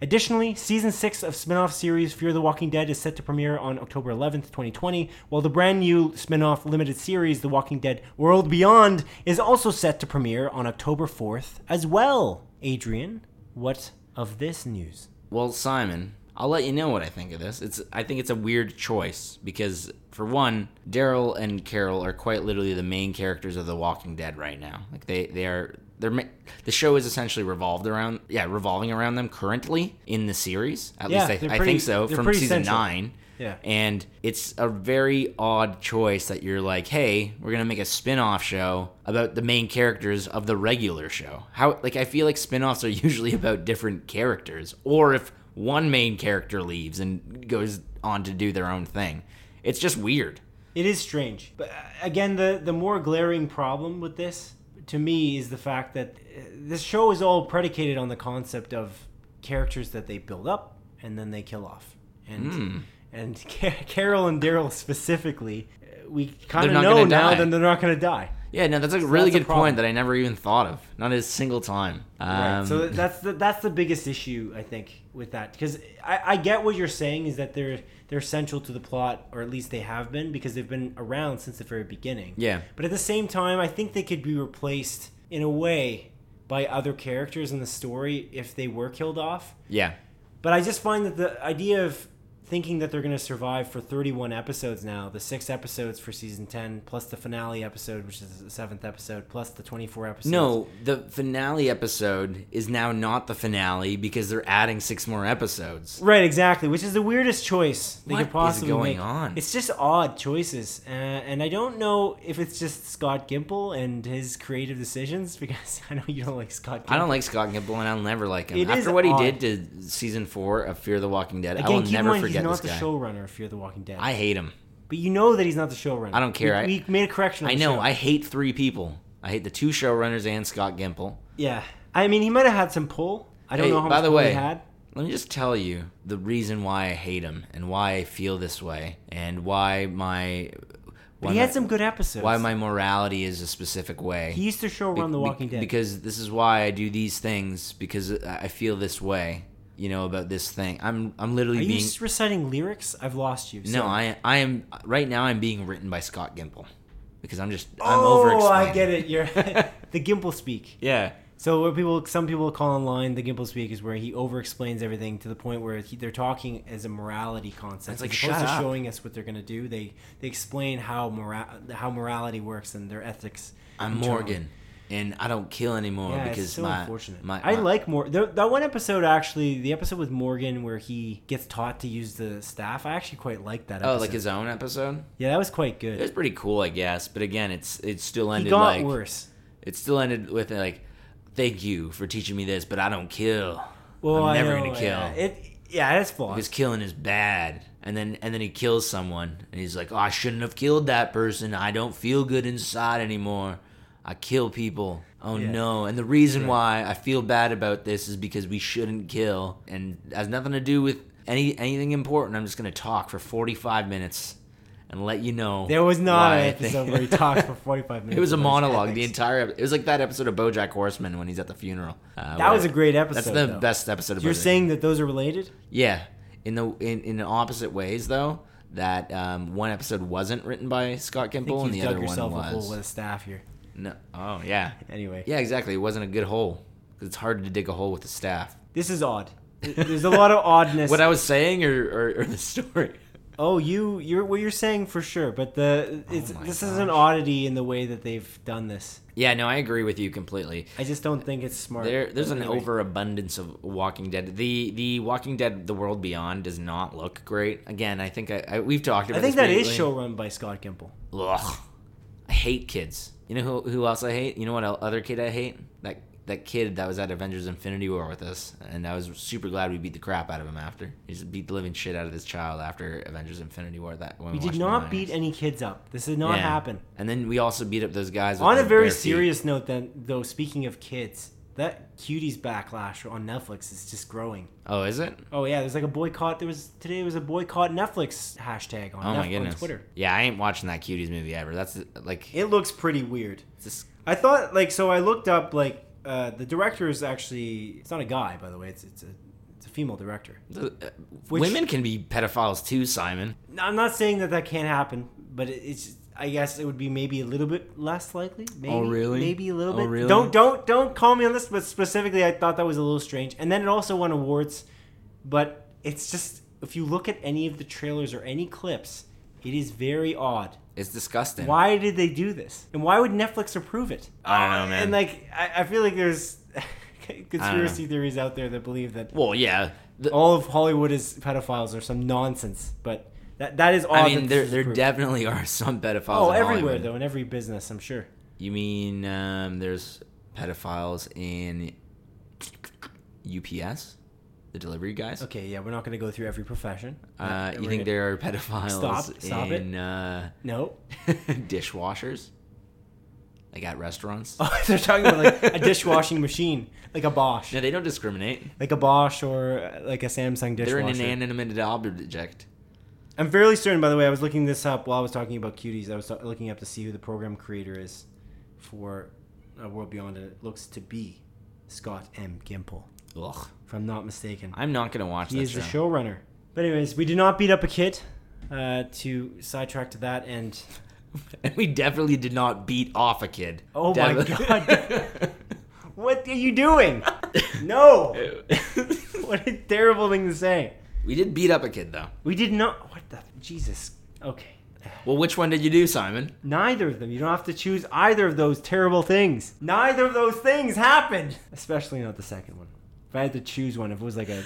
[SPEAKER 1] Additionally, season 6 of spin-off series Fear the Walking Dead is set to premiere on October 11th, 2020, while the brand new spin-off limited series The Walking Dead World Beyond is also set to premiere on October 4th as well. Adrian, what of this news?
[SPEAKER 2] Well, Simon, I'll let you know what I think of this. It's I think it's a weird choice because for one, Daryl and Carol are quite literally the main characters of The Walking Dead right now. Like they they are they're ma- the show is essentially revolved around yeah revolving around them currently in the series. At
[SPEAKER 1] Yeah,
[SPEAKER 2] least
[SPEAKER 1] they're
[SPEAKER 2] I, I
[SPEAKER 1] pretty-
[SPEAKER 2] think so
[SPEAKER 1] they're
[SPEAKER 2] from
[SPEAKER 1] pretty
[SPEAKER 2] season
[SPEAKER 1] central.
[SPEAKER 2] nine.
[SPEAKER 1] Yeah.
[SPEAKER 2] And it's a very odd choice that you're like, hey, we're gonna make a spin-off show about the main characters of the regular show. How like I feel like spin-offs are [laughs] usually about different characters, or if one main character leaves and goes on to do their own thing. It's just weird.
[SPEAKER 1] It is strange. But uh, again, the the more glaring problem with this to me is the fact that uh, this show is all predicated
[SPEAKER 2] Hmm.
[SPEAKER 1] on the concept of characters that they build up and then they kill off. And and [laughs] Ca- Carol and Daryl specifically, uh, we kind
[SPEAKER 2] They're
[SPEAKER 1] of
[SPEAKER 2] not
[SPEAKER 1] know
[SPEAKER 2] gonna
[SPEAKER 1] now
[SPEAKER 2] die.
[SPEAKER 1] that they're not going to die.
[SPEAKER 2] Yeah, no, that's a really
[SPEAKER 1] that's a
[SPEAKER 2] good
[SPEAKER 1] problem.
[SPEAKER 2] point that I never even thought of. Not a single time. Um,
[SPEAKER 1] Right. so th- that's the that's the biggest issue I think with that because I, I get what you're saying is that they're they're central to the plot or at least they have been because they've been around since the very beginning.
[SPEAKER 2] Yeah.
[SPEAKER 1] But at the same time, I think they could be replaced in a way by other characters in the story if they were killed off.
[SPEAKER 2] yeah.
[SPEAKER 1] But I just find that the idea of thinking that they're going to survive for 31 episodes now, the six episodes for season 10 plus the finale episode which is the seventh episode plus the 24 episodes.
[SPEAKER 2] No, the finale episode is now not the finale because they're adding six more episodes.
[SPEAKER 1] Right, exactly. Which is the weirdest choice they
[SPEAKER 2] What
[SPEAKER 1] could
[SPEAKER 2] is
[SPEAKER 1] possibly
[SPEAKER 2] going
[SPEAKER 1] make.
[SPEAKER 2] on?
[SPEAKER 1] It's just odd choices, uh, and I don't know if it's just Scott Gimple and his creative decisions [laughs] because I know you don't like Scott. Gimple.
[SPEAKER 2] I don't like Scott Gimple and I'll never like him.
[SPEAKER 1] It is
[SPEAKER 2] After what
[SPEAKER 1] odd.
[SPEAKER 2] he did to season four of Fear the Walking Dead, I
[SPEAKER 1] Again,
[SPEAKER 2] will
[SPEAKER 1] keep in
[SPEAKER 2] never
[SPEAKER 1] mind he's
[SPEAKER 2] forget
[SPEAKER 1] not
[SPEAKER 2] this
[SPEAKER 1] the
[SPEAKER 2] guy.
[SPEAKER 1] showrunner of Fear the Walking Dead.
[SPEAKER 2] I hate him.
[SPEAKER 1] but you know that he's not the showrunner.
[SPEAKER 2] I don't care.
[SPEAKER 1] We,
[SPEAKER 2] I-
[SPEAKER 1] we made a correction. On
[SPEAKER 2] I
[SPEAKER 1] the
[SPEAKER 2] know.
[SPEAKER 1] show.
[SPEAKER 2] I hate three people. I hate the two showrunners and Scott Gimple.
[SPEAKER 1] yeah. I mean, he might have had some pull. I don't
[SPEAKER 2] Hey,
[SPEAKER 1] know how
[SPEAKER 2] by
[SPEAKER 1] much
[SPEAKER 2] the
[SPEAKER 1] pull
[SPEAKER 2] way,
[SPEAKER 1] he had.
[SPEAKER 2] Let me just tell you the reason why I hate him and why I feel this way and why my
[SPEAKER 1] But
[SPEAKER 2] why
[SPEAKER 1] he had
[SPEAKER 2] my-
[SPEAKER 1] some good episodes.
[SPEAKER 2] why my morality is a specific way.
[SPEAKER 1] He used to
[SPEAKER 2] Be-
[SPEAKER 1] showrun The
[SPEAKER 2] be-
[SPEAKER 1] Walking Dead.
[SPEAKER 2] Because this is why I do these things because I I feel this way, you know, about this thing. I'm I'm
[SPEAKER 1] Are
[SPEAKER 2] literally
[SPEAKER 1] you
[SPEAKER 2] being
[SPEAKER 1] just reciting lyrics? I've lost you.
[SPEAKER 2] no,
[SPEAKER 1] sorry.
[SPEAKER 2] I I am right now. I'm being written by Scott Gimple because I'm just I'm over.
[SPEAKER 1] Oh, I get it. You're [laughs] the Gimple speak.
[SPEAKER 2] Yeah,
[SPEAKER 1] So what people, some people call online the Gimple speak is where he over-explains everything to the point where he, they're talking as a morality concept.
[SPEAKER 2] It's like,
[SPEAKER 1] as opposed
[SPEAKER 2] shut
[SPEAKER 1] to
[SPEAKER 2] up.
[SPEAKER 1] showing us what they're going to do. They they explain how mora- how morality works and their ethics.
[SPEAKER 2] I'm
[SPEAKER 1] and morality.
[SPEAKER 2] Morgan, and I don't kill anymore
[SPEAKER 1] Yeah,
[SPEAKER 2] because
[SPEAKER 1] it's so
[SPEAKER 2] my,
[SPEAKER 1] unfortunate.
[SPEAKER 2] my
[SPEAKER 1] I
[SPEAKER 2] my-
[SPEAKER 1] like more th- that one episode actually. The episode with Morgan where he gets taught to use the staff. I actually quite liked that.
[SPEAKER 2] oh
[SPEAKER 1] Episode.
[SPEAKER 2] like his own episode.
[SPEAKER 1] yeah, that was quite good.
[SPEAKER 2] It was pretty cool, I guess. But again, it's it still
[SPEAKER 1] he
[SPEAKER 2] ended
[SPEAKER 1] got
[SPEAKER 2] like
[SPEAKER 1] worse.
[SPEAKER 2] it still ended with like, thank you for teaching me this, but I don't kill.
[SPEAKER 1] Well,
[SPEAKER 2] I'm
[SPEAKER 1] I
[SPEAKER 2] never
[SPEAKER 1] know,
[SPEAKER 2] gonna kill.
[SPEAKER 1] Yeah, it. Yeah, that's flawed.
[SPEAKER 2] because Oh, killing is bad. And then and then he kills someone, and he's like, oh, I shouldn't have killed that person. I don't feel good inside anymore. I kill people. Oh
[SPEAKER 1] Yeah.
[SPEAKER 2] no! And the reason why I feel bad about this is because we shouldn't kill, and it has nothing to do with any anything important. I'm just gonna talk for 45 minutes, and let you know.
[SPEAKER 1] There was not
[SPEAKER 2] why
[SPEAKER 1] an
[SPEAKER 2] I think-
[SPEAKER 1] episode
[SPEAKER 2] [laughs]
[SPEAKER 1] where he talks for 45 minutes.
[SPEAKER 2] It was a
[SPEAKER 1] about his
[SPEAKER 2] monologue. The
[SPEAKER 1] ethics.
[SPEAKER 2] entire ep- it was like that episode of BoJack Horseman when he's at the funeral. Uh,
[SPEAKER 1] That was
[SPEAKER 2] where-
[SPEAKER 1] a great episode.
[SPEAKER 2] That's the
[SPEAKER 1] though.
[SPEAKER 2] best episode of
[SPEAKER 1] You're
[SPEAKER 2] BoJack.
[SPEAKER 1] saying that those are related?
[SPEAKER 2] Yeah, in the in in the opposite ways though. That um, one episode wasn't written by Scott
[SPEAKER 1] I think
[SPEAKER 2] Gimple,
[SPEAKER 1] you've
[SPEAKER 2] and the
[SPEAKER 1] dug
[SPEAKER 2] other one
[SPEAKER 1] yourself a hole
[SPEAKER 2] was.
[SPEAKER 1] with a staff here.
[SPEAKER 2] No. Oh yeah.
[SPEAKER 1] Anyway,
[SPEAKER 2] Yeah, exactly. It wasn't a good hole 'Cause it's hard to dig a hole with a staff.
[SPEAKER 1] this is
[SPEAKER 2] [laughs]
[SPEAKER 1] odd. There's a lot of oddness.
[SPEAKER 2] What I was saying, or or, or the story.
[SPEAKER 1] oh, you, you're what you're saying for sure, but the it's
[SPEAKER 2] Oh my
[SPEAKER 1] this is an oddity in the way that they've done this.
[SPEAKER 2] Yeah, no, I agree with you completely.
[SPEAKER 1] I just don't think it's smart.
[SPEAKER 2] There, there's an
[SPEAKER 1] Anyway.
[SPEAKER 2] overabundance of Walking Dead. The the Walking Dead, The World Beyond, does not look great. Again, I think I, I we've talked about.
[SPEAKER 1] I think
[SPEAKER 2] this
[SPEAKER 1] that is
[SPEAKER 2] briefly.
[SPEAKER 1] showrun by Scott Gimple.
[SPEAKER 2] Ugh. I hate kids. You know who, who else I hate? You know what el- other kid I hate? That that kid that was at Avengers Infinity War with us, and I was super glad we beat the crap out of him after. He just beat the living shit out of this child after Avengers Infinity War. That when
[SPEAKER 1] We did
[SPEAKER 2] watched
[SPEAKER 1] not
[SPEAKER 2] Miners.
[SPEAKER 1] beat any kids up. This did not
[SPEAKER 2] Yeah.
[SPEAKER 1] happen.
[SPEAKER 2] And then we also beat up those guys. with
[SPEAKER 1] On a
[SPEAKER 2] the
[SPEAKER 1] very
[SPEAKER 2] bare feet.
[SPEAKER 1] serious note, then, though, speaking of kids, that cuties backlash on Netflix is just growing.
[SPEAKER 2] Oh, is it?
[SPEAKER 1] Oh yeah, there's like a boycott. There was today was a boycott Netflix hashtag on,
[SPEAKER 2] Oh
[SPEAKER 1] Netflix,
[SPEAKER 2] my goodness.
[SPEAKER 1] on Twitter.
[SPEAKER 2] Yeah, I ain't watching that cuties movie ever. That's like
[SPEAKER 1] It looks pretty weird.
[SPEAKER 2] this.
[SPEAKER 1] I thought like so I looked up like uh, the director is actually it's not a guy by the way it's it's a it's a female director. Which-
[SPEAKER 2] women can be pedophiles too, Simon.
[SPEAKER 1] Now, I'm not saying that that can't happen, but it, it's I guess it would be maybe a little bit less likely. Maybe,
[SPEAKER 2] Oh, really?
[SPEAKER 1] Maybe a little
[SPEAKER 2] Oh,
[SPEAKER 1] bit.
[SPEAKER 2] really?
[SPEAKER 1] Don't don't don't call me on this, but specifically I thought that was a little strange. And then it also won awards, but it's just if you look at any of the trailers or any clips, it is very odd.
[SPEAKER 2] It's disgusting.
[SPEAKER 1] Why did they do this? And why would Netflix approve it?
[SPEAKER 2] I don't know, man.
[SPEAKER 1] And like, I, I feel like there's [laughs] conspiracy theories out there that believe that
[SPEAKER 2] Well, yeah. The-
[SPEAKER 1] all of Hollywood is pedophiles or some nonsense. But that that is odd.
[SPEAKER 2] I
[SPEAKER 1] that [laughs]
[SPEAKER 2] mean, there
[SPEAKER 1] this is
[SPEAKER 2] there
[SPEAKER 1] approved.
[SPEAKER 2] definitely are some pedophiles.
[SPEAKER 1] oh
[SPEAKER 2] in
[SPEAKER 1] everywhere
[SPEAKER 2] Hollywood.
[SPEAKER 1] though in every business I'm sure.
[SPEAKER 2] You mean um, there's pedophiles in UPS, the delivery guys?
[SPEAKER 1] Okay, yeah, we're not going to go through every profession.
[SPEAKER 2] Uh,
[SPEAKER 1] Yeah,
[SPEAKER 2] you
[SPEAKER 1] we're
[SPEAKER 2] think
[SPEAKER 1] gonna-
[SPEAKER 2] there are pedophiles
[SPEAKER 1] Stop- stop it.
[SPEAKER 2] in uh, [laughs]
[SPEAKER 1] no? [laughs]
[SPEAKER 2] dishwashers? Like at restaurants?
[SPEAKER 1] Oh, they're talking about like
[SPEAKER 2] [laughs]
[SPEAKER 1] a dishwashing machine, like a Bosch,
[SPEAKER 2] No, they don't discriminate.
[SPEAKER 1] like a Bosch or uh, like a Samsung
[SPEAKER 2] They're
[SPEAKER 1] dishwasher.
[SPEAKER 2] an inanimate object.
[SPEAKER 1] I'm fairly certain, by the way, I was looking this up while I was talking about cuties. I was t- looking up to see who the program creator is for A World Beyond, and it looks to be Scott M. Gimple,
[SPEAKER 2] Ugh.
[SPEAKER 1] if I'm not mistaken.
[SPEAKER 2] I'm not gonna watch
[SPEAKER 1] he
[SPEAKER 2] that
[SPEAKER 1] is
[SPEAKER 2] show.
[SPEAKER 1] the showrunner. But, anyways, we did not beat up a kid uh, to sidetrack to that and
[SPEAKER 2] [laughs]
[SPEAKER 1] [laughs]
[SPEAKER 2] And we definitely did not beat off a kid.
[SPEAKER 1] Oh my
[SPEAKER 2] Definitely-
[SPEAKER 1] God. What are you doing?
[SPEAKER 2] [laughs]
[SPEAKER 1] [laughs] no! What a terrible thing to say.
[SPEAKER 2] we did beat up a kid though.
[SPEAKER 1] We did not. What the? Jesus. Okay.
[SPEAKER 2] Well, which one did you do, Simon? [laughs]
[SPEAKER 1] Neither of them. You don't have to choose either of those terrible things. Neither of those things happened. Especially not the second one. If I had to choose one, if it was like a.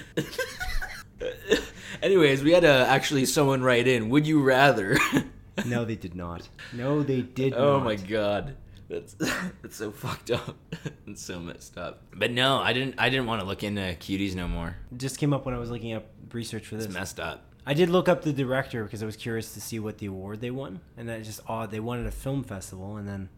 [SPEAKER 2] Anyways, we had uh, actually someone write in. Would you rather?
[SPEAKER 1] [laughs] No, they did not. No, they did
[SPEAKER 2] [laughs] Oh
[SPEAKER 1] not.
[SPEAKER 2] my god. That's [laughs] that's so fucked up. [laughs] It's so messed up. But no, I didn't I didn't want to look into cuties no more.
[SPEAKER 1] It just came up when I was looking up research for this.
[SPEAKER 2] It's messed up.
[SPEAKER 1] I did look up the director because I was curious to see what the award they won, and that's just odd. They won at a film festival, and then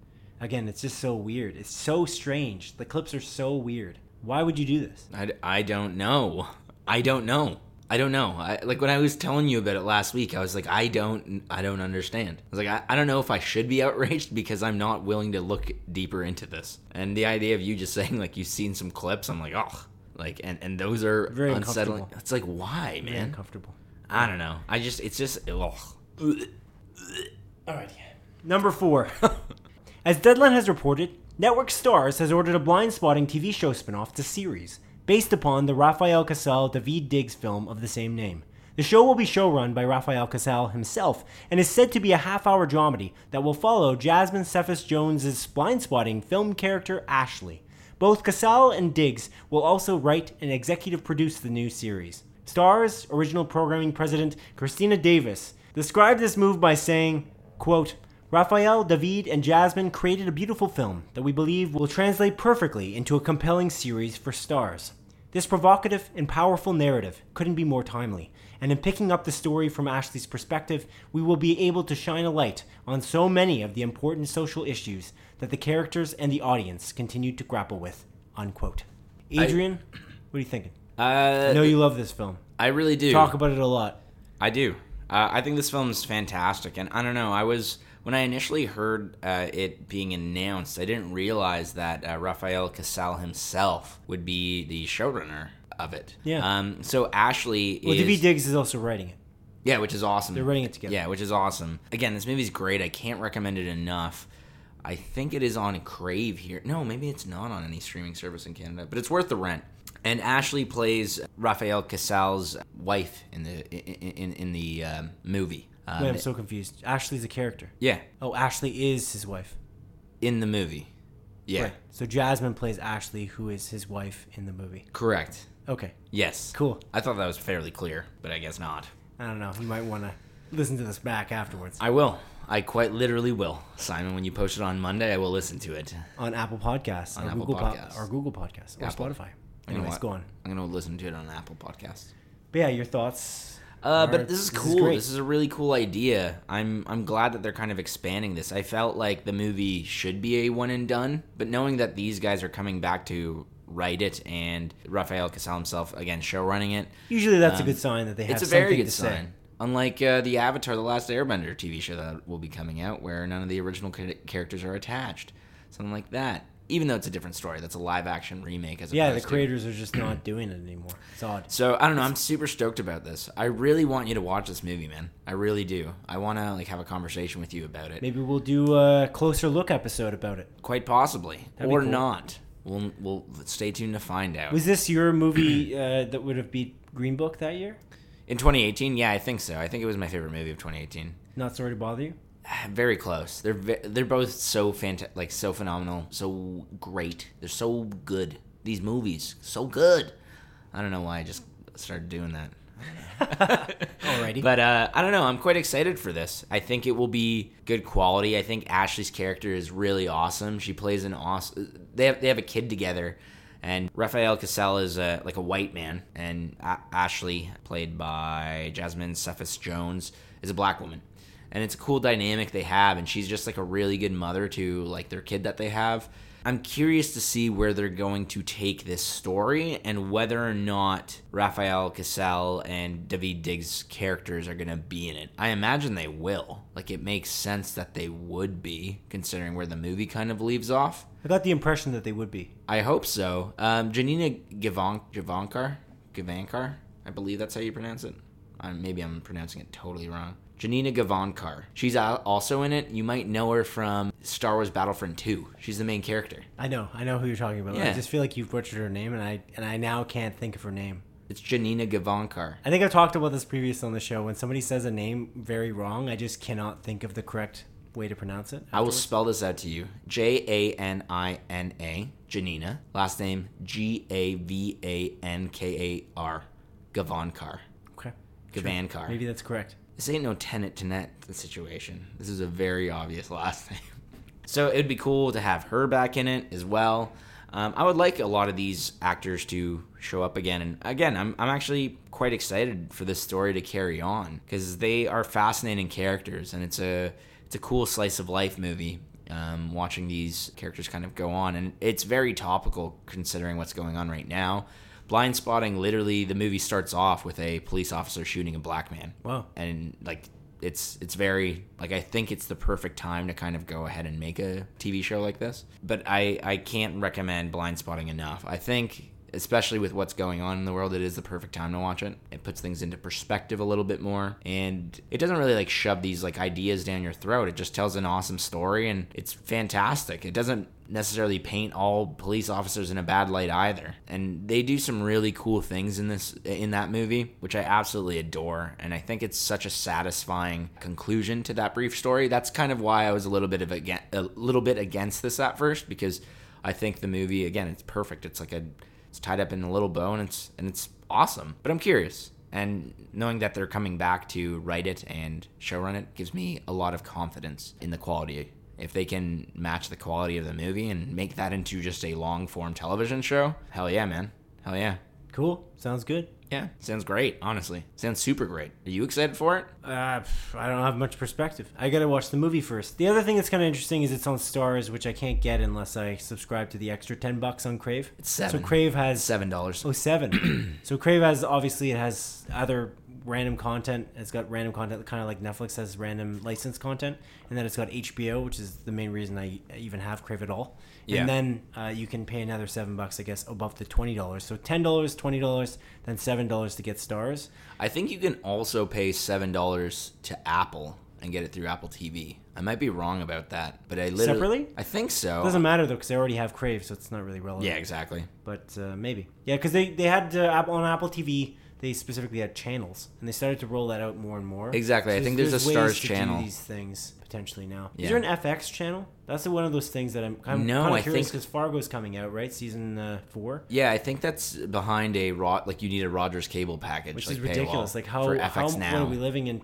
[SPEAKER 1] again, it's just so weird. It's so strange. The clips are so weird. Why would you do this?
[SPEAKER 2] I, d- I don't know. I don't know. I don't know. I, like when I was telling you about it last week, I was like, I don't, I don't understand. I was like, I, I don't know if I should be [laughs] outraged because I'm not willing to look deeper into this. And the idea of you just [laughs] saying like you've seen some clips, I'm like, oh, like, and and those are
[SPEAKER 1] Very
[SPEAKER 2] unsettling.
[SPEAKER 1] uncomfortable.
[SPEAKER 2] It's like, why, man?
[SPEAKER 1] Uncomfortable.
[SPEAKER 2] I don't know. I just, it's just, ugh.
[SPEAKER 1] Alrighty. Number four. [laughs] As Deadline has reported, Network Stars has ordered a blind spotting TV show spinoff to series, based upon the Rafael Casal David Diggs film of the same name. The show will be showrun by Rafael Casal himself and is said to be a half hour dramedy that will follow Jasmine Cephas Jones' blind spotting film character Ashley. Both Casal and Diggs will also write and executive produce the new series. Stars original programming president Christina Davis described this move by saying, quote, Raphael, David, and Jasmine created a beautiful film that we believe will translate perfectly into a compelling series for stars. This provocative and powerful narrative couldn't be more timely, and in picking up the story from Ashley's perspective, we will be able to shine a light on so many of the important social issues that the characters and the audience continue to grapple with. Unquote. Adrian, what are you thinking?
[SPEAKER 2] Uh,
[SPEAKER 1] I know you love this film.
[SPEAKER 2] I really do.
[SPEAKER 1] Talk about it a lot.
[SPEAKER 2] I do. Uh, I think this film's fantastic, and I don't know. I was when I initially heard uh, it being announced, I didn't realize that uh, Rafael Casal himself would be the showrunner of it.
[SPEAKER 1] Yeah.
[SPEAKER 2] Um. So Ashley
[SPEAKER 1] Well,
[SPEAKER 2] is
[SPEAKER 1] D.B. Diggs is also writing it.
[SPEAKER 2] yeah, which is awesome.
[SPEAKER 1] They're running it together.
[SPEAKER 2] Yeah, which is awesome. Again, this movie's great. I can't recommend it enough. I think it is on Crave here. No, maybe it's not on any streaming service in Canada, but it's worth the rent. And Ashley plays Rafael Casal's wife in the in in, in the um, movie. Um,
[SPEAKER 1] Wait, I'm so confused. Ashley's a character.
[SPEAKER 2] yeah,
[SPEAKER 1] Oh, Ashley is his wife.
[SPEAKER 2] in the movie. Yeah,
[SPEAKER 1] Right. So Jasmine plays Ashley, who is his wife in the movie.
[SPEAKER 2] correct.
[SPEAKER 1] Okay.
[SPEAKER 2] Yes.
[SPEAKER 1] Cool.
[SPEAKER 2] I thought that was fairly clear, but I guess not.
[SPEAKER 1] I don't know. You might want to listen to this back afterwards
[SPEAKER 2] I will. I quite literally will, Simon. When you post it on Monday, I will listen to it.
[SPEAKER 1] on Apple Podcasts,
[SPEAKER 2] On
[SPEAKER 1] or,
[SPEAKER 2] Apple
[SPEAKER 1] Google Po-
[SPEAKER 2] Podcasts.
[SPEAKER 1] or Google Podcasts, or
[SPEAKER 2] Apple.
[SPEAKER 1] Spotify.
[SPEAKER 2] You know
[SPEAKER 1] Anyways,
[SPEAKER 2] what?
[SPEAKER 1] go on.
[SPEAKER 2] I'm gonna listen to it on Apple Podcasts.
[SPEAKER 1] But yeah, your thoughts.
[SPEAKER 2] Uh,
[SPEAKER 1] are-
[SPEAKER 2] but this is
[SPEAKER 1] Is
[SPEAKER 2] cool.
[SPEAKER 1] great.
[SPEAKER 2] This is, a really cool idea. I'm I'm glad that they're kind of expanding this. I felt like the movie should be a one and done, but knowing that these guys are coming back to write it and Rafael Casal himself again show running it,
[SPEAKER 1] Usually that's a good sign that they have
[SPEAKER 2] Um, it's a
[SPEAKER 1] something
[SPEAKER 2] very good
[SPEAKER 1] to say.
[SPEAKER 2] sign. Unlike uh, the Avatar: The Last Airbender TV show that will be coming out, where none of the original cha- characters are attached, something like that. Even though it's a different story, that's a live action remake. As
[SPEAKER 1] Yeah, the
[SPEAKER 2] opposed to-
[SPEAKER 1] creators are just
[SPEAKER 2] [clears throat]
[SPEAKER 1] not doing it anymore. It's odd.
[SPEAKER 2] so I don't know. I'm super stoked about this. I really want you to watch this movie, man. I really do. I want to like have a conversation with you about it,
[SPEAKER 1] Maybe we'll do a closer look episode about it.
[SPEAKER 2] quite possibly,
[SPEAKER 1] be
[SPEAKER 2] or
[SPEAKER 1] cool.
[SPEAKER 2] not. We'll we'll stay tuned to find out.
[SPEAKER 1] Was this your
[SPEAKER 2] [clears throat]
[SPEAKER 1] movie uh, that would have beat Green Book that year?
[SPEAKER 2] In 2018, yeah, I think so. I think it was my favorite movie of 2018.
[SPEAKER 1] Not sorry to bother you.
[SPEAKER 2] [sighs] Very close. They're ve- they're both so fantastic, like so phenomenal, so great. They're so good. These movies, so good. I don't know why I just started doing that.
[SPEAKER 1] Alrighty.
[SPEAKER 2] But uh, I don't know. I'm quite excited for this. I think it will be good quality. I think Ashley's character is really awesome. She plays an awesome. They have they have a kid together, and Rafael Casella is uh like a white man, and a- Ashley, played by Jasmine Cephas Jones, is a black woman, and it's a cool dynamic they have. And she's just like a really good mother to like their kid that they have. I'm curious to see where they're going to take this story and whether or not Raphael Cassell and David Diggs' characters are going to be in it. I imagine they will. Like, it makes sense that they would be, considering where the movie kind of leaves off.
[SPEAKER 1] I got the impression that they would be.
[SPEAKER 2] I hope so. Um, Janina Givan- Givankar, Givankar, I believe that's how you pronounce it. Um, maybe I'm pronouncing it totally wrong. Janina Gavankar. She's al- also in it. You might know her from Star Wars Battlefront 2. She's the main character.
[SPEAKER 1] I know, I know who you're talking about. I
[SPEAKER 2] Yeah.
[SPEAKER 1] just feel like you've butchered her name, and I and I now can't think of her name.
[SPEAKER 2] It's Janina Gavankar.
[SPEAKER 1] I think I've talked about this previously on the show. When somebody says a name very wrong, I just cannot think of the correct way to pronounce it.
[SPEAKER 2] I will spell this out to you. J A N I N A. Janina. Last name G A V A N K A R. Gavankar.
[SPEAKER 1] Okay.
[SPEAKER 2] Gavankar.
[SPEAKER 1] Maybe that's correct.
[SPEAKER 2] This ain't no tenant to net situation. This is a very obvious last [laughs] name. So it'd be cool to have her back in it as well. Um, I would like a lot of these actors to show up again. And again, I'm, I'm actually quite excited for this story to carry on because they are fascinating characters and it's a, it's a cool slice of life movie. Um, watching these characters kind of go on, and it's very topical considering what's going on right now. Blind spotting literally, the movie starts off with a police officer shooting a black man
[SPEAKER 1] Wow.
[SPEAKER 2] and like it's it's very like I think it's the perfect time to kind of go ahead and make a TV show like this. But I I can't recommend Blind Spotting enough. I think especially with what's going on in the world it is the perfect time to watch it it puts things into perspective a little bit more and it doesn't really like shove these like ideas down your throat it just tells an awesome story and it's fantastic it doesn't necessarily paint all police officers in a bad light either. And they do some really cool things in this in that movie, which I absolutely adore. And I think it's such a satisfying conclusion to that brief story. That's kind of why I was a little bit of again, a little bit against this at first because I think the movie again, it's perfect. It's like a it's tied up in a little bow and it's and it's awesome. But I'm curious. And knowing that they're coming back to write it and showrun it gives me a lot of confidence in the quality if they can match the quality of the movie and make that into just a long form television show, hell yeah, man. Hell yeah.
[SPEAKER 1] Cool. Sounds good.
[SPEAKER 2] Yeah. Sounds great, honestly. Sounds super great. Are you excited for it?
[SPEAKER 1] Uh, pff, I don't have much perspective. I gotta watch the movie first. The other thing that's kind of interesting is it's on Stars, which I can't get unless I subscribe to the extra ten bucks on Crave.
[SPEAKER 2] It's seven.
[SPEAKER 1] So Crave has
[SPEAKER 2] Seven dollars.
[SPEAKER 1] Oh,
[SPEAKER 2] [clears throat]
[SPEAKER 1] seven. so Crave has obviously it has other random content. It's got random content, kind of like Netflix has random licensed content, and then it's got HBO, which is the main reason I even have Crave at all.
[SPEAKER 2] Yeah.
[SPEAKER 1] And then uh, you can pay another seven bucks, I guess, above the twenty dollars. So ten dollars, twenty dollars, then seven dollars to get stars.
[SPEAKER 2] I think you can also pay seven dollars to Apple and get it through Apple TV. I might be wrong about that, but I literally
[SPEAKER 1] Separately?
[SPEAKER 2] I think so.
[SPEAKER 1] Doesn't matter though, because I already have Crave, so it's not really relevant.
[SPEAKER 2] Oh. yeah, exactly.
[SPEAKER 1] but uh, maybe yeah because they, they had uh, Apple on apple tv they specifically had channels and they started to roll that out more and more
[SPEAKER 2] Exactly. I think there's a
[SPEAKER 1] ways
[SPEAKER 2] Stars
[SPEAKER 1] to do
[SPEAKER 2] channel.
[SPEAKER 1] these things potentially now
[SPEAKER 2] Yeah.
[SPEAKER 1] is there an fx channel that's one of those things that i'm, I'm
[SPEAKER 2] No,
[SPEAKER 1] kind
[SPEAKER 2] I
[SPEAKER 1] of curious
[SPEAKER 2] think-
[SPEAKER 1] because fargo's coming out right season uh, four
[SPEAKER 2] Yeah, I think that's behind a rod. Like you need a Rogers cable package,
[SPEAKER 1] which
[SPEAKER 2] like
[SPEAKER 1] is ridiculous
[SPEAKER 2] paywall
[SPEAKER 1] like how,
[SPEAKER 2] for
[SPEAKER 1] how
[SPEAKER 2] FX
[SPEAKER 1] what
[SPEAKER 2] now.
[SPEAKER 1] are we living in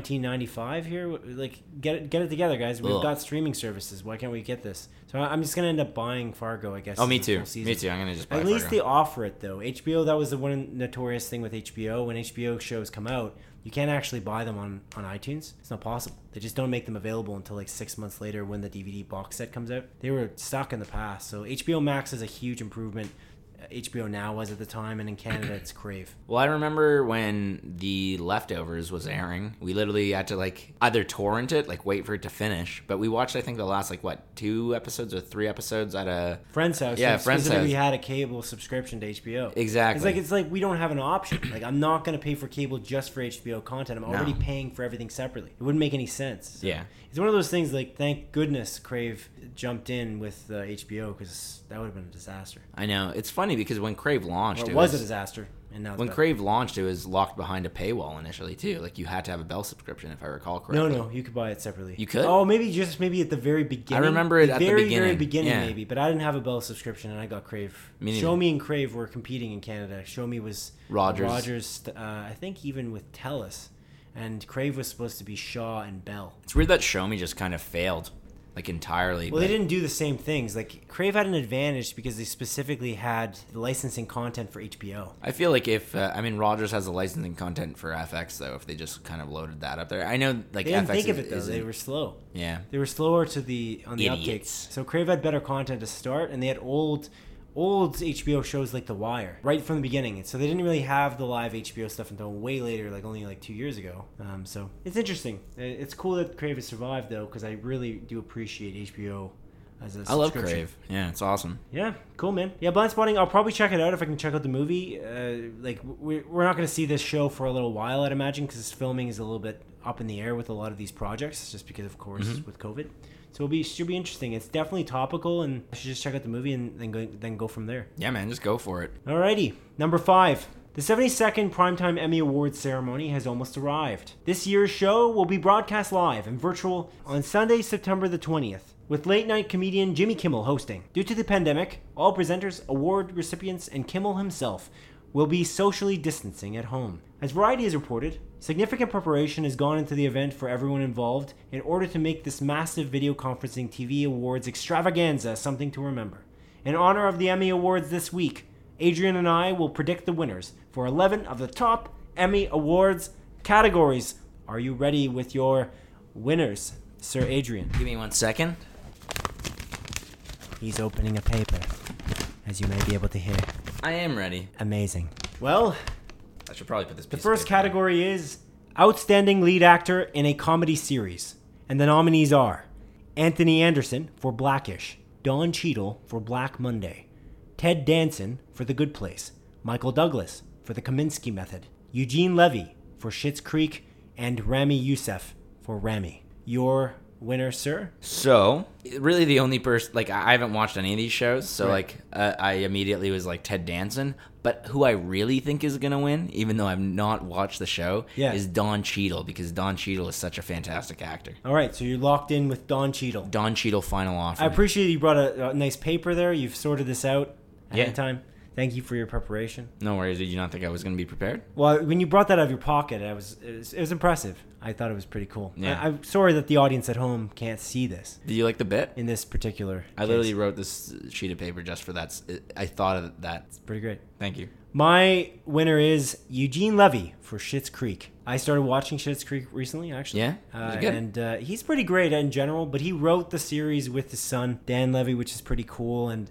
[SPEAKER 1] 1995 here like get it get it together guys we've
[SPEAKER 2] Ugh.
[SPEAKER 1] got streaming services why can't we get this so I- i'm just gonna end up buying fargo i guess
[SPEAKER 2] oh, me
[SPEAKER 1] as a
[SPEAKER 2] too.
[SPEAKER 1] full season.
[SPEAKER 2] Me too. I'm gonna just buy
[SPEAKER 1] At least
[SPEAKER 2] Fargo.
[SPEAKER 1] they offer it though. HBO, that was the one notorious thing with HBO. When HBO shows come out, you can't actually buy them on, on iTunes. It's not possible. They just don't make them available until like six months later when the DVD box set comes out. They were stuck in the past. So HBO Max is a huge improvement. Uh, HBO Now was at the time, and in Canada, it's Crave.
[SPEAKER 2] Well, I remember when The Leftovers was airing, we literally had to like either torrent it, like wait for it to finish, but we watched I think the last like what two episodes or three episodes at a
[SPEAKER 1] Friend's house.
[SPEAKER 2] Yeah,
[SPEAKER 1] and
[SPEAKER 2] Friend's
[SPEAKER 1] specifically
[SPEAKER 2] house.
[SPEAKER 1] had a cable subscription to HBO.
[SPEAKER 2] Exactly.
[SPEAKER 1] It's like it's like we don't have an option. Like I'm not gonna pay for cable just for HBO content. I'm already paying for everything separately. It wouldn't make any sense. So
[SPEAKER 2] Yeah.
[SPEAKER 1] It's one of those things. Like thank goodness Crave jumped in with uh, HBO because that would have been a disaster.
[SPEAKER 2] I know it's funny because when Crave launched,
[SPEAKER 1] Or
[SPEAKER 2] it,
[SPEAKER 1] it was a disaster, and now it's
[SPEAKER 2] when
[SPEAKER 1] better.
[SPEAKER 2] Crave launched, it was locked behind a paywall initially too. Like you had to have a Bell subscription, if I recall
[SPEAKER 1] No,
[SPEAKER 2] correctly.
[SPEAKER 1] no, you could buy it separately.
[SPEAKER 2] You could?
[SPEAKER 1] Oh, maybe just maybe at the very beginning.
[SPEAKER 2] remember it at the
[SPEAKER 1] very, very
[SPEAKER 2] beginning,
[SPEAKER 1] beginning,
[SPEAKER 2] yeah.
[SPEAKER 1] maybe. But I didn't have a Bell subscription, and I got Crave.
[SPEAKER 2] Me neither.
[SPEAKER 1] Show Me and Crave were competing in Canada. Show Me was
[SPEAKER 2] Rogers.
[SPEAKER 1] Rogers, uh, I think even with Telus, and Crave was supposed to be Shaw and Bell.
[SPEAKER 2] It's weird that Show Me just kind of failed. like entirely.
[SPEAKER 1] Well, they
[SPEAKER 2] but-
[SPEAKER 1] didn't do the same things. Like Crave had an advantage because they specifically had the licensing content for HBO.
[SPEAKER 2] I feel like if uh, I mean Rogers has the licensing content for FX though, if they just kind of loaded that up there, I know like
[SPEAKER 1] They didn't
[SPEAKER 2] FX
[SPEAKER 1] think of
[SPEAKER 2] is-
[SPEAKER 1] it though.
[SPEAKER 2] isn't-
[SPEAKER 1] They were slow.
[SPEAKER 2] yeah,
[SPEAKER 1] They were slower to the on the uptake.
[SPEAKER 2] Idiots.
[SPEAKER 1] So Crave had better content to start, and they had old old HBO shows like The Wire right from the beginning. So they didn't really have the live HBO stuff until way later, like only like two years ago. Um, so it's interesting. Uh, It's cool that Crave has survived though, because I really do appreciate HBO as a
[SPEAKER 2] I love
[SPEAKER 1] subscription.
[SPEAKER 2] Crave. Yeah, it's awesome.
[SPEAKER 1] Yeah, cool, man. Yeah, Blind Spotting. I'll probably check it out if I can check out the movie. Uh, like, we're, we're not going to see this show for a little while, I'd imagine, because filming is a little bit up in the air with a lot of these projects, just because, of course, with COVID. So it'll be should be interesting. It's definitely topical, and I should just check out the movie and then go, then go from there.
[SPEAKER 2] Yeah, man, just go for it.
[SPEAKER 1] Alrighty, number five. The 72nd Primetime Emmy Awards ceremony has almost arrived. This year's show will be broadcast live and virtual on Sunday, September the 20th, with late night comedian Jimmy Kimmel hosting. Due to the pandemic, all presenters, award recipients, and Kimmel himself will be socially distancing at home. As Variety has reported, significant preparation has gone into the event for everyone involved in order to make this massive video conferencing TV awards extravaganza something to remember. In honor of the Emmy Awards this week, Adrian and I will predict the winners for 11 of the top Emmy Awards categories. Are you ready with your winners, Sir Adrian?
[SPEAKER 2] Give me one second.
[SPEAKER 1] He's opening a paper, as you may be able to hear.
[SPEAKER 2] I am ready.
[SPEAKER 1] Amazing. Well,
[SPEAKER 2] I should probably put this.
[SPEAKER 1] the first category is Outstanding Lead Actor in a Comedy Series. And the nominees are Anthony Anderson for Blackish, Don Cheadle for Black Monday, Ted Danson for The Good Place, Michael Douglas for The Kaminsky Method, Eugene Levy for Schitt's Creek, and Rami Youssef for Rami. Your winner, sir?
[SPEAKER 2] So, really, the only person like I I haven't watched any of these shows, so like uh, I immediately was like Ted Danson. But who I really think is gonna win, even though I've not watched the show,
[SPEAKER 1] Yeah.
[SPEAKER 2] is Don Cheadle because Don Cheadle is such a fantastic actor.
[SPEAKER 1] All right, so you're locked in with Don Cheadle.
[SPEAKER 2] Don Cheadle final offer.
[SPEAKER 1] I appreciate you brought a, a nice paper there. You've sorted this out ahead
[SPEAKER 2] Yeah.
[SPEAKER 1] of time. Thank you for your preparation.
[SPEAKER 2] no worries. Did you not think I was gonna be prepared?
[SPEAKER 1] Well, when you brought that out of your pocket, I was it was, it was impressive. I thought it was pretty cool.
[SPEAKER 2] Yeah.
[SPEAKER 1] I, am sorry that the audience at home can't see this
[SPEAKER 2] Do you like the bit?
[SPEAKER 1] in this particular.
[SPEAKER 2] I literally wrote this sheet of paper just for that. s- I thought of that.
[SPEAKER 1] pretty great.
[SPEAKER 2] Thank you.
[SPEAKER 1] My winner is Eugene Levy for Schitt's Creek. I started watching Schitt's Creek recently, actually.
[SPEAKER 2] Yeah?
[SPEAKER 1] uh,
[SPEAKER 2] Is it good?
[SPEAKER 1] and uh, he's pretty great in general. But he wrote the series with his son Dan Levy, which is pretty cool, and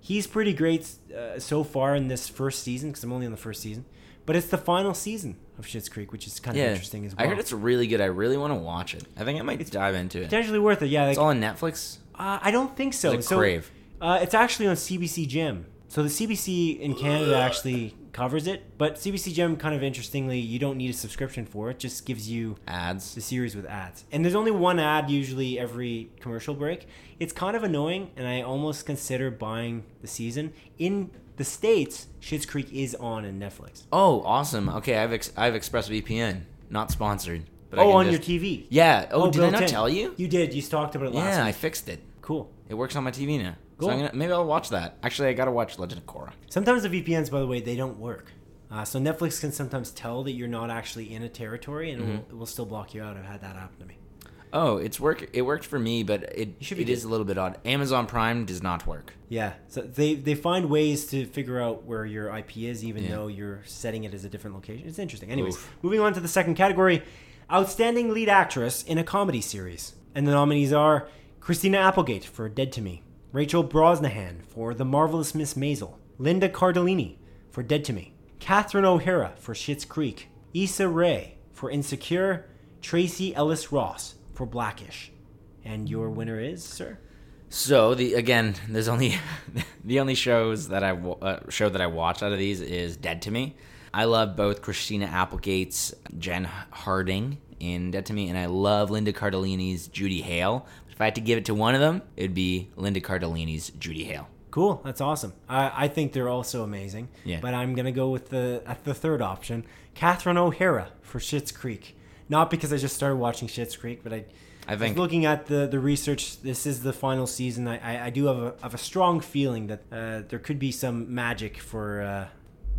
[SPEAKER 1] he's pretty great uh, so far in this first season because I'm only on the first season. But it's the final season of Schitt's Creek, which is kind of
[SPEAKER 2] Yeah,
[SPEAKER 1] interesting as well.
[SPEAKER 2] I heard it's really good. I really want to watch it. I think I might dive into it.
[SPEAKER 1] potentially worth it. Yeah, like,
[SPEAKER 2] It's all on Netflix.
[SPEAKER 1] Uh, I don't think so.
[SPEAKER 2] Is it
[SPEAKER 1] so,
[SPEAKER 2] Crave?
[SPEAKER 1] Uh, it's actually on CBC Gem. So the CBC in Canada actually covers it, but CBC Gem kind of interestingly, you don't need a subscription for it. Just gives you the
[SPEAKER 2] Ads.
[SPEAKER 1] series with ads, and there's only one ad usually every commercial break. It's kind of annoying, and I almost consider buying the season in the states. Schitt's Creek is on in Netflix.
[SPEAKER 2] Oh, awesome. Okay, I've ex- I've ExpressVPN, not sponsored. But I
[SPEAKER 1] oh,
[SPEAKER 2] can
[SPEAKER 1] on
[SPEAKER 2] just-
[SPEAKER 1] your TV.
[SPEAKER 2] Yeah. Oh, did I
[SPEAKER 1] built
[SPEAKER 2] not
[SPEAKER 1] in.
[SPEAKER 2] tell you?
[SPEAKER 1] You did. You talked about it last.
[SPEAKER 2] yeah, I
[SPEAKER 1] week.
[SPEAKER 2] fixed it.
[SPEAKER 1] Cool.
[SPEAKER 2] It works on my TV now.
[SPEAKER 1] Cool.
[SPEAKER 2] So I'm gonna, maybe I'll watch that. Actually, I gotta watch Legend of Korra.
[SPEAKER 1] Sometimes the VPNs, by the way, they don't work. Uh, so Netflix can sometimes tell that you're not actually in a territory, and it, will, it will still block you out. I've had that happen to me.
[SPEAKER 2] Oh, it's work. It worked for me, but it it is
[SPEAKER 1] should be good.
[SPEAKER 2] a little bit odd. Amazon Prime does not work.
[SPEAKER 1] Yeah, so they they find ways to figure out where your IP is, even
[SPEAKER 2] Yeah.
[SPEAKER 1] though you're setting it as a different location. It's interesting. Anyways,
[SPEAKER 2] Oof.
[SPEAKER 1] moving on to the second category, outstanding lead actress in a comedy series, and the nominees are Christina Applegate for Dead to Me, Rachel Brosnahan for The Marvelous Miss Maisel, Linda Cardellini for Dead to Me, Catherine O'Hara for Schitt's Creek, Issa Rae for Insecure, Tracy Ellis Ross for Blackish, and your winner is sir.
[SPEAKER 2] So the again, there's only [laughs] the only shows that I wa- uh, show that I watch out of these is Dead to Me. I love both Christina Applegate's Jen Harding in Dead to Me, and I love Linda Cardellini's Judy Hale. If I had to give it to one of them, it'd be Linda Cardellini's Judy Hale.
[SPEAKER 1] Cool. That's awesome. I, I think they're also amazing.
[SPEAKER 2] Yeah.
[SPEAKER 1] But I'm gonna go with the at the third option, Catherine O'Hara for Schitt's Creek. Not because I just started watching Schitt's Creek, but I.
[SPEAKER 2] I think-
[SPEAKER 1] just looking at the the research, this is the final season. I I, I do have a have a strong feeling that uh, there could be some magic for uh,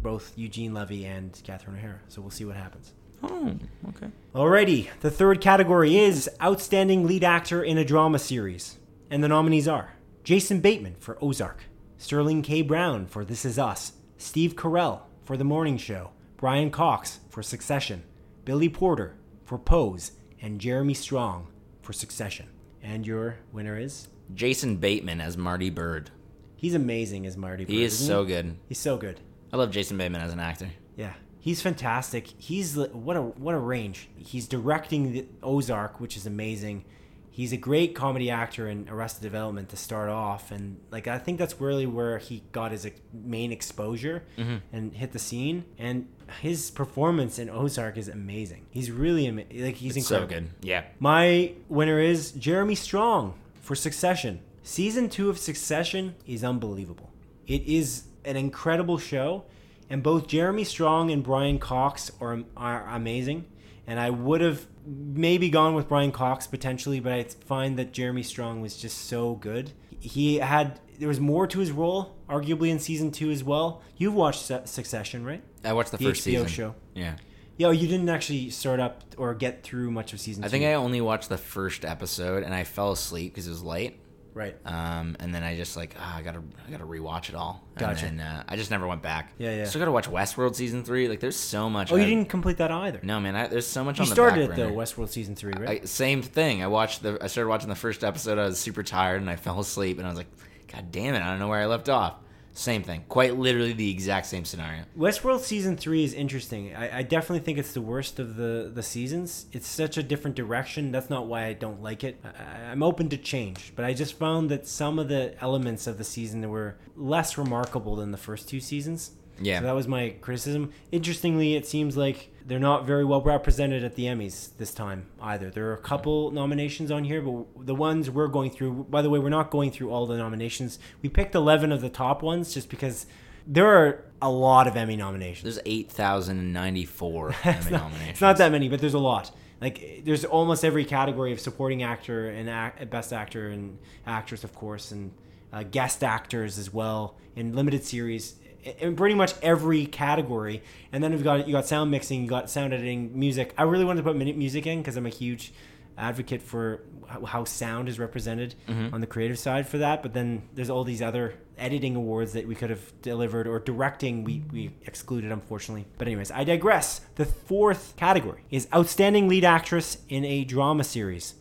[SPEAKER 1] both Eugene Levy and Catherine O'Hara. So we'll see what happens.
[SPEAKER 2] Oh, okay.
[SPEAKER 1] Alrighty, the third category is Outstanding Lead Actor in a Drama Series. And the nominees are Jason Bateman for Ozark, Sterling K. Brown for This Is Us, Steve Carell for The Morning Show, Brian Cox for Succession, Billy Porter for Pose, and Jeremy Strong for Succession. And your winner is?
[SPEAKER 2] Jason Bateman as Marty Bird.
[SPEAKER 1] He's amazing as Marty.
[SPEAKER 2] He
[SPEAKER 1] Bird,
[SPEAKER 2] is
[SPEAKER 1] isn't
[SPEAKER 2] so good.
[SPEAKER 1] He's so good.
[SPEAKER 2] I love Jason Bateman as an actor.
[SPEAKER 1] Yeah, he's fantastic. He's li- what a what a range. He's directing the Ozark, which is amazing. He's a great comedy actor in Arrested Development to start off, and like I think that's really where he got his ex- main exposure
[SPEAKER 2] Mm-hmm.
[SPEAKER 1] and hit the scene. And his performance in Ozark is amazing. He's really ama- like he's
[SPEAKER 2] It's so
[SPEAKER 1] incredible.
[SPEAKER 2] good. Yeah.
[SPEAKER 1] My winner is Jeremy Strong for Succession. Season two of Succession is unbelievable. It is an incredible show, and both Jeremy Strong and Brian Cox are, are amazing. And I would have maybe gone with Brian Cox potentially, but I find that Jeremy Strong was just so good. He had there was more to his role, arguably in season two as well. You've watched Su- Succession, right?
[SPEAKER 2] I watched the,
[SPEAKER 1] The
[SPEAKER 2] first
[SPEAKER 1] HBO
[SPEAKER 2] season.
[SPEAKER 1] show.
[SPEAKER 2] Yeah.
[SPEAKER 1] Yo, you didn't actually start up or get through much of season
[SPEAKER 2] I
[SPEAKER 1] two.
[SPEAKER 2] think I only watched the first episode and I fell asleep because it was late.
[SPEAKER 1] right.
[SPEAKER 2] Um, and then I just like ah, I gotta I gotta rewatch it all.
[SPEAKER 1] Gotcha.
[SPEAKER 2] And then, uh, I just never went back.
[SPEAKER 1] Yeah, yeah.
[SPEAKER 2] Still gotta watch Westworld season three. Like, there's so much.
[SPEAKER 1] Oh, you
[SPEAKER 2] I-
[SPEAKER 1] didn't complete that either.
[SPEAKER 2] No, man. I, there's so much
[SPEAKER 1] you
[SPEAKER 2] on the
[SPEAKER 1] started
[SPEAKER 2] back
[SPEAKER 1] it though,
[SPEAKER 2] burner.
[SPEAKER 1] Westworld season three, right?
[SPEAKER 2] I, same thing. I watched the. I started watching the first episode. I was super tired and I [laughs] fell asleep. And I was like, God damn it! I don't know where I left off. Same thing. Quite literally the exact same scenario.
[SPEAKER 1] Westworld season three is interesting. I, I definitely think it's the worst of the the seasons. It's such a different direction. That's not why I don't like it. I- I, I'm open to change, but I just found that some of the elements of the season were less remarkable than the first two seasons.
[SPEAKER 2] Yeah.
[SPEAKER 1] So that was my criticism. Interestingly, it seems like they're not very well represented at the Emmys this time either. There are a couple nominations on here, but the ones we're going through, by the way, we're not going through all the nominations. We picked 11 of the top ones just because there are a lot of Emmy nominations.
[SPEAKER 2] There's eight thousand and
[SPEAKER 1] [laughs]
[SPEAKER 2] ninety-four Emmy
[SPEAKER 1] It's
[SPEAKER 2] nominations.
[SPEAKER 1] not that many, but there's a lot. Like there's almost every category of supporting actor and ac- best actor and actress, of course, and uh, guest actors as well in limited series, i- in pretty much every category. And then we've got you got sound mixing, you got sound editing, music. I really wanted to put mini- music in because I'm a huge advocate for how- how sound is represented on the creative side for that. But then there's all these other editing awards that we could have delivered or directing we, we excluded, unfortunately. But, anyways, I digress. The fourth category is Outstanding Lead Actress in a Drama Series.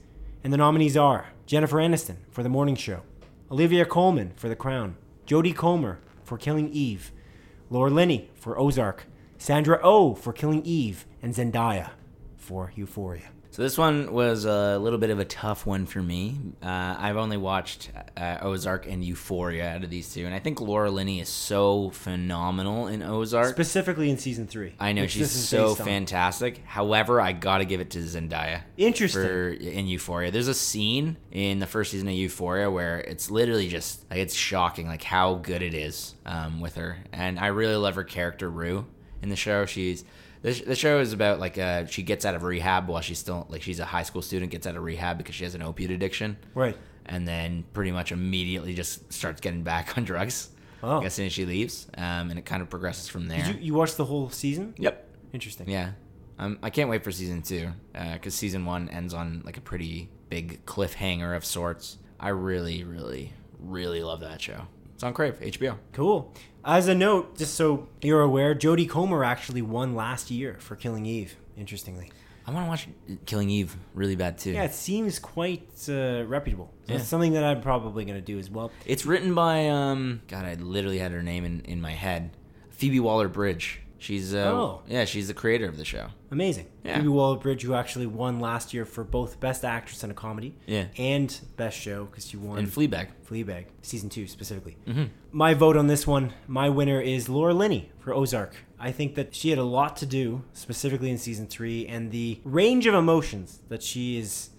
[SPEAKER 1] And the nominees are Jennifer Aniston for The Morning Show, Olivia Colman for The Crown, Jodie Comer for Killing Eve, Laura Linney for Ozark, Sandra O oh for Killing Eve, and Zendaya for Euphoria.
[SPEAKER 2] So this one was a little bit of a tough one for me. Uh, I've only watched uh, Ozark and Euphoria out of these two, and I think Laura Linney is so phenomenal in Ozark.
[SPEAKER 1] Specifically in season three.
[SPEAKER 2] I know
[SPEAKER 1] which
[SPEAKER 2] she's
[SPEAKER 1] this is
[SPEAKER 2] so
[SPEAKER 1] based on.
[SPEAKER 2] fantastic. However, I gotta give it to Zendaya.
[SPEAKER 1] Interesting.
[SPEAKER 2] For, in Euphoria, there's a scene in the first season of Euphoria where it's literally just like it's shocking, like how good it is um, with her. And I really love her character Rue in the show. She's the, sh- the show is about like uh, she gets out of rehab while she's still like she's a high school student gets out of rehab because she has an opiate addiction
[SPEAKER 1] Right.
[SPEAKER 2] and then pretty much immediately just starts getting back [laughs] on drugs
[SPEAKER 1] Wow.
[SPEAKER 2] like, as soon as she leaves um, and it kind of progresses from there
[SPEAKER 1] Oh. Did you, you watched the whole season?
[SPEAKER 2] yep
[SPEAKER 1] Interesting.
[SPEAKER 2] yeah, um, I can't wait for season two because season one ends on like a pretty big cliffhanger of sorts. I really, really, really love that show. It's on Crave HBO.
[SPEAKER 1] Cool. As a note, just so you're aware, Jodie Comer actually won last year for Killing Eve, interestingly.
[SPEAKER 2] I want to watch Killing Eve really bad too.
[SPEAKER 1] Yeah, it seems quite uh, reputable. So
[SPEAKER 2] Yeah.
[SPEAKER 1] It's something that I'm probably going to do as well.
[SPEAKER 2] It's written by um. God, I literally had her name in, in my head. Phoebe Waller Bridge. She's uh,
[SPEAKER 1] Oh.
[SPEAKER 2] yeah, she's the creator of the show.
[SPEAKER 1] Amazing.
[SPEAKER 2] Yeah.
[SPEAKER 1] Phoebe Waller-Bridge, who actually won last year for both Best Actress in a Comedy
[SPEAKER 2] Yeah.
[SPEAKER 1] and Best Show, because she won
[SPEAKER 2] And Fleabag.
[SPEAKER 1] Fleabag, season two specifically.
[SPEAKER 2] Mm-hmm.
[SPEAKER 1] My vote on this one, my winner is Laura Linney for Ozark. I think that she had a lot to do, specifically in season three, and the range of emotions that she is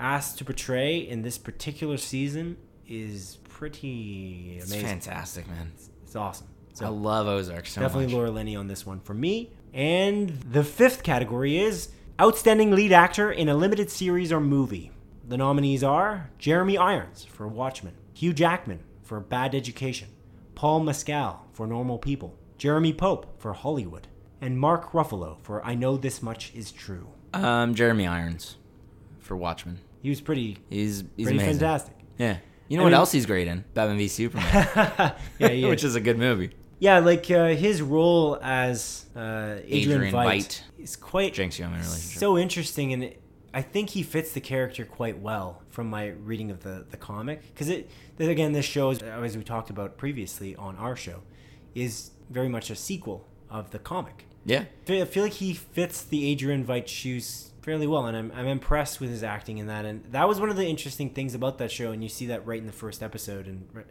[SPEAKER 1] asked to portray in this particular season is pretty
[SPEAKER 2] It's
[SPEAKER 1] amazing. It's,
[SPEAKER 2] fantastic, man.
[SPEAKER 1] awesome.
[SPEAKER 2] I
[SPEAKER 1] So
[SPEAKER 2] love Ozark so
[SPEAKER 1] definitely
[SPEAKER 2] much.
[SPEAKER 1] Laura Linney on this one for me. And the fifth category is Outstanding Lead Actor in a Limited Series or Movie. The nominees are Jeremy Irons for Watchmen, Hugh Jackman for Bad Education, Paul Mescal for Normal People, Jeremy Pope for Hollywood, and Mark Ruffalo for I Know This Much Is True.
[SPEAKER 2] Um, Jeremy Irons for Watchmen.
[SPEAKER 1] He was pretty,
[SPEAKER 2] He's he's
[SPEAKER 1] pretty
[SPEAKER 2] amazing.
[SPEAKER 1] fantastic.
[SPEAKER 2] Yeah. You know
[SPEAKER 1] I
[SPEAKER 2] what
[SPEAKER 1] mean-
[SPEAKER 2] else he's great in? Batman v Superman,
[SPEAKER 1] [laughs] Yeah,
[SPEAKER 2] [laughs]
[SPEAKER 1] yeah.
[SPEAKER 2] which is a good movie.
[SPEAKER 1] Yeah, like uh, his role as uh, Adrian,
[SPEAKER 2] Adrian
[SPEAKER 1] Veidt
[SPEAKER 2] Veidt.
[SPEAKER 1] is quite
[SPEAKER 2] Jinx you, I'm in a relationship.
[SPEAKER 1] so interesting, and I think he fits the character quite well from my reading of the the comic. Because it then again, this show, is, as we talked about previously on our show, is very much a sequel of the comic.
[SPEAKER 2] yeah.
[SPEAKER 1] I feel- I feel like he fits the Adrian Veidt shoes fairly well, and I'm, I'm impressed with his acting in that. And that was one of the interesting things about that show, and you see that right in the first episode, and right-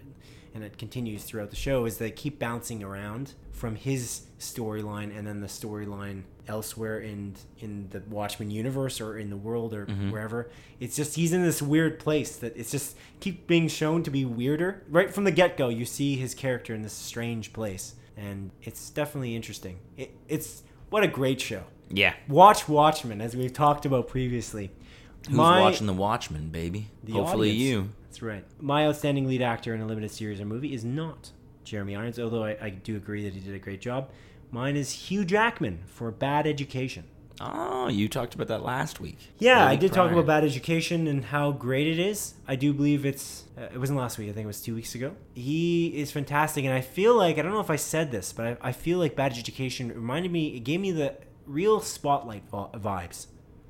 [SPEAKER 1] and it continues throughout the show, is they keep bouncing around from his storyline and then the storyline elsewhere in in the Watchmen universe or in the world or wherever. It's just he's in this weird place that it's just keep being shown to be weirder. Right from the get go, you see his character in this strange place. And it's definitely interesting. It, it's what a great show.
[SPEAKER 2] Yeah.
[SPEAKER 1] Watch Watchmen, as we've talked about previously.
[SPEAKER 2] Who's watching The Watchmen, baby?
[SPEAKER 1] the
[SPEAKER 2] Hopefully
[SPEAKER 1] audience-
[SPEAKER 2] you.
[SPEAKER 1] That's right. My outstanding lead actor in a limited series or movie is not Jeremy Irons, although I, I do agree that he did a great job. Mine is Hugh Jackman for Bad Education.
[SPEAKER 2] Oh, you talked about that last week.
[SPEAKER 1] Yeah,
[SPEAKER 2] The
[SPEAKER 1] I
[SPEAKER 2] week
[SPEAKER 1] did talk
[SPEAKER 2] prior.
[SPEAKER 1] about Bad Education and how great it is. I do believe it's, uh, it wasn't last week, I think it was two weeks ago. He is fantastic, and I feel like, I don't know if I said this, but I, I feel like Bad Education reminded me, it gave me the real spotlight vi- vibes.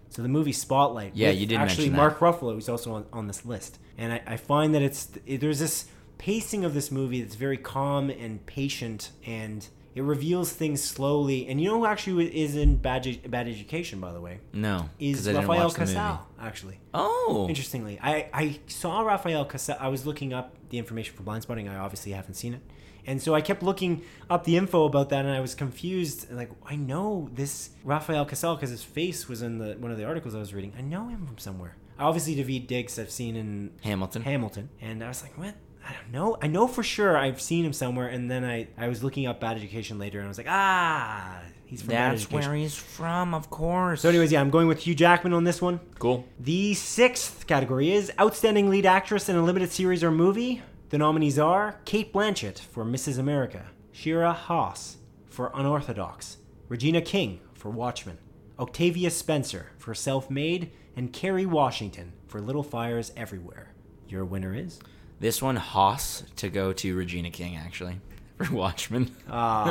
[SPEAKER 1] So the movie Spotlight.
[SPEAKER 2] Yeah,
[SPEAKER 1] with
[SPEAKER 2] you did
[SPEAKER 1] Actually,
[SPEAKER 2] mention
[SPEAKER 1] Mark
[SPEAKER 2] that.
[SPEAKER 1] Ruffalo, who's also on, on this list. And I, I find that it's, it, there's this pacing of this movie that's very calm and patient and. It reveals things slowly, and you know who actually is in Bad, Edu- bad Education, by the way,
[SPEAKER 2] No,
[SPEAKER 1] is
[SPEAKER 2] because I didn't
[SPEAKER 1] Rafael
[SPEAKER 2] watch the movie.
[SPEAKER 1] Casal, actually.
[SPEAKER 2] Oh,
[SPEAKER 1] Interestingly, I, I saw Rafael Casal. I was looking up the information for blind spotting. I obviously haven't seen it. And so I kept looking up the info about that, and I was confused. and Like, I know this Rafael Casal because his face was in the one of the articles I was reading. I know him from somewhere. Obviously, David Diggs I've seen in
[SPEAKER 2] Hamilton.
[SPEAKER 1] Hamilton. And I was like, what? I don't know. I know for sure I've seen him somewhere. And then I, I was looking up Bad Education later, and I was like, ah, he's from Bad
[SPEAKER 2] That's
[SPEAKER 1] Education.
[SPEAKER 2] where he's from, of course.
[SPEAKER 1] so, anyways, yeah, I'm going with Hugh Jackman on this one.
[SPEAKER 2] cool.
[SPEAKER 1] The sixth category is Outstanding Lead Actress in a Limited Series or Movie. The nominees are Kate Blanchett for Mrs. America, Shira Haas for Unorthodox, Regina King for Watchmen, Octavia Spencer for Self Made, and Kerry Washington for Little Fires Everywhere. Your winner is?
[SPEAKER 2] This one, Haas, to go to Regina King, actually, [laughs] for Watchmen.
[SPEAKER 1] Ah.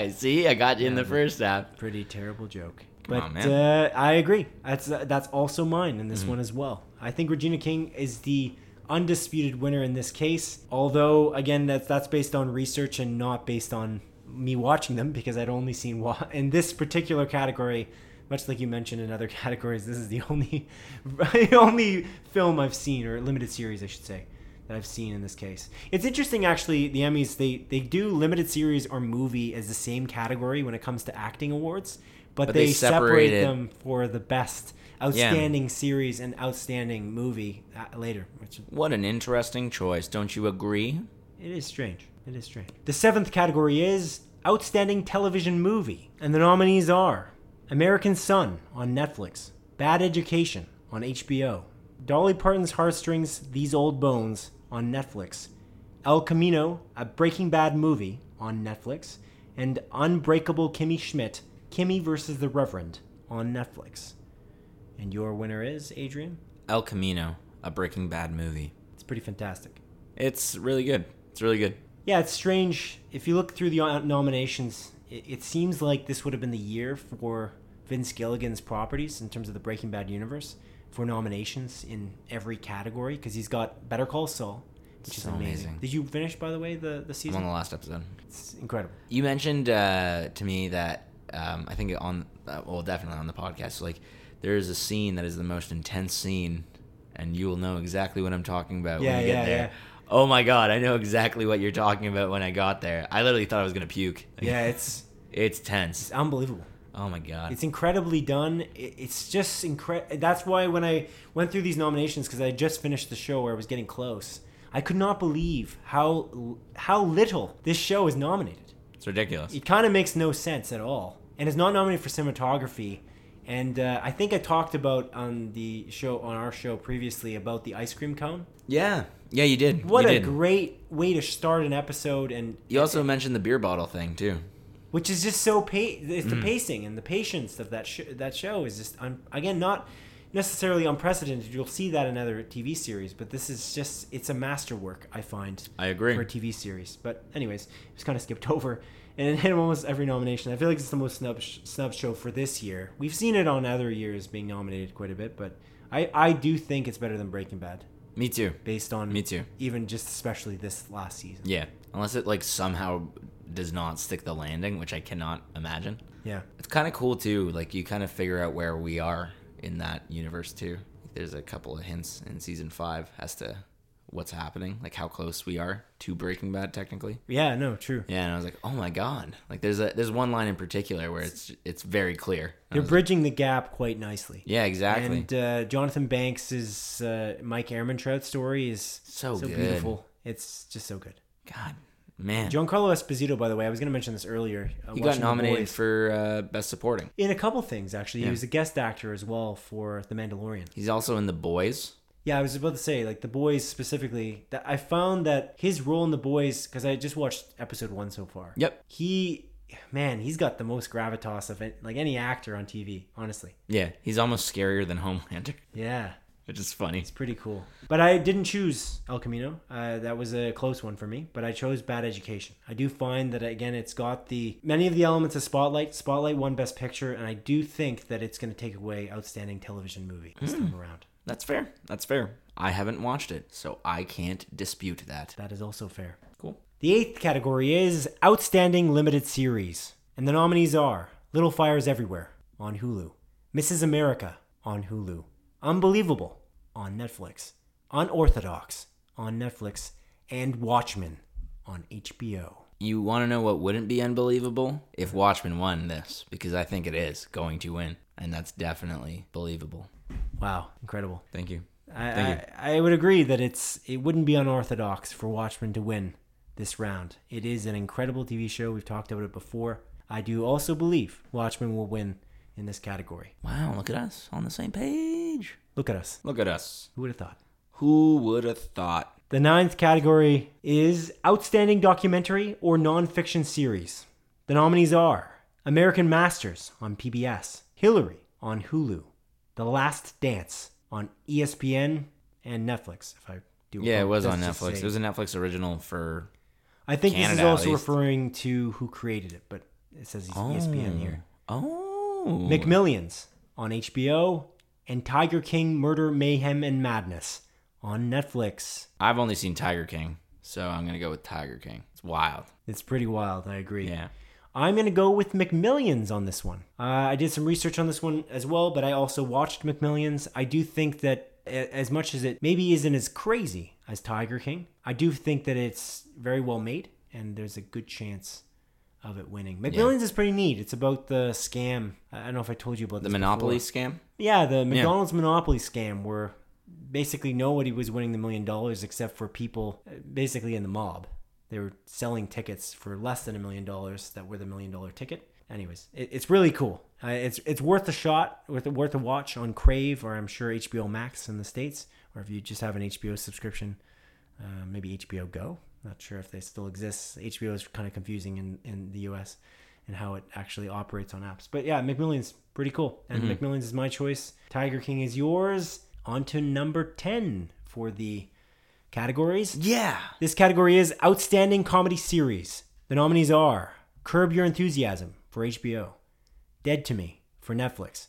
[SPEAKER 2] [laughs] Ah, see, I got you in the first half.
[SPEAKER 1] Pretty terrible joke.
[SPEAKER 2] Come
[SPEAKER 1] But
[SPEAKER 2] on, man.
[SPEAKER 1] Uh, I agree. That's uh, that's also mine in this one as well. I think Regina King is the undisputed winner in this case. Although again, that's that's based on research and not based on me watching them because I'd only seen wa- [laughs] in this particular category. Much like you mentioned in other [laughs] categories, this is the only [laughs] the only film I've seen or limited series, I should say, that I've seen in this case. It's interesting, actually. The Emmys they they do limited series or movie as the same category when it comes to acting awards, but,
[SPEAKER 2] But
[SPEAKER 1] they,
[SPEAKER 2] they
[SPEAKER 1] separate
[SPEAKER 2] separated-
[SPEAKER 1] them for the best outstanding series and outstanding movie uh, later, which
[SPEAKER 2] What an interesting choice, don't you agree?
[SPEAKER 1] it is strange. It is strange. The seventh category is Outstanding Television Movie. And the nominees are American Son on Netflix, Bad Education on HBO, Dolly Parton's Heartstrings, These Old Bones on Netflix, El Camino, a Breaking Bad movie on Netflix, and Unbreakable Kimmy Schmidt, Kimmy versus the Reverend on Netflix. And your winner is, Adrian?
[SPEAKER 2] El Camino, a Breaking Bad movie.
[SPEAKER 1] It's pretty fantastic.
[SPEAKER 2] It's really good. It's really good.
[SPEAKER 1] Yeah, it's strange. If you look through the o- nominations, it, it seems like this would have been the year for Vince Gilligan's properties in terms of the Breaking Bad universe for nominations in every category because he's got Better Call Saul, which is
[SPEAKER 2] So
[SPEAKER 1] amazing.
[SPEAKER 2] amazing.
[SPEAKER 1] Did you finish, by the way, the, the
[SPEAKER 2] I'm
[SPEAKER 1] season?
[SPEAKER 2] on the last episode.
[SPEAKER 1] It's incredible.
[SPEAKER 2] You mentioned uh, to me that um, I think on uh, well, definitely on the podcast. Like, there is a scene that is the most intense scene, and you will know exactly what I'm talking about
[SPEAKER 1] Yeah,
[SPEAKER 2] when you
[SPEAKER 1] yeah,
[SPEAKER 2] get there.
[SPEAKER 1] yeah.
[SPEAKER 2] Oh my god, I know exactly what you're talking about when I got there. I literally thought I was gonna puke.
[SPEAKER 1] Yeah, it's
[SPEAKER 2] [laughs] it's tense.
[SPEAKER 1] it's unbelievable.
[SPEAKER 2] Oh my god.
[SPEAKER 1] It's incredibly done. It, it's just incredible. That's why when I went through these nominations, because I had just finished the show where I was getting close, I could not believe how l- how little this show is nominated.
[SPEAKER 2] It's ridiculous.
[SPEAKER 1] It kind of makes no sense at all, and it's not nominated for cinematography. And uh, I think I talked about on the show on our show previously about the ice cream cone.
[SPEAKER 2] Yeah, yeah, you did.
[SPEAKER 1] What
[SPEAKER 2] you
[SPEAKER 1] a
[SPEAKER 2] did.
[SPEAKER 1] great way to start an episode, and
[SPEAKER 2] You also mentioned the beer bottle thing too.
[SPEAKER 1] which is just so pa- it's the pacing and the patience of that sh- that show is just un- again not necessarily unprecedented. You'll see that in other TV series, but this is just it's a masterwork. I find
[SPEAKER 2] I agree.
[SPEAKER 1] for a TV series. But anyways, it was kind of skipped [laughs] over. And it hit almost every nomination. I feel like it's the most snub snub show for this year. We've seen it on other years being nominated quite a bit, but I, I do think it's better than Breaking Bad
[SPEAKER 2] Me too.
[SPEAKER 1] based on
[SPEAKER 2] Me too.
[SPEAKER 1] even just especially this last season.
[SPEAKER 2] Yeah, unless it like somehow does not stick the landing, which I cannot imagine.
[SPEAKER 1] Yeah.
[SPEAKER 2] It's kind of cool too. Like you kind of figure out where we are in that universe too. There's a couple of hints in season five as to what's happening, like how close we are to Breaking Bad technically.
[SPEAKER 1] Yeah, no, true.
[SPEAKER 2] Yeah, and I was like, oh my god! Like there's a there's one line in particular where it's it's very clear. And I
[SPEAKER 1] They're
[SPEAKER 2] was like,
[SPEAKER 1] bridging the gap quite nicely.
[SPEAKER 2] yeah, exactly.
[SPEAKER 1] And uh, Jonathan Banks' uh, Mike Ehrmantraut story is
[SPEAKER 2] So good.
[SPEAKER 1] beautiful. It's just so good.
[SPEAKER 2] god, man,
[SPEAKER 1] Giancarlo Esposito, by the way, I was going to mention this earlier. Uh,
[SPEAKER 2] he
[SPEAKER 1] watching
[SPEAKER 2] got
[SPEAKER 1] The
[SPEAKER 2] nominated
[SPEAKER 1] Boys.
[SPEAKER 2] for uh, best supporting.
[SPEAKER 1] in a couple things actually. He was a guest actor as well for The Mandalorian.
[SPEAKER 2] He's also in The Boys.
[SPEAKER 1] Yeah, I was about to say, like the boys specifically, that I found that his role in the boys, because I just watched episode one so far.
[SPEAKER 2] Yep.
[SPEAKER 1] He, man, he's got the most gravitas of it, like any actor on TV, honestly.
[SPEAKER 2] Yeah, he's almost scarier than Homelander, [laughs]
[SPEAKER 1] Yeah,
[SPEAKER 2] which is funny.
[SPEAKER 1] it's pretty cool. But I didn't choose El Camino. Uh, that was a close one for me. But I chose Bad Education. I do find that again, it's got the many of the elements of Spotlight. Spotlight won Best Picture, and I do think that it's going to take away Outstanding Television Movie this time around.
[SPEAKER 2] That's fair. That's fair. I haven't watched it, so I can't dispute that.
[SPEAKER 1] That is also fair.
[SPEAKER 2] Cool.
[SPEAKER 1] The eighth category is Outstanding Limited Series. And the nominees are Little Fires Everywhere on Hulu, Mrs. America on Hulu, Unbelievable on Netflix, Unorthodox on Netflix, and Watchmen on HBO.
[SPEAKER 2] You want to know what wouldn't be unbelievable? If Watchmen won this, because I think it is going to win, and that's definitely believable.
[SPEAKER 1] Wow, incredible.
[SPEAKER 2] Thank you.
[SPEAKER 1] I,
[SPEAKER 2] Thank
[SPEAKER 1] I, I would agree that it's it wouldn't be unorthodox for Watchmen to win this round. It is an incredible TV show. We've talked about it before. I do also believe Watchmen will win in this category.
[SPEAKER 2] Wow, look at us on the same page.
[SPEAKER 1] Look at us.
[SPEAKER 2] Look at us.
[SPEAKER 1] Who would have thought?
[SPEAKER 2] Who would have thought?
[SPEAKER 1] The ninth category is Outstanding Documentary or Nonfiction Series. The nominees are American Masters on PBS, Hillary on Hulu, The Last Dance on E ESPN, and Netflix, if I do
[SPEAKER 2] Yeah, it was
[SPEAKER 1] Let's
[SPEAKER 2] on
[SPEAKER 1] just
[SPEAKER 2] Netflix.
[SPEAKER 1] say-
[SPEAKER 2] It was a Netflix original for.
[SPEAKER 1] I think this is
[SPEAKER 2] Canada, at
[SPEAKER 1] also
[SPEAKER 2] least.
[SPEAKER 1] referring to who created it, but it says E he's ESPN here.
[SPEAKER 2] Oh.
[SPEAKER 1] McMillions on HBO, and Tiger King Murder, Mayhem, and Madness on Netflix.
[SPEAKER 2] I've only seen Tiger King, so I'm going to go with Tiger King. It's wild.
[SPEAKER 1] It's pretty wild, I agree.
[SPEAKER 2] Yeah.
[SPEAKER 1] I'm going to go with McMillions on this one. Uh, I did some research on this one as well, but I also watched McMillions. I do think that a- as much as it maybe isn't as crazy as Tiger King, I do think that it's very well made and there's a good chance of it winning. McMillions is pretty neat. It's about the scam. I I don't know if I told you about
[SPEAKER 2] The
[SPEAKER 1] this
[SPEAKER 2] Monopoly
[SPEAKER 1] before.
[SPEAKER 2] scam?
[SPEAKER 1] Yeah, the McDonald's Monopoly scam where basically nobody was winning the million dollars except for people uh, basically in the mob. They were selling tickets for less than a million dollars that were the million dollar ticket. Anyways, it, it's really cool. Uh, it's it's worth a shot, worth a, worth a watch on Crave or I'm sure HBO Max in the states, or if you just have an HBO subscription, uh, maybe HBO Go. Not sure if they still exist. HBO is kind of confusing in, in the US and how it actually operates on apps. But yeah, McMillian's pretty cool. And McMillian's is my choice. Tiger King is yours. On to number 10 for the categories.
[SPEAKER 2] Yeah.
[SPEAKER 1] This category is Outstanding Comedy Series. The nominees are Curb Your Enthusiasm for HBO, Dead to Me for Netflix,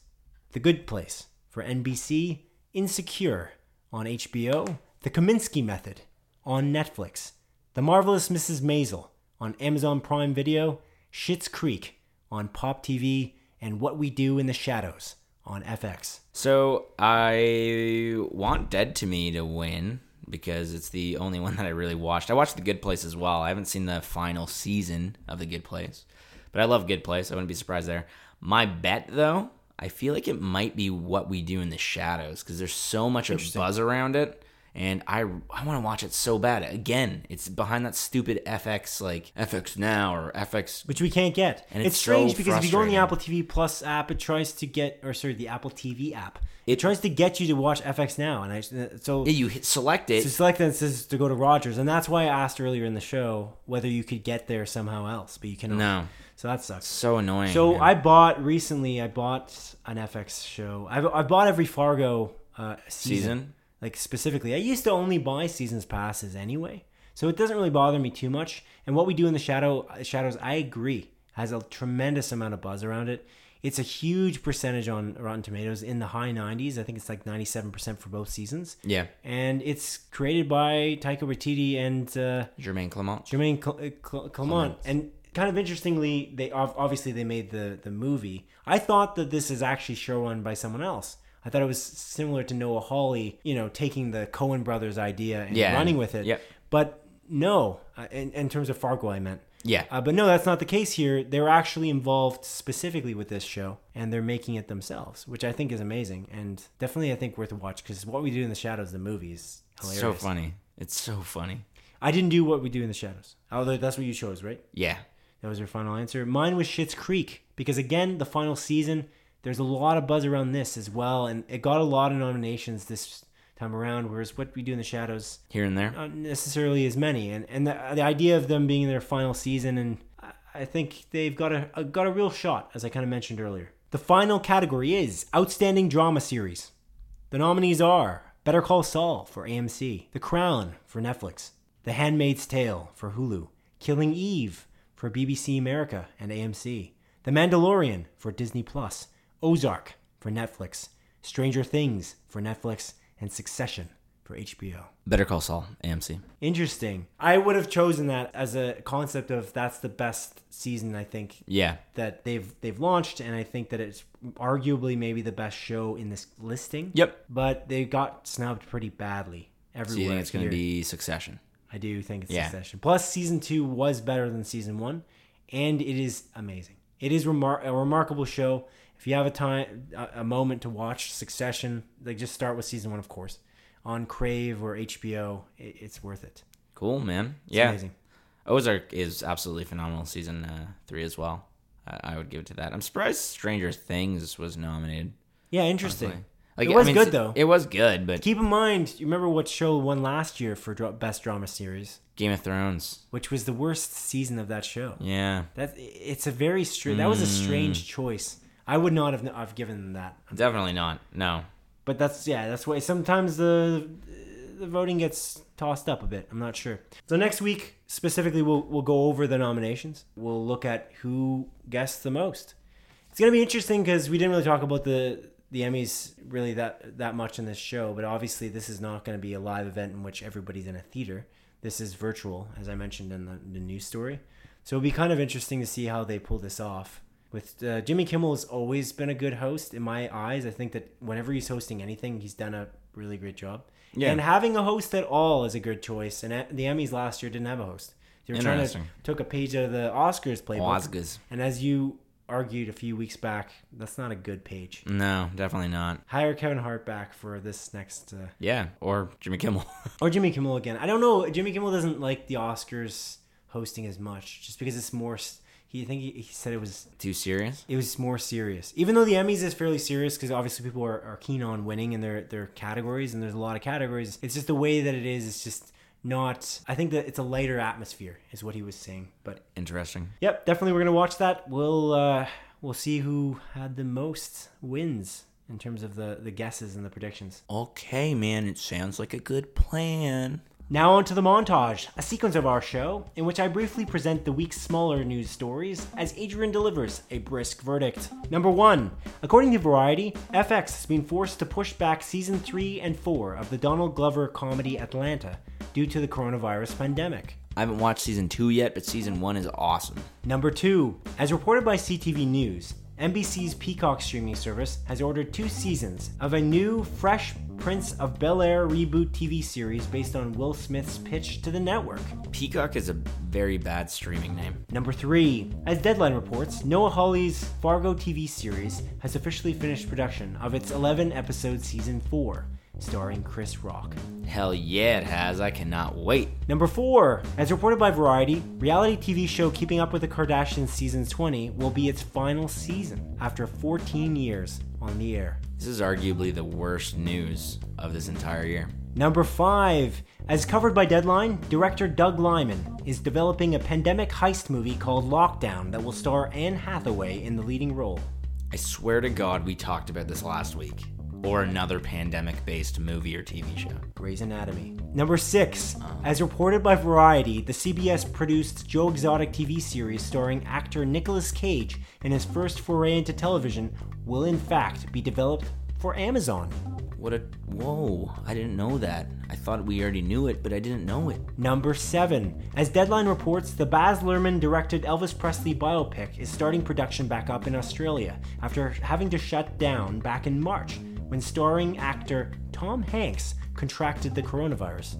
[SPEAKER 1] The Good Place for NBC, Insecure on HBO, The Kaminsky Method on Netflix, The Marvelous Mrs. Maisel on Amazon Prime Video, Schitt's Creek on Pop TV, and What We Do in the Shadows on FX.
[SPEAKER 2] So I want Dead to Me to win because it's the only one that I really watched. I watched The Good Place as well. I haven't seen the final season of The Good Place, but I love Good Place. I wouldn't be surprised there. My bet though, I feel like it might be what we do in the shadows because there's so much of buzz around it. And I, I want to watch it so bad. Again, it's behind that stupid FX like FX now or FX
[SPEAKER 1] which we can't get.
[SPEAKER 2] And
[SPEAKER 1] it's,
[SPEAKER 2] it's so
[SPEAKER 1] strange because if you go on the
[SPEAKER 2] frustrating.
[SPEAKER 1] Apple TV Plus app, it tries to get, or sorry, the Apple TV app, it,
[SPEAKER 2] It-
[SPEAKER 1] tries to get you to watch FX now, and I so.
[SPEAKER 2] Yeah, you hit select
[SPEAKER 1] to
[SPEAKER 2] it.
[SPEAKER 1] select that it says to go to Rogers, and that's why I asked earlier in the show whether you could get there somehow else, but you cannot.
[SPEAKER 2] No.
[SPEAKER 1] So that sucks.
[SPEAKER 2] So annoying.
[SPEAKER 1] So
[SPEAKER 2] man.
[SPEAKER 1] I bought recently. I bought an FX show. I've I bought every Fargo uh, season.
[SPEAKER 2] season.
[SPEAKER 1] like specifically i used to only buy seasons passes anyway so it doesn't really bother me too much and what we do in the shadow shadows i agree has a tremendous amount of buzz around it it's a huge percentage on rotten tomatoes in the high 90s i think it's like 97% for both seasons
[SPEAKER 2] Yeah.
[SPEAKER 1] and it's created by taika waititi and uh,
[SPEAKER 2] Jermaine Clement.
[SPEAKER 1] Jermaine Cl- uh, Cl- Clement. And kind of interestingly, they ob- obviously they made the the movie. I thought that this is actually showrun by someone else. I thought it was similar to Noah Hawley, you know, taking the Cohen brothers idea and
[SPEAKER 2] Yeah,
[SPEAKER 1] running
[SPEAKER 2] and-
[SPEAKER 1] with it.
[SPEAKER 2] yep.
[SPEAKER 1] But no, uh, in, in terms of Fargo, I meant.
[SPEAKER 2] Yeah.
[SPEAKER 1] Uh, but no, that's not the case here. They're actually involved specifically with this show, and they're making it themselves, which I think is amazing and definitely I think worth a watch because what we do in the shadows, the movie is hilarious.
[SPEAKER 2] so funny. It's so funny.
[SPEAKER 1] I didn't do what we do in the shadows. Although that's what you chose, right?
[SPEAKER 2] Yeah.
[SPEAKER 1] That was your final answer. Mine was Shit's Creek because again, the final season, there's a lot of buzz around this as well, and it got a lot of nominations this time around. Whereas what we do in the shadows,
[SPEAKER 2] Here and there.
[SPEAKER 1] not necessarily as many. And and the, the idea of them being in their final season, and I- I think they've got a, a got a real shot, as I kind of mentioned earlier. The final category is outstanding drama series. The nominees are Better Call Saul for AMC, The Crown for Netflix, The Handmaid's Tale for Hulu, Killing Eve for BBC America and AMC, The Mandalorian for Disney Plus, Ozark for Netflix, Stranger Things for Netflix, and Succession for HBO.
[SPEAKER 2] Better Call Saul. AMC.
[SPEAKER 1] Interesting. I would have chosen that as a concept of that's the best season I think
[SPEAKER 2] Yeah.
[SPEAKER 1] that they've they've launched, and I think that it's arguably maybe the best show in this listing.
[SPEAKER 2] Yep.
[SPEAKER 1] But they got snubbed pretty badly
[SPEAKER 2] Do you
[SPEAKER 1] everywhere.
[SPEAKER 2] think it's going to
[SPEAKER 1] here.
[SPEAKER 2] be Succession?
[SPEAKER 1] I do think it's
[SPEAKER 2] Yeah.
[SPEAKER 1] Succession. Plus, season two was better than season one, and it is amazing. It is remar- a remarkable show. If you have a time, a, a moment to watch Succession, like just start with season one, of course, on Crave or HBO. It, it's worth it.
[SPEAKER 2] Cool, man.
[SPEAKER 1] It's
[SPEAKER 2] yeah.
[SPEAKER 1] amazing.
[SPEAKER 2] Ozark is absolutely phenomenal. Season uh, three as well. I I would give it to that. I'm surprised Stranger Things was nominated.
[SPEAKER 1] Yeah, interesting.
[SPEAKER 2] Like,
[SPEAKER 1] It was good,
[SPEAKER 2] s-
[SPEAKER 1] though.
[SPEAKER 2] It was good, but
[SPEAKER 1] Keep in mind, you remember what show won last year for dra- best drama series,
[SPEAKER 2] Game of Thrones.
[SPEAKER 1] which was the worst season of that show.
[SPEAKER 2] Yeah,
[SPEAKER 1] That it's a very strange. That was a strange choice. I would not have I've given them that.
[SPEAKER 2] definitely not. No.
[SPEAKER 1] But that's yeah, that's why sometimes the the voting gets tossed up a bit. I'm not sure. So next week specifically, we'll we'll go over the nominations. We'll look at who guessed the most. It's gonna be interesting because we didn't really talk about the the Emmys really that that much in this show, but obviously this is not gonna be a live event in which everybody's in a theater. This is virtual, as I mentioned in the, the news story. So it'll be kind of interesting to see how they pull this off. With uh, Jimmy Kimmel has always been a good host in my eyes. I think that whenever he's hosting anything, he's done a really great job.
[SPEAKER 2] Yeah.
[SPEAKER 1] And having a host at all is a good choice. And at- the Emmys last year didn't have a host. They were trying to
[SPEAKER 2] Interesting.
[SPEAKER 1] took a page out of the Oscars playbook.
[SPEAKER 2] Oscars.
[SPEAKER 1] And as you argued a few weeks back, that's not a good page.
[SPEAKER 2] No, definitely not.
[SPEAKER 1] Hire Kevin Hart back for this next, uh,
[SPEAKER 2] Yeah, or Jimmy Kimmel. [laughs]
[SPEAKER 1] or Jimmy Kimmel again. I don't know. Jimmy Kimmel doesn't like the Oscars hosting as much, just because it's more. s- He I think he, he said it was
[SPEAKER 2] Too serious?
[SPEAKER 1] it was more serious, even though the Emmys is fairly serious because obviously people are, are keen on winning in their their categories, and there's a lot of categories. It's just the way that it is. It's just not. I think that it's a lighter atmosphere, is what he was saying. But
[SPEAKER 2] Interesting.
[SPEAKER 1] Yep, definitely. We're gonna watch that. We'll uh, we'll see who had the most wins in terms of the the guesses and the predictions.
[SPEAKER 2] Okay, man, it sounds like a good plan.
[SPEAKER 1] Now on to the montage, a sequence of our show in which I briefly present the week's smaller news stories as Adrian delivers a brisk verdict. Number one, according to Variety, FX has been forced to push back season three and four of the Donald Glover comedy Atlanta due to the coronavirus pandemic.
[SPEAKER 2] I haven't watched season two yet, but season one is awesome.
[SPEAKER 1] Number two, as reported by CTV News, NBC's Peacock streaming service has ordered two seasons of a new, fresh Prince of Bel Air reboot TV series based on Will Smith's pitch to the network.
[SPEAKER 2] Peacock is a very bad streaming name.
[SPEAKER 1] Number three, as Deadline reports, Noah Hawley's Fargo TV series has officially finished production of its 11 episode season four, starring Chris Rock.
[SPEAKER 2] Hell yeah, it has. I cannot wait.
[SPEAKER 1] Number four, as reported by Variety, reality TV show Keeping Up with the Kardashians season 20 will be its final season after 14 years on the air.
[SPEAKER 2] This is arguably the worst news of this entire year.
[SPEAKER 1] Number five, as covered by Deadline, director Doug Lyman is developing a pandemic heist movie called Lockdown that will star Anne Hathaway in the leading role.
[SPEAKER 2] I swear to God, we talked about this last week. Or another pandemic based movie or TV show.
[SPEAKER 1] Grey's Anatomy. Number six, as reported by Variety, the CBS produced Joe Exotic TV series starring actor Nicolas Cage and his first foray into television will in fact be developed for Amazon.
[SPEAKER 2] What a. Whoa, I didn't know that. I thought we already knew it, but I didn't know it.
[SPEAKER 1] Number 7. As Deadline reports, the Baz Luhrmann directed Elvis Presley biopic is starting production back up in Australia after having to shut down back in March when starring actor Tom Hanks contracted the coronavirus.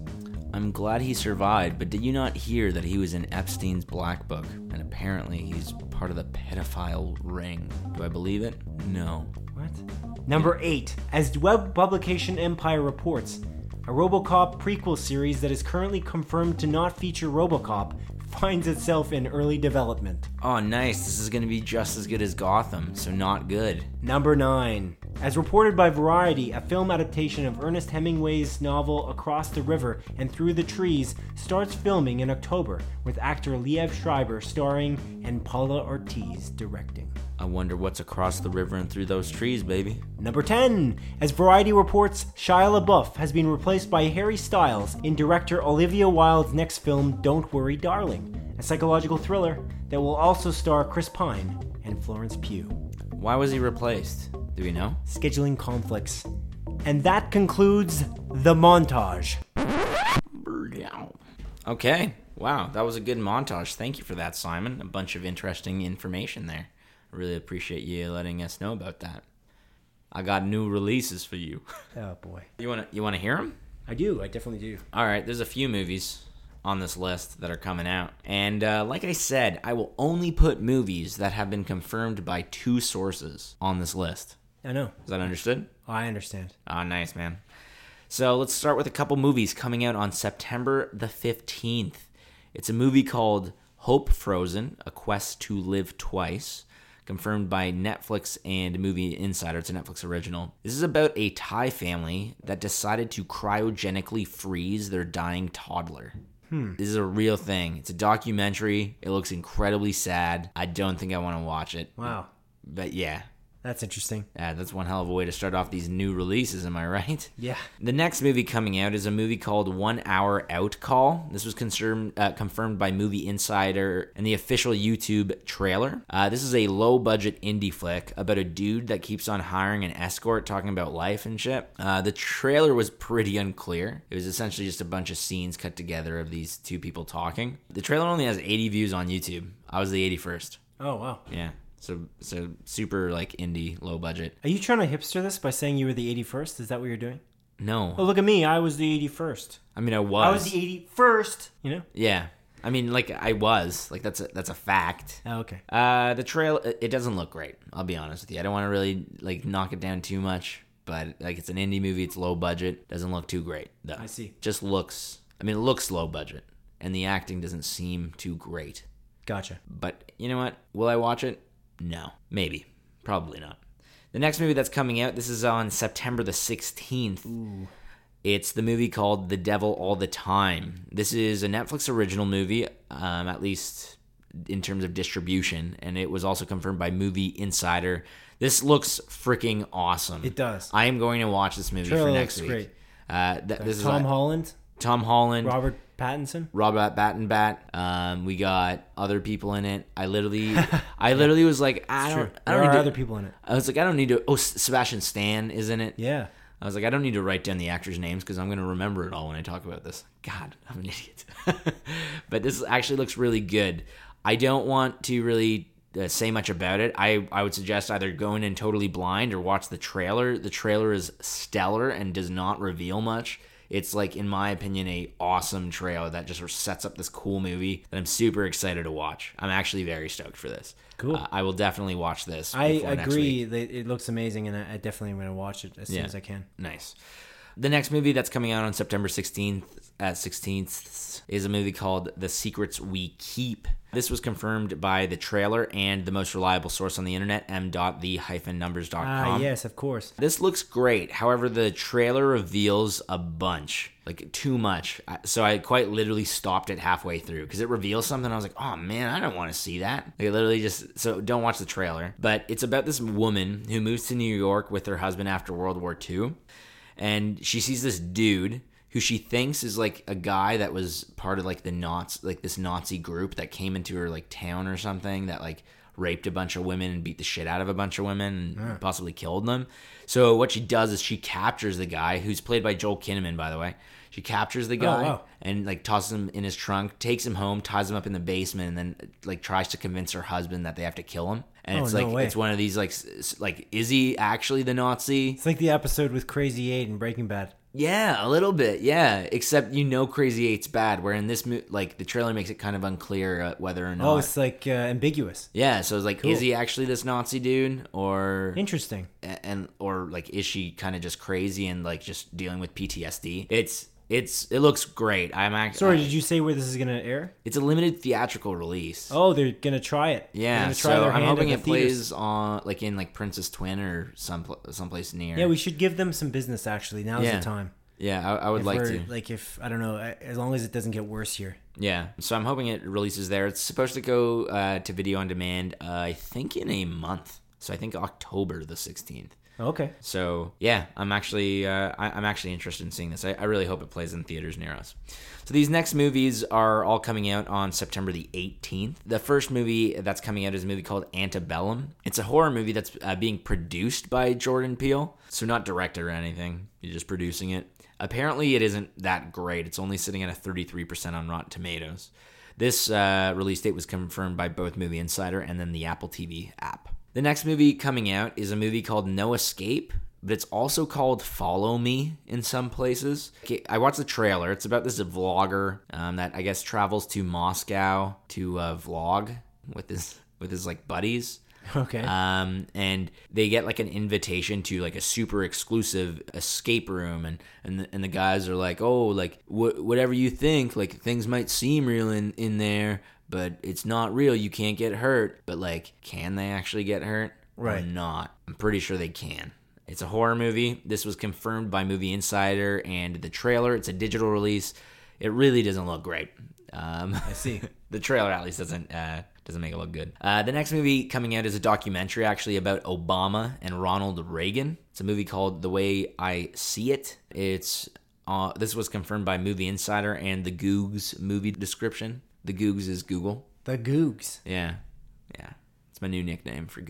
[SPEAKER 2] I'm glad he survived, but did you not hear that he was in Epstein's black book? And apparently he's part of the pedophile ring. Do I believe it? No.
[SPEAKER 1] What? Number 8. As web publication Empire reports, a Robocop prequel series that is currently confirmed to not feature Robocop finds itself in early development.
[SPEAKER 2] Oh, nice. This is gonna be just as good as Gotham, so not good.
[SPEAKER 1] Number 9. As reported by Variety, a film adaptation of Ernest Hemingway's novel Across the River and Through the Trees starts filming in October with actor Liev Schreiber starring and Paula Ortiz directing.
[SPEAKER 2] I wonder what's across the river and through those trees, baby.
[SPEAKER 1] Number 10. As Variety reports, Shia LaBeouf has been replaced by Harry Styles in director Olivia Wilde's next film, Don't Worry Darling, a psychological thriller that will also star Chris Pine and Florence Pugh.
[SPEAKER 2] Why was he replaced? Do we know?
[SPEAKER 1] Scheduling conflicts. And that concludes the montage.
[SPEAKER 2] Okay. Wow, that was a good montage. Thank you for that, Simon. A bunch of interesting information there. I really appreciate you letting us know about that. I got new releases for you. [laughs]
[SPEAKER 1] Oh boy.
[SPEAKER 2] You want to you want to hear them?
[SPEAKER 1] I do, I definitely do.
[SPEAKER 2] All right, there's a few movies on this list that are coming out. And uh, like I said, I will only put movies that have been confirmed by two sources on this list.
[SPEAKER 1] I know.
[SPEAKER 2] Is that understood?
[SPEAKER 1] I understand.
[SPEAKER 2] Ah, nice, man. So let's start with a couple movies coming out on September the 15th. It's a movie called Hope Frozen A Quest to Live Twice, confirmed by Netflix and Movie Insider. It's a Netflix original. This is about a Thai family that decided to cryogenically freeze their dying toddler. This is a real thing. It's a documentary. It looks incredibly sad. I don't think I want to watch it.
[SPEAKER 1] Wow.
[SPEAKER 2] But yeah,
[SPEAKER 1] That's interesting.
[SPEAKER 2] uh, that's one hell of a way to start off these new releases, am I right? [laughs]
[SPEAKER 1] Yeah.
[SPEAKER 2] The next movie coming out is a movie called One Hour Out Call. This was confirmed uh, confirmed by Movie Insider and the official YouTube trailer. Uh, this is a low budget indie flick about a dude that keeps on hiring an escort, talking about life and shit. Uh, the trailer was pretty unclear. It was essentially just a bunch of scenes cut together of these two people talking. The trailer only has 80 views on YouTube. I was the 81st.
[SPEAKER 1] Oh wow.
[SPEAKER 2] Yeah. So so super like indie, low budget.
[SPEAKER 1] Are you trying to hipster this by saying you were the 81st? Is that what you're doing? Oh,
[SPEAKER 2] No,
[SPEAKER 1] look at me. I was the 81st.
[SPEAKER 2] I mean I
[SPEAKER 1] I was the 81st. You know?
[SPEAKER 2] Yeah. I mean, like I was, like that's a, that's a fact.
[SPEAKER 1] Oh, okay.
[SPEAKER 2] Uh, the trail it it doesn't look great. I'll be honest with you. I don't want to really like knock it down too much, but like it's an indie movie. It's low budget. Doesn't look too great though. I
[SPEAKER 1] see.
[SPEAKER 2] Just looks. I mean, it looks low budget, and the acting doesn't seem too great.
[SPEAKER 1] Gotcha.
[SPEAKER 2] But you know what? Will I watch it? No. Maybe. Probably not. The next movie that's coming out, this is on September the 16th. It's the movie called The Devil All the Time. This is a Netflix original movie, um, at least in terms of distribution, and it was also confirmed by Movie Insider. This looks freaking awesome.
[SPEAKER 1] It does.
[SPEAKER 2] I am going to watch this movie
[SPEAKER 1] Trailer
[SPEAKER 2] for next
[SPEAKER 1] looks
[SPEAKER 2] week.
[SPEAKER 1] great.
[SPEAKER 2] Uh, th- this is Mm.
[SPEAKER 1] Tom
[SPEAKER 2] uh,
[SPEAKER 1] Holland,
[SPEAKER 2] Tom Holland,
[SPEAKER 1] Robert Pattinson.
[SPEAKER 2] Robert Battenbat. Um, we got other people in it.
[SPEAKER 1] [laughs]
[SPEAKER 2] I literally, I literally was like, I
[SPEAKER 1] True.
[SPEAKER 2] don't, I
[SPEAKER 1] There
[SPEAKER 2] don't
[SPEAKER 1] are
[SPEAKER 2] need to-
[SPEAKER 1] other people in it.
[SPEAKER 2] I was like, I don't need to. Oh, S- Sebastian Stan is in it.
[SPEAKER 1] Yeah.
[SPEAKER 2] I was like, I don't need to write down the actors' names because I'm gonna remember it all when I talk about this. God, I'm an idiot. [laughs] but this actually looks really good. I don't want to really uh, say much about it. I I would suggest either going in totally blind or watch the trailer. The trailer is stellar and does not reveal much. It's like, in my opinion, a awesome trailer that just sort of sets up this cool movie that I'm super excited to watch. I'm actually very stoked for this.
[SPEAKER 1] Cool.
[SPEAKER 2] Uh, I will definitely watch this.
[SPEAKER 1] I
[SPEAKER 2] before next week.
[SPEAKER 1] agree that it looks amazing, and I, I definitely am going to watch it as soon
[SPEAKER 2] Yeah.
[SPEAKER 1] as I can.
[SPEAKER 2] Nice. The next movie that's coming out on September 16th at 16th is a movie called The Secrets We Keep. This was confirmed by the trailer and the most reliable source on the internet, m.the-numbers.com.
[SPEAKER 1] Ah, yes, of course.
[SPEAKER 2] This looks great. However, the trailer reveals a bunch, like too much. I- So I quite literally stopped it halfway through because it reveals something. I was like, oh man, I don't want to see that. Like, I literally just, so don't watch the trailer. But it's about this woman who moves to New York with her husband after World War II. And she sees this dude who she thinks is like a guy that was part of like the Nazi, like this Nazi group that came into her like town or something that like raped a bunch of women and beat the shit out of a bunch of women and possibly killed them. So what she does is she captures the guy who's played by Joel Kinnaman, by the way. She captures the guy
[SPEAKER 1] Oh, wow.
[SPEAKER 2] and like tosses him in his trunk, takes him home, ties him up in the basement, and then like tries to convince her husband that they have to kill him. And
[SPEAKER 1] Oh,
[SPEAKER 2] it's
[SPEAKER 1] no
[SPEAKER 2] like
[SPEAKER 1] way.
[SPEAKER 2] it's one of these like s- s- like is he actually the Nazi?
[SPEAKER 1] It's like the episode with Crazy Eight and Breaking Bad.
[SPEAKER 2] Yeah, a little bit. Yeah, except you know, Crazy Eight's bad. Where in this, mo- like, the trailer makes it kind of unclear uh, whether or not.
[SPEAKER 1] Oh, it's like uh, ambiguous.
[SPEAKER 2] yeah, so it's like,
[SPEAKER 1] Cool.
[SPEAKER 2] is he actually this Nazi dude, or
[SPEAKER 1] Interesting.
[SPEAKER 2] and or like, is she kind of just crazy and like just dealing with PTSD? It's it's it looks great. I'm actually
[SPEAKER 1] Sorry, did you say where this is gonna air?
[SPEAKER 2] It's a limited theatrical release.
[SPEAKER 1] Oh, they're gonna try it. They're
[SPEAKER 2] Yeah,
[SPEAKER 1] gonna
[SPEAKER 2] so I'm
[SPEAKER 1] hand
[SPEAKER 2] hoping
[SPEAKER 1] at
[SPEAKER 2] it
[SPEAKER 1] the theaters.
[SPEAKER 2] plays on like in like Princess Twin or some someplace near.
[SPEAKER 1] Yeah, we should give them some business. Actually, now's
[SPEAKER 2] Yeah.
[SPEAKER 1] the time.
[SPEAKER 2] yeah, I, I would
[SPEAKER 1] If
[SPEAKER 2] like
[SPEAKER 1] we're-
[SPEAKER 2] to.
[SPEAKER 1] Like if I don't know, a- as long as it doesn't get worse here.
[SPEAKER 2] Yeah, so I'm hoping it releases there. It's supposed to go uh, to video on demand, uh, I think, in a month. So I think October the 16th.
[SPEAKER 1] Okay.
[SPEAKER 2] So yeah, I'm actually uh, I, I'm actually interested in seeing this. I, I really hope it plays in theaters near us. So these next movies are all coming out on September the 18th. The first movie that's coming out is a movie called Antebellum. It's a horror movie that's uh, being produced by Jordan Peele, so not directed or anything. He's just producing it. Apparently, it isn't that great. It's only sitting at a 33% on Rotten Tomatoes. This uh, release date was confirmed by both Movie Insider and then the Apple TV app. The next movie coming out is a movie called No Escape, but it's also called Follow Me in some places. Okay, I watched the trailer. It's about this vlogger um, that I guess travels to Moscow to uh, vlog with his with his like buddies.
[SPEAKER 1] Okay.
[SPEAKER 2] Um, and they get like an invitation to like a super exclusive escape room, and and the, and the guys are like, oh, like wh- whatever you think, like things might seem real in in there, but it's not real. You can't get hurt, but like, can they actually get hurt? Or
[SPEAKER 1] Right.
[SPEAKER 2] not? I'm pretty sure they can. It's a horror movie. This was confirmed by Movie Insider and the trailer. It's a digital release. It really doesn't look great. Um,
[SPEAKER 1] I see.
[SPEAKER 2] [laughs] the trailer at least doesn't uh, doesn't make it look good. Uh, the next movie coming out is a documentary actually about Obama and Ronald Reagan. It's a movie called The Way I See It. It's uh, this was confirmed by Movie Insider and the Googs movie description. The Googs is Google.
[SPEAKER 1] The Googs.
[SPEAKER 2] Yeah, yeah. It's my new nickname for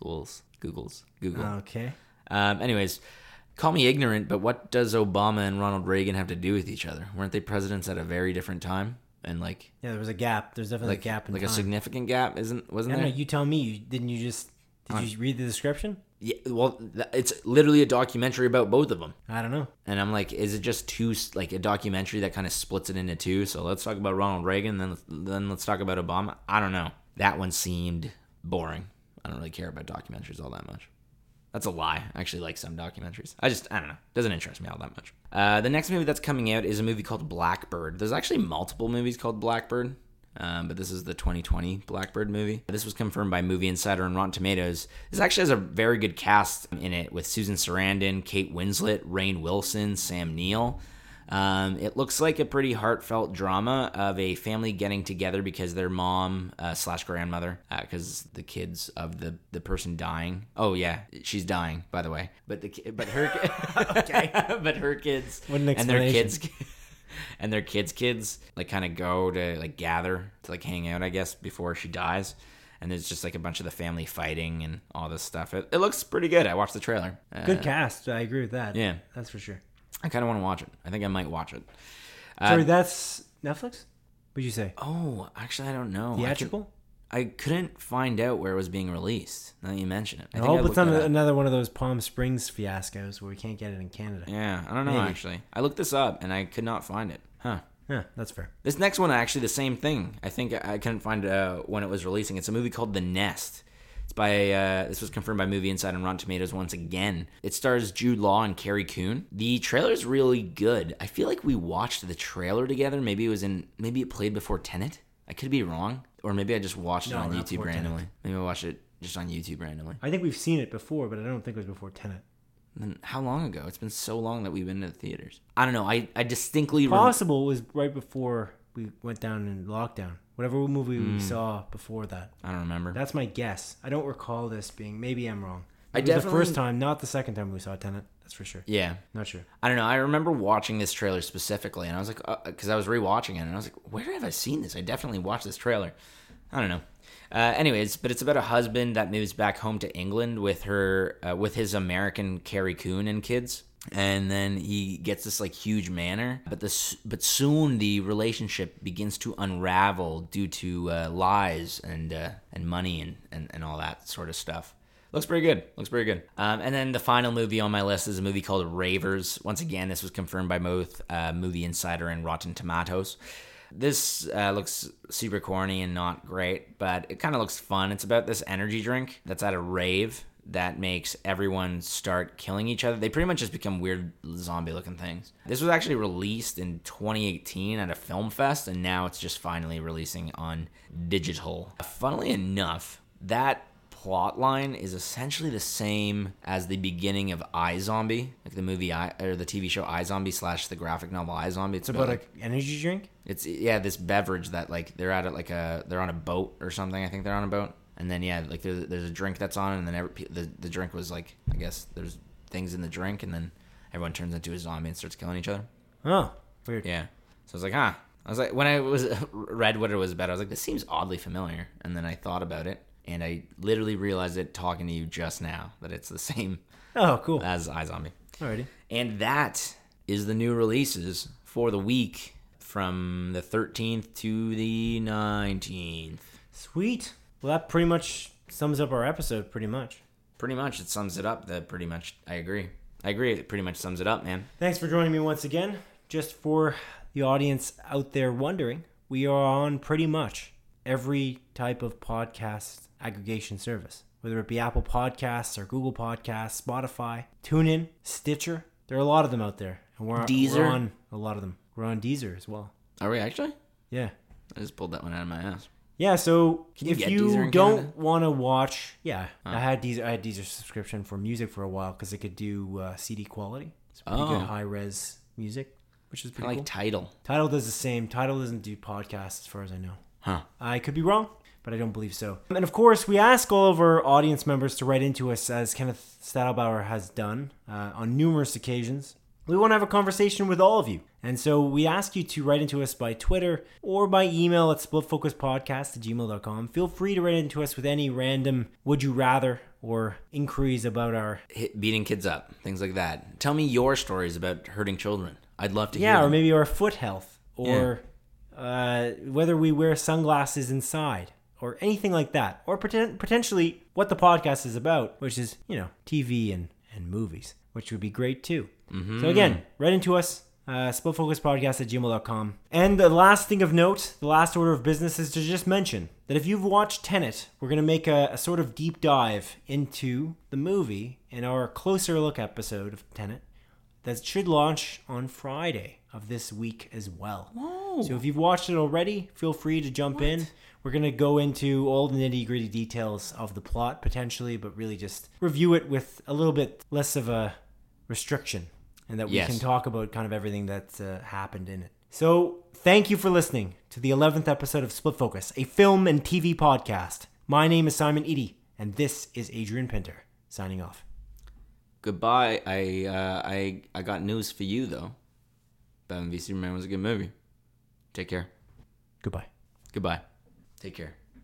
[SPEAKER 2] Google's Google's Google.
[SPEAKER 1] Okay.
[SPEAKER 2] Um, anyways, call me ignorant, but what does Obama and Ronald Reagan have to do with each other? Weren't they presidents at a very different time? And like
[SPEAKER 1] Yeah, there was a gap. There's definitely
[SPEAKER 2] like
[SPEAKER 1] a gap in
[SPEAKER 2] like
[SPEAKER 1] time.
[SPEAKER 2] a significant gap isn't
[SPEAKER 1] I
[SPEAKER 2] wasn't
[SPEAKER 1] don't know.
[SPEAKER 2] there
[SPEAKER 1] You tell me. You, didn't you just? Did you read the description?
[SPEAKER 2] yeah, well th- it's literally a documentary about both of them
[SPEAKER 1] I don't know.
[SPEAKER 2] and i'm like is it just two s- like a documentary that kind of splits it into two so let's talk about ronald reagan then then let's talk about obama i don't know that one seemed boring i don't really care about documentaries all that much That's a lie. I actually like some documentaries. I just, I don't know. Doesn't interest me all that much. Uh, the next movie that's coming out is a movie called Blackbird. There's actually multiple movies called Blackbird, um, but this is the 2020 Blackbird movie. This was confirmed by Movie Insider and Rotten Tomatoes. This actually has a very good cast in it with Susan Sarandon, Kate Winslet, Rain Wilson, Sam Neill. Um, it looks like a pretty heartfelt drama of a family getting together because their mom uh, slash grandmother, because the kids of the the person dying. Oh yeah, she's dying by the way. But the ki- but her okay, [laughs] but her kids
[SPEAKER 1] What an
[SPEAKER 2] and their kids
[SPEAKER 1] explanation.
[SPEAKER 2] [laughs] and their kids kids like kind of go to like gather to like hang out I guess before she dies. And there's just like a bunch of the family fighting and all this stuff. It, it looks pretty good. I watched the trailer. Uh,
[SPEAKER 1] Good cast. I agree with that.
[SPEAKER 2] yeah.
[SPEAKER 1] that's for sure.
[SPEAKER 2] I kind of want to watch it. I think I might watch it.
[SPEAKER 1] Sorry, that's Netflix. What'd you say?
[SPEAKER 2] Uh, Oh, actually, I don't know. I
[SPEAKER 1] Theatrical?
[SPEAKER 2] could- I, couldn't find out where it was being released. Now that you mention it, I
[SPEAKER 1] I hope
[SPEAKER 2] I
[SPEAKER 1] Oh, it's not
[SPEAKER 2] looked that up.
[SPEAKER 1] another one of those Palm Springs fiascos where we can't get it in Canada. Yeah,
[SPEAKER 2] Yeah, I don't know.
[SPEAKER 1] Maybe.
[SPEAKER 2] Actually, I looked this up and I could not find it. Huh.
[SPEAKER 1] that's fair.
[SPEAKER 2] This next one, actually, the same thing. I think I I couldn't find uh, when it was releasing. It's a movie called The Nest. It's by uh, this was confirmed by Movie Inside and Rotten Tomatoes once again. It stars Jude Law and Carrie Coon. The trailer is really good. I feel like we watched the trailer together. Maybe it was in maybe it played before Tenet. I could be wrong, or maybe I just watched
[SPEAKER 1] No,
[SPEAKER 2] it on
[SPEAKER 1] not
[SPEAKER 2] YouTube
[SPEAKER 1] before Tenet.
[SPEAKER 2] randomly. Maybe I watched it just on YouTube randomly.
[SPEAKER 1] I think we've seen it before, but I don't think it was before Tenet.
[SPEAKER 2] Then how long ago? It's been so long that we've been to the theaters. I don't know. I I distinctly rem-
[SPEAKER 1] Possible was right before we went down in lockdown. Whatever movie
[SPEAKER 2] Hmm.
[SPEAKER 1] we saw before that.
[SPEAKER 2] I don't remember.
[SPEAKER 1] That's my guess. I don't recall this being. Maybe I'm wrong. It
[SPEAKER 2] I
[SPEAKER 1] was the
[SPEAKER 2] definitely-
[SPEAKER 1] first time, not the second time we saw Tenet. That's for sure.
[SPEAKER 2] yeah.
[SPEAKER 1] Not sure.
[SPEAKER 2] I don't know. I remember watching this trailer specifically, and I was like, because I was rewatching it, and I was like, where have I seen this? I definitely watched this trailer. I don't know. Uh, anyways, but it's about a husband that moves back home to England with her, uh, with his American Carrie Coon and kids, and then he gets this like huge manor. But this, but soon the relationship begins to unravel due to uh, lies and uh, and money and, and and all that sort of stuff. Looks pretty good. Looks pretty good. Um, and then the final movie on my list is a movie called Ravers. Once again, this was confirmed by both uh, Movie Insider and Rotten Tomatoes. This uh, looks super corny and not great, but it kind of looks fun. It's about this energy drink that's at a rave that makes everyone start killing each other. They pretty much just become weird zombie looking things. This was actually released in 2018 at a film fest, and now it's just finally releasing on digital. Funnily enough, that plot line is essentially the same as the beginning of I Zombie, like the movie I or the TV show I Zombie slash the graphic novel I Zombie. It's
[SPEAKER 1] About
[SPEAKER 2] about
[SPEAKER 1] an
[SPEAKER 2] like,
[SPEAKER 1] energy drink?
[SPEAKER 2] it's yeah this beverage that like they're at it like a they're on a boat or something. I think they're on a boat, and then yeah like there's, there's a drink that's on, and then every, pe- the the drink was like I guess there's things in the drink, and then everyone turns into a zombie and starts killing each other.
[SPEAKER 1] Oh, weird.
[SPEAKER 2] Yeah. So I was like, huh. I was like, when I was [laughs] read what it was about, I was like, this seems oddly familiar. And then I thought about it, and I literally realized it talking to you just now that it's the [laughs] same
[SPEAKER 1] Oh, cool.
[SPEAKER 2] as iZombie.
[SPEAKER 1] Alrighty.
[SPEAKER 2] And that is the new releases for the week from the 13th to the 19th.
[SPEAKER 1] Sweet. Well, that pretty much sums up our episode. Pretty much.
[SPEAKER 2] Pretty much, it sums it up. That pretty much, I agree. I agree. It pretty much sums it up, man.
[SPEAKER 1] Thanks for joining me once again. Just for the audience out there wondering, we are on pretty much every type of podcast aggregation service, whether it be Apple Podcasts or Google Podcasts, Spotify, TuneIn, Stitcher. There are a lot of them out there, and we're, we're
[SPEAKER 2] Deezer?
[SPEAKER 1] on a lot of them. We're on Deezer as well.
[SPEAKER 2] Are we actually?
[SPEAKER 1] Yeah.
[SPEAKER 2] I just pulled that one out of my ass.
[SPEAKER 1] Yeah, so
[SPEAKER 2] you
[SPEAKER 1] if
[SPEAKER 2] get Deezer
[SPEAKER 1] you
[SPEAKER 2] in
[SPEAKER 1] don't
[SPEAKER 2] Canada? Oh.
[SPEAKER 1] want to watch, yeah, I had Deezer, I had Deezer subscription for music for a while because it could do uh, CD quality. It's pretty
[SPEAKER 2] Oh.
[SPEAKER 1] good high res music, which is pretty
[SPEAKER 2] I like
[SPEAKER 1] cool.
[SPEAKER 2] title.
[SPEAKER 1] Title does the same. Title doesn't do podcasts as far as I know.
[SPEAKER 2] Huh.
[SPEAKER 1] I could be wrong, but I don't believe so. And of course, we ask all of our audience members to write into us, as Kenneth Stadelbauer has done uh, on numerous occasions. We want to have a conversation with all of you. And so we ask you to write into us by Twitter or by email at splitfocuspodcast at gmail.com. Feel free to write into us with any random would you rather or inquiries about our.
[SPEAKER 2] hit, beating kids up, things like that. Tell me your stories about hurting children. I'd love to hear.
[SPEAKER 1] Yeah, or
[SPEAKER 2] them.
[SPEAKER 1] maybe our foot health or uh, whether we wear sunglasses inside or anything like that. Or poten- potentially what the podcast is about, which is, you know, TV and, and movies, which would be great too.
[SPEAKER 2] Mm-hmm.
[SPEAKER 1] So again, right into us. Uh, splitfocuspodcast at gmail.com. And the last thing of note, the last order of business is to just mention that if you've watched Tenet, we're going to make a, a sort of deep dive into the movie in our closer look episode of Tenet that should launch on Friday of this week as well. So if you've watched it already, feel free to jump in. We're going to go into all the nitty gritty details of the plot potentially, but really just review it with a little bit less of a restriction and that we
[SPEAKER 2] Yes.
[SPEAKER 1] can talk about kind of everything that's uh, happened in it. So thank you for listening to the 11th episode of Split Focus, a film and TV podcast. My name is Simon Eady, and this is Adrian Pinter signing off.
[SPEAKER 2] Goodbye. I uh, I I got news for you though. Batman v Superman was a good movie. Take care.
[SPEAKER 1] Goodbye.
[SPEAKER 2] Goodbye. Take care.